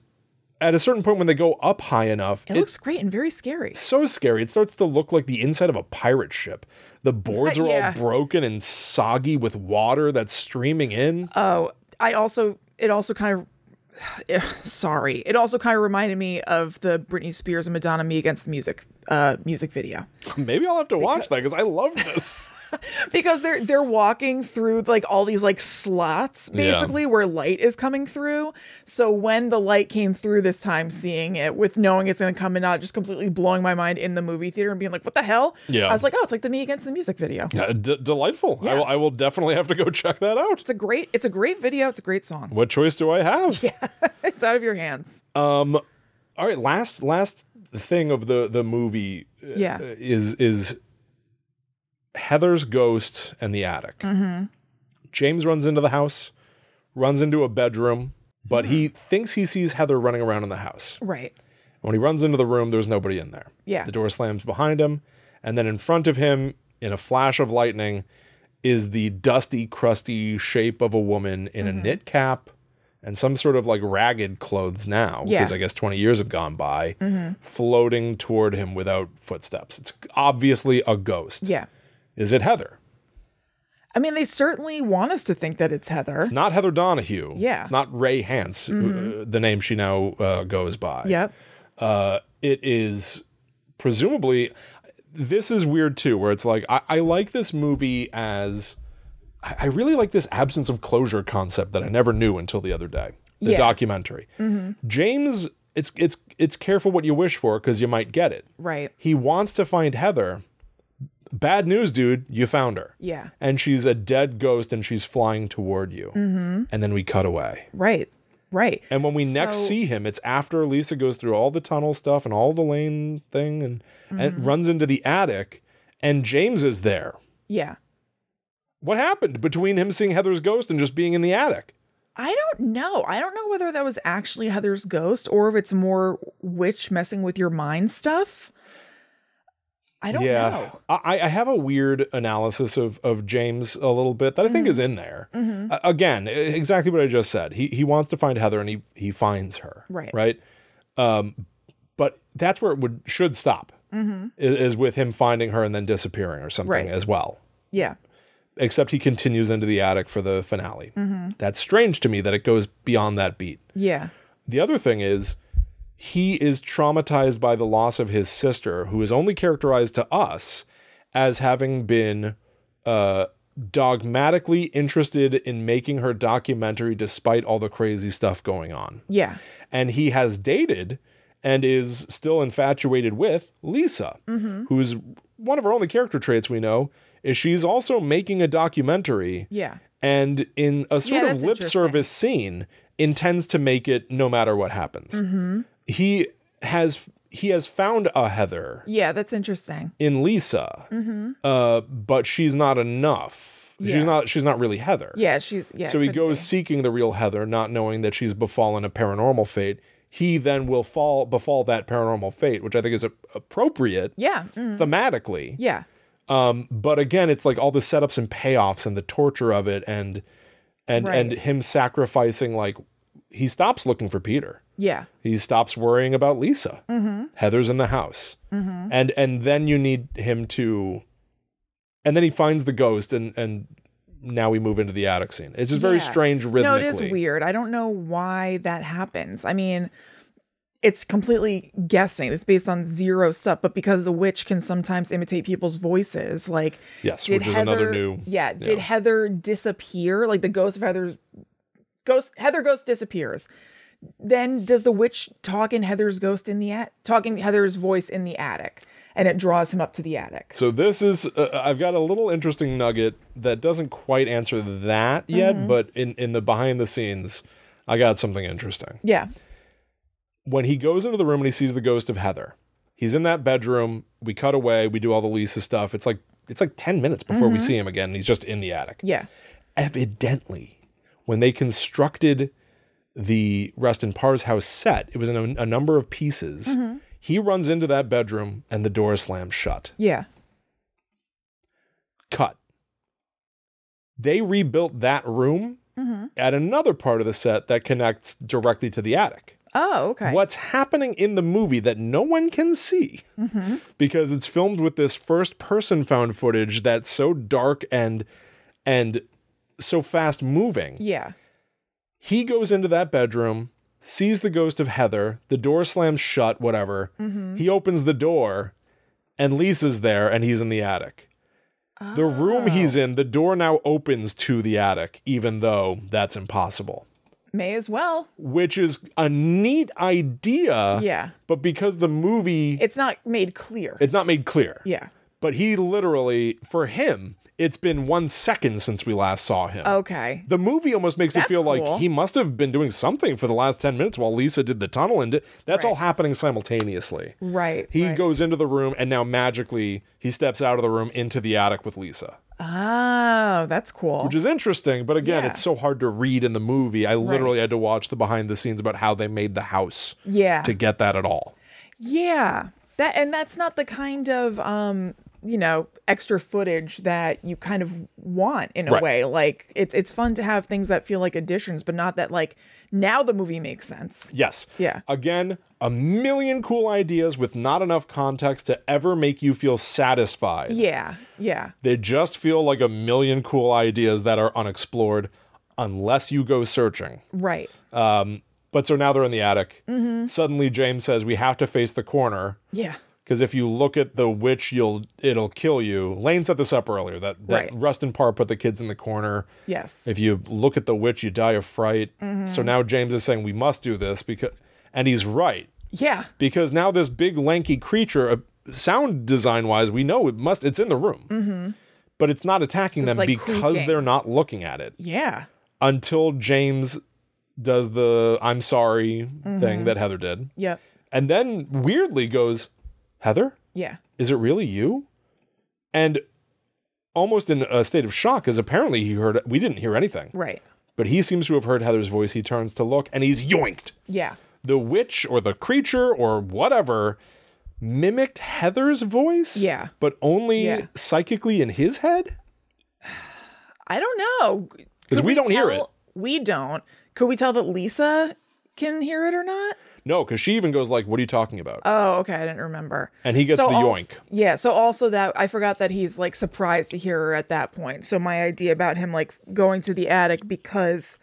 [SPEAKER 1] at a certain point when they go up high enough.
[SPEAKER 2] It
[SPEAKER 1] it's
[SPEAKER 2] looks great and very scary.
[SPEAKER 1] so scary. It starts to look like the inside of a pirate ship. The boards are
[SPEAKER 2] Yeah.
[SPEAKER 1] all broken and soggy with water that's streaming in.
[SPEAKER 2] Oh, I also it also kind of sorry. It also kind of reminded me of the Britney Spears and Madonna Me Against the Music uh music video.
[SPEAKER 1] Maybe I'll have to watch that because I love this.
[SPEAKER 2] Because they're they're walking through like all these like slots
[SPEAKER 1] Yeah.
[SPEAKER 2] basically where light is coming through. So when the light came through this time seeing it with knowing it's going to come and not just completely blowing my mind in the movie theater and being like what the hell?
[SPEAKER 1] Yeah.
[SPEAKER 2] I was like, "Oh, it's like the Me Against the Music video."
[SPEAKER 1] Uh, d- delightful. I,
[SPEAKER 2] Yeah.
[SPEAKER 1] will, I will definitely have to go check that out.
[SPEAKER 2] It's a great it's a great video, it's a great song.
[SPEAKER 1] What choice do I have?
[SPEAKER 2] It's out of your hands.
[SPEAKER 1] Uh, All right, last last thing of the the movie uh,
[SPEAKER 2] Yeah.
[SPEAKER 1] is is Heather's ghost and the attic. James runs into the house, runs into a bedroom, but he thinks he sees Heather running around in the house.
[SPEAKER 2] Right.
[SPEAKER 1] When he runs into the room, there's nobody in there.
[SPEAKER 2] Yeah.
[SPEAKER 1] The door slams behind him. And then in front of him, in a flash of lightning, is the dusty, crusty shape of a woman in
[SPEAKER 2] Mm-hmm.
[SPEAKER 1] a knit cap and some sort of like ragged clothes now,
[SPEAKER 2] Yeah. Mm-hmm.
[SPEAKER 1] because I guess 20 years have gone by, floating toward him without footsteps. It's obviously a ghost.
[SPEAKER 2] Yeah.
[SPEAKER 1] Is it Heather?
[SPEAKER 2] I mean, they certainly want us to think that it's Heather.
[SPEAKER 1] Not Heather Donahue.
[SPEAKER 2] Yeah. Mm-hmm.
[SPEAKER 1] Not Ray Hance, who- uh, the name she now uh, goes by.
[SPEAKER 2] yep.
[SPEAKER 1] uh, it is presumably this is weird too where it's like i, I like this movie as I, I really like this absence of closure concept that i never knew until the other day the
[SPEAKER 2] Yeah.
[SPEAKER 1] documentary james it's it's it's careful what you wish for because you might get it
[SPEAKER 2] Right.
[SPEAKER 1] he wants to find heather bad news dude you found her
[SPEAKER 2] Yeah.
[SPEAKER 1] and she's a dead ghost and she's flying toward you
[SPEAKER 2] Mm-hmm.
[SPEAKER 1] and then we cut away
[SPEAKER 2] Right. Right.
[SPEAKER 1] and when we next
[SPEAKER 2] So-
[SPEAKER 1] see him, it's after Lisa goes through all the tunnel stuff and all the lane thing and,
[SPEAKER 2] Mm-hmm.
[SPEAKER 1] and runs into the attic, and James is there.
[SPEAKER 2] yeah.
[SPEAKER 1] What happened between him seeing Heather's ghost and just being in the attic?
[SPEAKER 2] I don't know. I don't know whether that was actually Heather's ghost or if it's more witch messing with your mind stuff. I don't know.
[SPEAKER 1] I, I have a weird analysis of, of James a little bit that I think
[SPEAKER 2] Mm-hmm.
[SPEAKER 1] is in there. A- again, e- exactly what I just said. He he wants to find Heather and he he finds her.
[SPEAKER 2] Right.
[SPEAKER 1] Right. Um, but that's where it would should stop. Is, is with him finding her and then disappearing or something
[SPEAKER 2] Mm-hmm. Right.
[SPEAKER 1] as well.
[SPEAKER 2] Yeah.
[SPEAKER 1] except he continues into the attic for the finale. That's strange to me that it goes beyond that beat.
[SPEAKER 2] Yeah.
[SPEAKER 1] The other thing is he is traumatized by the loss of his sister, who is only characterized to us as having been uh, dogmatically interested in making her documentary despite all the crazy stuff going on.
[SPEAKER 2] Yeah.
[SPEAKER 1] And he has dated and is still infatuated with Lisa,
[SPEAKER 2] Mm-hmm.
[SPEAKER 1] who's one of her only character traits we know is she's also making a documentary
[SPEAKER 2] Yeah.
[SPEAKER 1] and in a sort
[SPEAKER 2] Yeah,
[SPEAKER 1] of
[SPEAKER 2] that's
[SPEAKER 1] lip
[SPEAKER 2] interesting.
[SPEAKER 1] service scene intends to make it no matter what happens.
[SPEAKER 2] Mm-hmm.
[SPEAKER 1] He has he has found a Heather
[SPEAKER 2] Yeah. That's interesting.
[SPEAKER 1] in Lisa, uh, but she's not enough.
[SPEAKER 2] Yeah.
[SPEAKER 1] She's not she's not really Heather.
[SPEAKER 2] Yeah. She's, yeah.
[SPEAKER 1] So he
[SPEAKER 2] could
[SPEAKER 1] goes
[SPEAKER 2] be.
[SPEAKER 1] seeking the real Heather, not knowing that she's befallen a paranormal fate. He then will fall befall that paranormal fate, which I think is a- appropriate
[SPEAKER 2] Yeah. mm,
[SPEAKER 1] thematically.
[SPEAKER 2] Yeah.
[SPEAKER 1] Um, but again, it's like all the setups and payoffs and the torture of it, and and and
[SPEAKER 2] Right.
[SPEAKER 1] him sacrificing. Like he stops looking for Peter.
[SPEAKER 2] Yeah.
[SPEAKER 1] He stops worrying about Lisa.
[SPEAKER 2] Mm-hmm.
[SPEAKER 1] Heather's in the house, and and then you need him to, and then he finds the ghost, and and now we move into the attic scene. It's just very
[SPEAKER 2] Yeah.
[SPEAKER 1] strange rhythmically.
[SPEAKER 2] No, it is weird. I don't know why that happens. I mean, it's completely guessing. It's based on zero stuff, but because the witch can sometimes imitate people's voices, like
[SPEAKER 1] Yes,
[SPEAKER 2] did
[SPEAKER 1] which is
[SPEAKER 2] Heather,
[SPEAKER 1] another new.
[SPEAKER 2] yeah, did Heather disappear? Like the ghost of Heather's ghost Heather ghost disappears. Then does the witch talk in Heather's ghost in the at talking Heather's voice in the attic, and it draws him up to the attic.
[SPEAKER 1] So this is uh, I've got a little interesting nugget that doesn't quite answer that yet,
[SPEAKER 2] Mm-hmm.
[SPEAKER 1] but in in the behind the scenes, I got something interesting.
[SPEAKER 2] yeah,
[SPEAKER 1] When he goes into the room and he sees the ghost of Heather, He's in that bedroom. We cut away. We do all the Lisa stuff. It's like it's like ten minutes before we see him again. and He's just in the attic.
[SPEAKER 2] Mm-hmm. Yeah.
[SPEAKER 1] Evidently, when they constructed the Rustin Parr's house set, it was in a, a number of pieces.
[SPEAKER 2] Mm-hmm.
[SPEAKER 1] He runs into that bedroom and the door slams shut.
[SPEAKER 2] Yeah.
[SPEAKER 1] Cut. They rebuilt that room at another part of the set that connects directly to the attic
[SPEAKER 2] Oh, okay.
[SPEAKER 1] what's happening in the movie that no one can see because it's filmed with this first person found footage that's so dark and and so fast moving
[SPEAKER 2] Yeah.
[SPEAKER 1] he goes into that bedroom sees the ghost of heather the door slams shut whatever
[SPEAKER 2] Mm-hmm.
[SPEAKER 1] he opens the door and lisa's there and he's in the attic the
[SPEAKER 2] Oh.
[SPEAKER 1] room he's in the door now opens to the attic even though that's impossible
[SPEAKER 2] May as well.
[SPEAKER 1] which is a neat idea
[SPEAKER 2] Yeah.
[SPEAKER 1] but because the movie
[SPEAKER 2] It's not made clear.
[SPEAKER 1] it's not made clear
[SPEAKER 2] yeah.
[SPEAKER 1] but he literally for him it's been one second since we last saw him
[SPEAKER 2] Okay.
[SPEAKER 1] the movie almost makes it
[SPEAKER 2] That's
[SPEAKER 1] feel
[SPEAKER 2] cool.
[SPEAKER 1] like he must have been doing something for the last 10 minutes while lisa did the tunnel and di- that's all happening simultaneously
[SPEAKER 2] Right.
[SPEAKER 1] he
[SPEAKER 2] Mm. right.
[SPEAKER 1] goes into the room and now magically he steps out of the room into the attic with lisa
[SPEAKER 2] Oh, that's cool.
[SPEAKER 1] which is interesting but again
[SPEAKER 2] Yeah.
[SPEAKER 1] it's so hard to read in the movie i literally had to watch the behind the scenes about how they made the house
[SPEAKER 2] yeah.
[SPEAKER 1] to get that at all
[SPEAKER 2] Yeah. That and that's not the kind of um, you know, extra footage that you kind of want in a
[SPEAKER 1] Right.
[SPEAKER 2] way. Like it's it's fun to have things that feel like additions, but not that like now the movie makes sense.
[SPEAKER 1] Yes.
[SPEAKER 2] Yeah.
[SPEAKER 1] Again, a million cool ideas with not enough context to ever make you feel satisfied.
[SPEAKER 2] Yeah. Yeah.
[SPEAKER 1] They just feel like a million cool ideas that are unexplored unless you go searching.
[SPEAKER 2] Right.
[SPEAKER 1] Um, but so now they're in the attic. Suddenly, James says, We have to face the corner
[SPEAKER 2] Yeah.
[SPEAKER 1] because if you look at the witch, you'll it'll kill you. Lane set this up earlier that, that
[SPEAKER 2] Right.
[SPEAKER 1] Rustin Parr put the kids in the corner.
[SPEAKER 2] Yes.
[SPEAKER 1] If you look at the witch, you die of fright. So now James is saying, We must do this because, and he's right
[SPEAKER 2] yeah.
[SPEAKER 1] because now this big lanky creature, uh, sound design wise, we know it must. It's in the room, but it's not attacking them
[SPEAKER 2] Mm-hmm. like,
[SPEAKER 1] because
[SPEAKER 2] creaking.
[SPEAKER 1] they're not looking at it
[SPEAKER 2] Yeah.
[SPEAKER 1] until James does the "I'm sorry"
[SPEAKER 2] Mm-hmm.
[SPEAKER 1] thing that Heather did,
[SPEAKER 2] Yep.
[SPEAKER 1] and then weirdly goes, "Heather,
[SPEAKER 2] Yeah.
[SPEAKER 1] is it really you?" and almost in a state of shock as apparently he heard we didn't hear anything
[SPEAKER 2] Right.
[SPEAKER 1] but he seems to have heard heather's voice he turns to look and he's yoinked
[SPEAKER 2] Yeah.
[SPEAKER 1] the witch or the creature or whatever mimicked Heather's voice.
[SPEAKER 2] Yeah.
[SPEAKER 1] But only
[SPEAKER 2] Yeah.
[SPEAKER 1] psychically in his head?
[SPEAKER 2] I don't know.
[SPEAKER 1] 'Cause
[SPEAKER 2] Could
[SPEAKER 1] we don't hear it.
[SPEAKER 2] tell- We don't. Could we tell that Lisa can hear it or not?
[SPEAKER 1] No, because she even goes like, What are you talking about?
[SPEAKER 2] Oh, okay. I didn't remember.
[SPEAKER 1] And he gets the
[SPEAKER 2] als-
[SPEAKER 1] yoink.
[SPEAKER 2] Yeah. So also that I forgot that he's like surprised to hear her at that point. So my idea about him like going to the attic because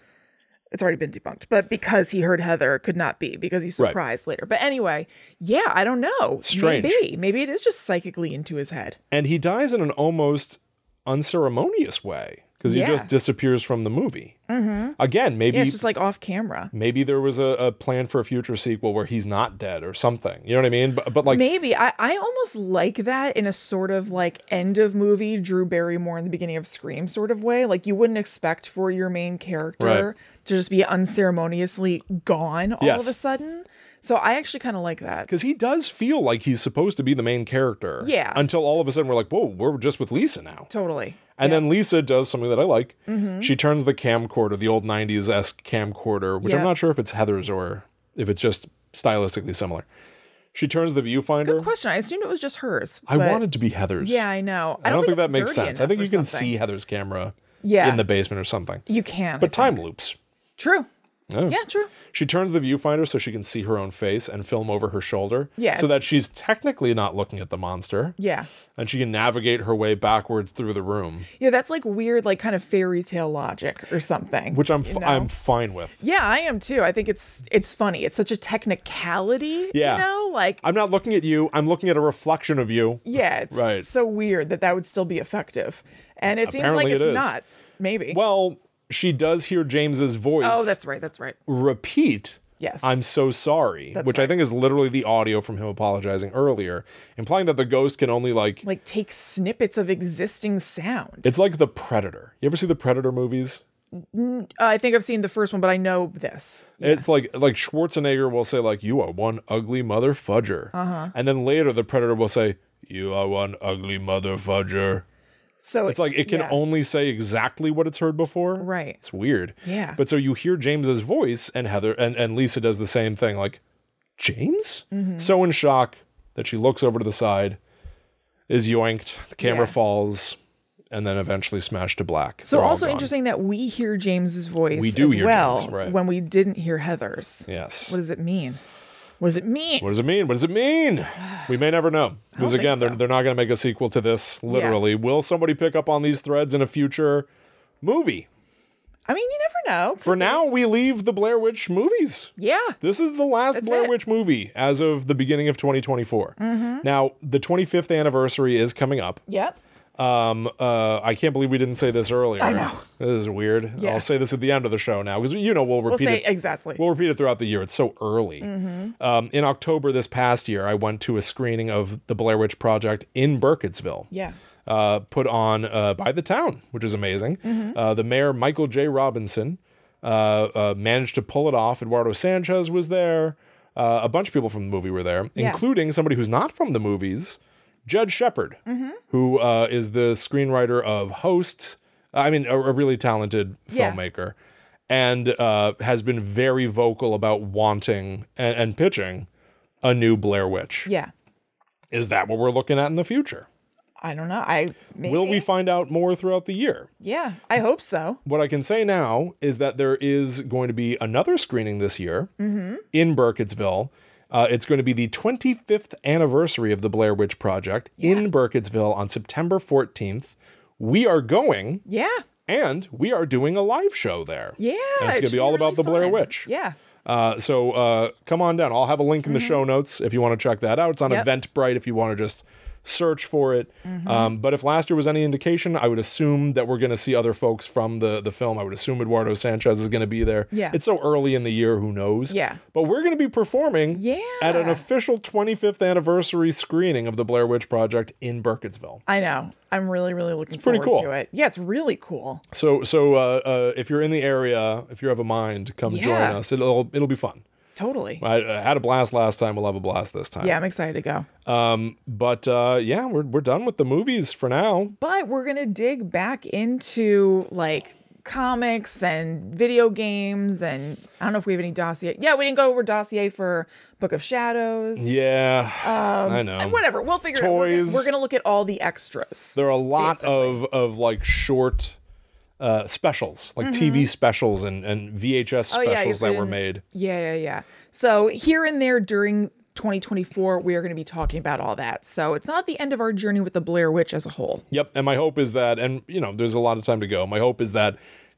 [SPEAKER 2] it's already been debunked, but because he heard Heather could not be because he's
[SPEAKER 1] Right.
[SPEAKER 2] surprised later. But anyway, yeah, I don't know.
[SPEAKER 1] Strange.
[SPEAKER 2] Maybe. Maybe it is just psychically into his head.
[SPEAKER 1] and he dies in an almost unceremonious way. Because he
[SPEAKER 2] Yeah. Mm-hmm.
[SPEAKER 1] just disappears from the movie. Again, maybe
[SPEAKER 2] Yeah, it's just like off camera.
[SPEAKER 1] maybe there was a, a plan for a future sequel where he's not dead or something. You know what I mean? But but like
[SPEAKER 2] Maybe I, I almost like that in a sort of like end of movie Drew Barrymore in the beginning of Scream sort of way. Like you wouldn't expect for your main character to just be unceremoniously gone all
[SPEAKER 1] Yes.
[SPEAKER 2] of a sudden. So I actually kind of like that.
[SPEAKER 1] because he does feel like he's supposed to be the main character.
[SPEAKER 2] Yeah.
[SPEAKER 1] Until all of a sudden we're like, whoa, we're just with Lisa now.
[SPEAKER 2] Totally.
[SPEAKER 1] And then Lisa does something that I like.
[SPEAKER 2] Mm-hmm.
[SPEAKER 1] She turns the camcorder, the old 90s esque camcorder, which
[SPEAKER 2] Yeah.
[SPEAKER 1] I'm not sure if it's Heather's or if it's just stylistically similar. She turns the viewfinder.
[SPEAKER 2] Question: I assumed it was just hers.
[SPEAKER 1] I
[SPEAKER 2] but-
[SPEAKER 1] wanted to be Heather's.
[SPEAKER 2] Yeah, I know.
[SPEAKER 1] I don't, think, that
[SPEAKER 2] it's
[SPEAKER 1] makes
[SPEAKER 2] dirty
[SPEAKER 1] sense. I
[SPEAKER 2] enough
[SPEAKER 1] think
[SPEAKER 2] or
[SPEAKER 1] you can
[SPEAKER 2] something.
[SPEAKER 1] see Heather's camera
[SPEAKER 2] Yeah.
[SPEAKER 1] in the basement or something.
[SPEAKER 2] You can.
[SPEAKER 1] But Oh. time loops.
[SPEAKER 2] true.
[SPEAKER 1] Yeah.
[SPEAKER 2] Yeah, true.
[SPEAKER 1] She turns the viewfinder so she can see her own face and film over her shoulder.
[SPEAKER 2] Yeah,
[SPEAKER 1] So
[SPEAKER 2] it's-
[SPEAKER 1] that she's technically not looking at the monster.
[SPEAKER 2] Yeah.
[SPEAKER 1] And she can navigate her way backwards through the room,
[SPEAKER 2] Yeah, that's like weird, like kind of fairy tale logic or something.
[SPEAKER 1] which I'm
[SPEAKER 2] you
[SPEAKER 1] f-
[SPEAKER 2] know?
[SPEAKER 1] I'm fine with.
[SPEAKER 2] Yeah, I am too. I think it's it's funny. It's such a technicality.
[SPEAKER 1] Yeah.
[SPEAKER 2] You know, like
[SPEAKER 1] I'm not looking at you. I'm looking at a reflection of you.
[SPEAKER 2] yeah, it's
[SPEAKER 1] Right.
[SPEAKER 2] so weird that that would still be effective, and it seems like
[SPEAKER 1] Apparently it
[SPEAKER 2] it's
[SPEAKER 1] is.
[SPEAKER 2] not. Maybe.
[SPEAKER 1] Well, she does hear James's voice.
[SPEAKER 2] oh, that's right. That's right.
[SPEAKER 1] repeat.
[SPEAKER 2] Yes.
[SPEAKER 1] I'm so sorry, which I
[SPEAKER 2] right.
[SPEAKER 1] think is literally the audio from him apologizing earlier, implying that the ghost can only like
[SPEAKER 2] Like take snippets of existing sound.
[SPEAKER 1] it's like the predator. You ever see the predator movies?
[SPEAKER 2] N- I think I've seen the first one, but I know this.
[SPEAKER 1] It's like like Schwarzenegger will say like you are one ugly mother fudger, uh-huh. and then later the Predator will say you are one ugly mother fudger.
[SPEAKER 2] So
[SPEAKER 1] It's like it can
[SPEAKER 2] yeah.
[SPEAKER 1] only say exactly what it's heard before.
[SPEAKER 2] Right.
[SPEAKER 1] It's weird.
[SPEAKER 2] Yeah.
[SPEAKER 1] But so you hear James's voice, and Heather and, and Lisa does the same thing. Like James,
[SPEAKER 2] Mm-hmm.
[SPEAKER 1] so in shock that she looks over to the side, is yoinked. The camera
[SPEAKER 2] Yeah.
[SPEAKER 1] falls, and then eventually smashed to black.
[SPEAKER 2] So
[SPEAKER 1] They're all
[SPEAKER 2] also
[SPEAKER 1] gone.
[SPEAKER 2] interesting that we hear James's voice
[SPEAKER 1] We do
[SPEAKER 2] as
[SPEAKER 1] hear
[SPEAKER 2] well
[SPEAKER 1] James, right.
[SPEAKER 2] when we didn't hear Heather's.
[SPEAKER 1] Yes.
[SPEAKER 2] What does it mean? What does it mean?
[SPEAKER 1] What does it mean? What does it mean? We may never know. Because
[SPEAKER 2] think
[SPEAKER 1] again,
[SPEAKER 2] so.
[SPEAKER 1] they're, they're not going to make a sequel to this, literally. Will somebody pick up on these threads in a future movie?
[SPEAKER 2] I mean, you never know.
[SPEAKER 1] For now, we leave the Blair Witch movies.
[SPEAKER 2] yeah.
[SPEAKER 1] This is the last Blair
[SPEAKER 2] it. Mm-hmm.
[SPEAKER 1] Witch movie as of the beginning of 2024. Now, the 25th anniversary is coming up.
[SPEAKER 2] Yep.
[SPEAKER 1] Um, uh, I can't believe we didn't say this earlier. I
[SPEAKER 2] know.
[SPEAKER 1] This is weird.
[SPEAKER 2] Yeah.
[SPEAKER 1] I'll say this at the end of the show now because, you know, we'll
[SPEAKER 2] We'll
[SPEAKER 1] repeat
[SPEAKER 2] say
[SPEAKER 1] it
[SPEAKER 2] exactly. Mm-hmm.
[SPEAKER 1] We'll repeat it throughout the year. It's so early. Um, in October this past year, I went to a screening of The Blair Witch Project in Burkittsville,
[SPEAKER 2] yeah.
[SPEAKER 1] uh, put on uh, by the town, which is amazing.
[SPEAKER 2] Mm-hmm.
[SPEAKER 1] Uh, the mayor, Michael J. Robinson, uh, uh, managed to pull it off. Eduardo Sanchez was there. Uh, a bunch of people from the movie were there,
[SPEAKER 2] Yeah.
[SPEAKER 1] including somebody who's not from the movies, Jed Shepard,
[SPEAKER 2] Mm-hmm.
[SPEAKER 1] who uh, is the screenwriter of Hosts. I mean, a, a really talented
[SPEAKER 2] Yeah.
[SPEAKER 1] filmmaker and uh, has been very vocal about wanting and, and pitching a new Blair Witch.
[SPEAKER 2] Yeah.
[SPEAKER 1] Is that what we're looking at in the future?
[SPEAKER 2] I don't know. I maybe.
[SPEAKER 1] Will we find out more throughout the year?
[SPEAKER 2] Yeah. I hope so.
[SPEAKER 1] What I can say now is that there is going to be another screening this year in Burkittsville. Uh, it's going to be the 25th anniversary of the Blair Witch Project in Burkittsville on September 14th. We are going
[SPEAKER 2] Yeah.
[SPEAKER 1] and we are doing a live show there.
[SPEAKER 2] Yeah.
[SPEAKER 1] And it's
[SPEAKER 2] it
[SPEAKER 1] going to
[SPEAKER 2] should
[SPEAKER 1] be all
[SPEAKER 2] really
[SPEAKER 1] about the Blair
[SPEAKER 2] fun.
[SPEAKER 1] Witch.
[SPEAKER 2] Yeah.
[SPEAKER 1] Uh, so uh, come on down. I'll have a link in the show notes if you want to check that out. It's on
[SPEAKER 2] Mm-hmm. Yep. Mm-hmm.
[SPEAKER 1] Eventbrite if you want to just search for it. Um, but if last year was any indication, I would assume that we're going to see other folks from the the film. I would assume Eduardo Sanchez is going to be there.
[SPEAKER 2] Yeah.
[SPEAKER 1] It's so early in the year, who knows?
[SPEAKER 2] Yeah.
[SPEAKER 1] But we're going to be performing
[SPEAKER 2] Yeah.
[SPEAKER 1] at an official 25th anniversary screening of the Blair Witch Project in Burkittsville.
[SPEAKER 2] I know. I'm really, really looking
[SPEAKER 1] pretty
[SPEAKER 2] forward
[SPEAKER 1] cool.
[SPEAKER 2] to it. Yeah, it's really cool.
[SPEAKER 1] So so uh, uh, if you're in the area, if you have a mind, come join
[SPEAKER 2] Yeah.
[SPEAKER 1] us. It'll it'll be fun.
[SPEAKER 2] Totally.
[SPEAKER 1] I, I had a blast last time. We'll have a blast this time.
[SPEAKER 2] Yeah, I'm excited to go.
[SPEAKER 1] But uh, yeah, we're we're done with the movies for now.
[SPEAKER 2] But we're gonna dig back into like comics and video games and I don't know if we have any dossier. Yeah, we didn't go over dossier for Book of Shadows.
[SPEAKER 1] Yeah, I know.
[SPEAKER 2] Um, And whatever, we'll figure it out. We're gonna,
[SPEAKER 1] Toys.
[SPEAKER 2] we're gonna look at all the extras.
[SPEAKER 1] there are a lot of of like short uh, specials, like TV specials and and VHS
[SPEAKER 2] Mm-hmm. Oh, yeah, I guess
[SPEAKER 1] specials
[SPEAKER 2] we
[SPEAKER 1] that were
[SPEAKER 2] didn't-
[SPEAKER 1] made.
[SPEAKER 2] Yeah, yeah, yeah. So here and there during 2024, we are going to be talking about all that. So it's not the end of our journey with the Blair Witch as a whole.
[SPEAKER 1] Yep. And my hope is that, and you know, there's a lot of time to go. My hope is that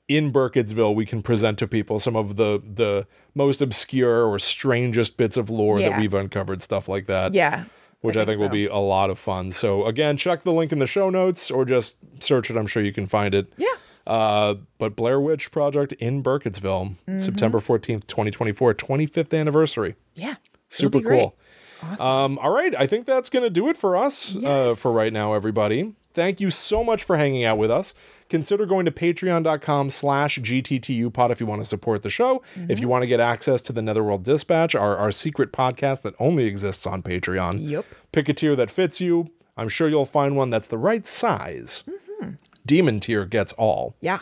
[SPEAKER 1] in Burkittsville we can present to people some of the the most obscure or strangest bits of lore that
[SPEAKER 2] Yeah.
[SPEAKER 1] we've uncovered, stuff like that.
[SPEAKER 2] Yeah.
[SPEAKER 1] which I think,
[SPEAKER 2] so.
[SPEAKER 1] will be a lot of fun. So again, check the link in the show notes or just search it. I'm sure you can find it.
[SPEAKER 2] Yeah.
[SPEAKER 1] Uh, but Blair Witch Project in Burkittsville, September 14th, 2024, 25th anniversary.
[SPEAKER 2] Yeah.
[SPEAKER 1] Super
[SPEAKER 2] great.
[SPEAKER 1] cool. Awesome. Um, all right. I think that's going to do it for us uh, for
[SPEAKER 2] Yes.
[SPEAKER 1] right now, everybody. Thank you so much for hanging out with us. Consider going to patreon.com slash gttupod if you want to support the show.
[SPEAKER 2] Mm-hmm.
[SPEAKER 1] If you want to get access to the Netherworld Dispatch, our, our secret podcast that only exists on Patreon.
[SPEAKER 2] Yep.
[SPEAKER 1] Pick a tier that fits you. I'm sure you'll find one that's the right size.
[SPEAKER 2] Mm-hmm.
[SPEAKER 1] Demon tier gets all.
[SPEAKER 2] Yeah.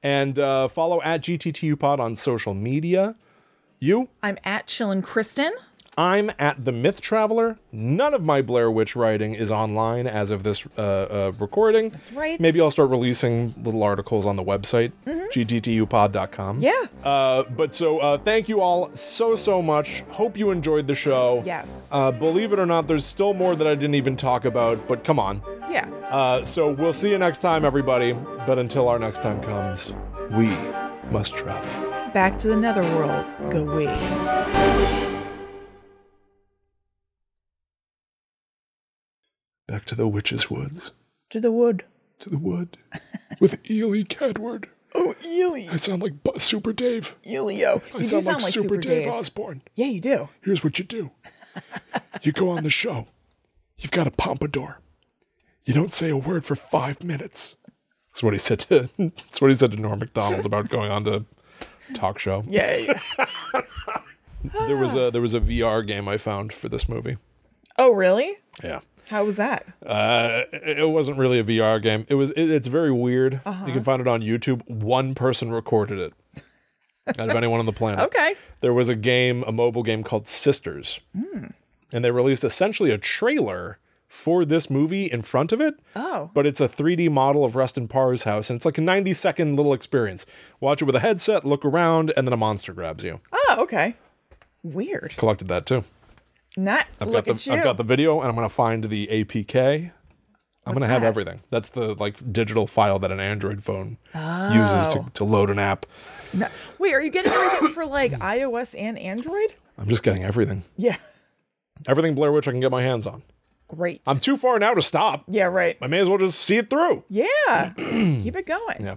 [SPEAKER 1] And uh, follow at gttupod on social media. You?
[SPEAKER 2] I'm at Chillin' Kristen.
[SPEAKER 1] I'm at the Myth Traveler. None of my Blair Witch writing is online as of this uh, uh, recording. That's
[SPEAKER 2] right. Mm-hmm.
[SPEAKER 1] Maybe I'll start releasing little articles on the website, gttupod.com.
[SPEAKER 2] Yeah.
[SPEAKER 1] Uh, but so uh, thank you all so, so much. Hope you enjoyed the show.
[SPEAKER 2] Yes.
[SPEAKER 1] Uh, believe it or not, there's still more that I didn't even talk about, but come on.
[SPEAKER 2] Yeah.
[SPEAKER 1] Uh, so we'll see you next time, everybody. But until our next time comes, we must travel.
[SPEAKER 2] Back to the Netherworlds. Go we.
[SPEAKER 1] Back to the witch's woods,
[SPEAKER 2] To the wood.
[SPEAKER 1] to the wood, with Ely Cadward.
[SPEAKER 2] Oh, Ely.
[SPEAKER 1] I sound like Bu- Super Dave.
[SPEAKER 2] Elio. You
[SPEAKER 1] I
[SPEAKER 2] do
[SPEAKER 1] sound like, Super, Dave, Osborne.
[SPEAKER 2] Yeah, you do.
[SPEAKER 1] Here's what you do you go on the show, you've got a pompadour, you don't say a word for five minutes. That's what he said to. That's what he said to Norm Macdonald about going on to talk show.
[SPEAKER 2] Yay.
[SPEAKER 1] There was a there was a VR game I found for this movie.
[SPEAKER 2] oh, really?
[SPEAKER 1] Yeah.
[SPEAKER 2] How was that?
[SPEAKER 1] Uh, it it wasn't really a VR game. It was. It, it's very weird. You can find it on YouTube. One person recorded it out of anyone on the planet.
[SPEAKER 2] Okay.
[SPEAKER 1] There was a game, a mobile game called Sisters, and they released essentially a trailer for this movie in front of it.
[SPEAKER 2] Oh.
[SPEAKER 1] But it's a 3D model of Rustin Parr's house, and it's like a 90 second little experience. Watch it with a headset, look around, and then a monster grabs you.
[SPEAKER 2] Oh, okay. Weird.
[SPEAKER 1] Collected that too.
[SPEAKER 2] Not
[SPEAKER 1] I've
[SPEAKER 2] look
[SPEAKER 1] got
[SPEAKER 2] at
[SPEAKER 1] the
[SPEAKER 2] you.
[SPEAKER 1] I've got the video, and I'm gonna find the APK. I'm gonna have
[SPEAKER 2] that?
[SPEAKER 1] everything. That's the like digital file that an Android phone uses
[SPEAKER 2] Oh.
[SPEAKER 1] to, to load an app.
[SPEAKER 2] No. Wait, are you getting everything for like iOS and Android?
[SPEAKER 1] I'm just getting everything,
[SPEAKER 2] Yeah.
[SPEAKER 1] everything Blair Witch I can get my hands on.
[SPEAKER 2] Great.
[SPEAKER 1] I'm too far now to stop.
[SPEAKER 2] yeah, right.
[SPEAKER 1] I may as well just see it through.
[SPEAKER 2] Yeah. Keep it going.
[SPEAKER 1] Yeah.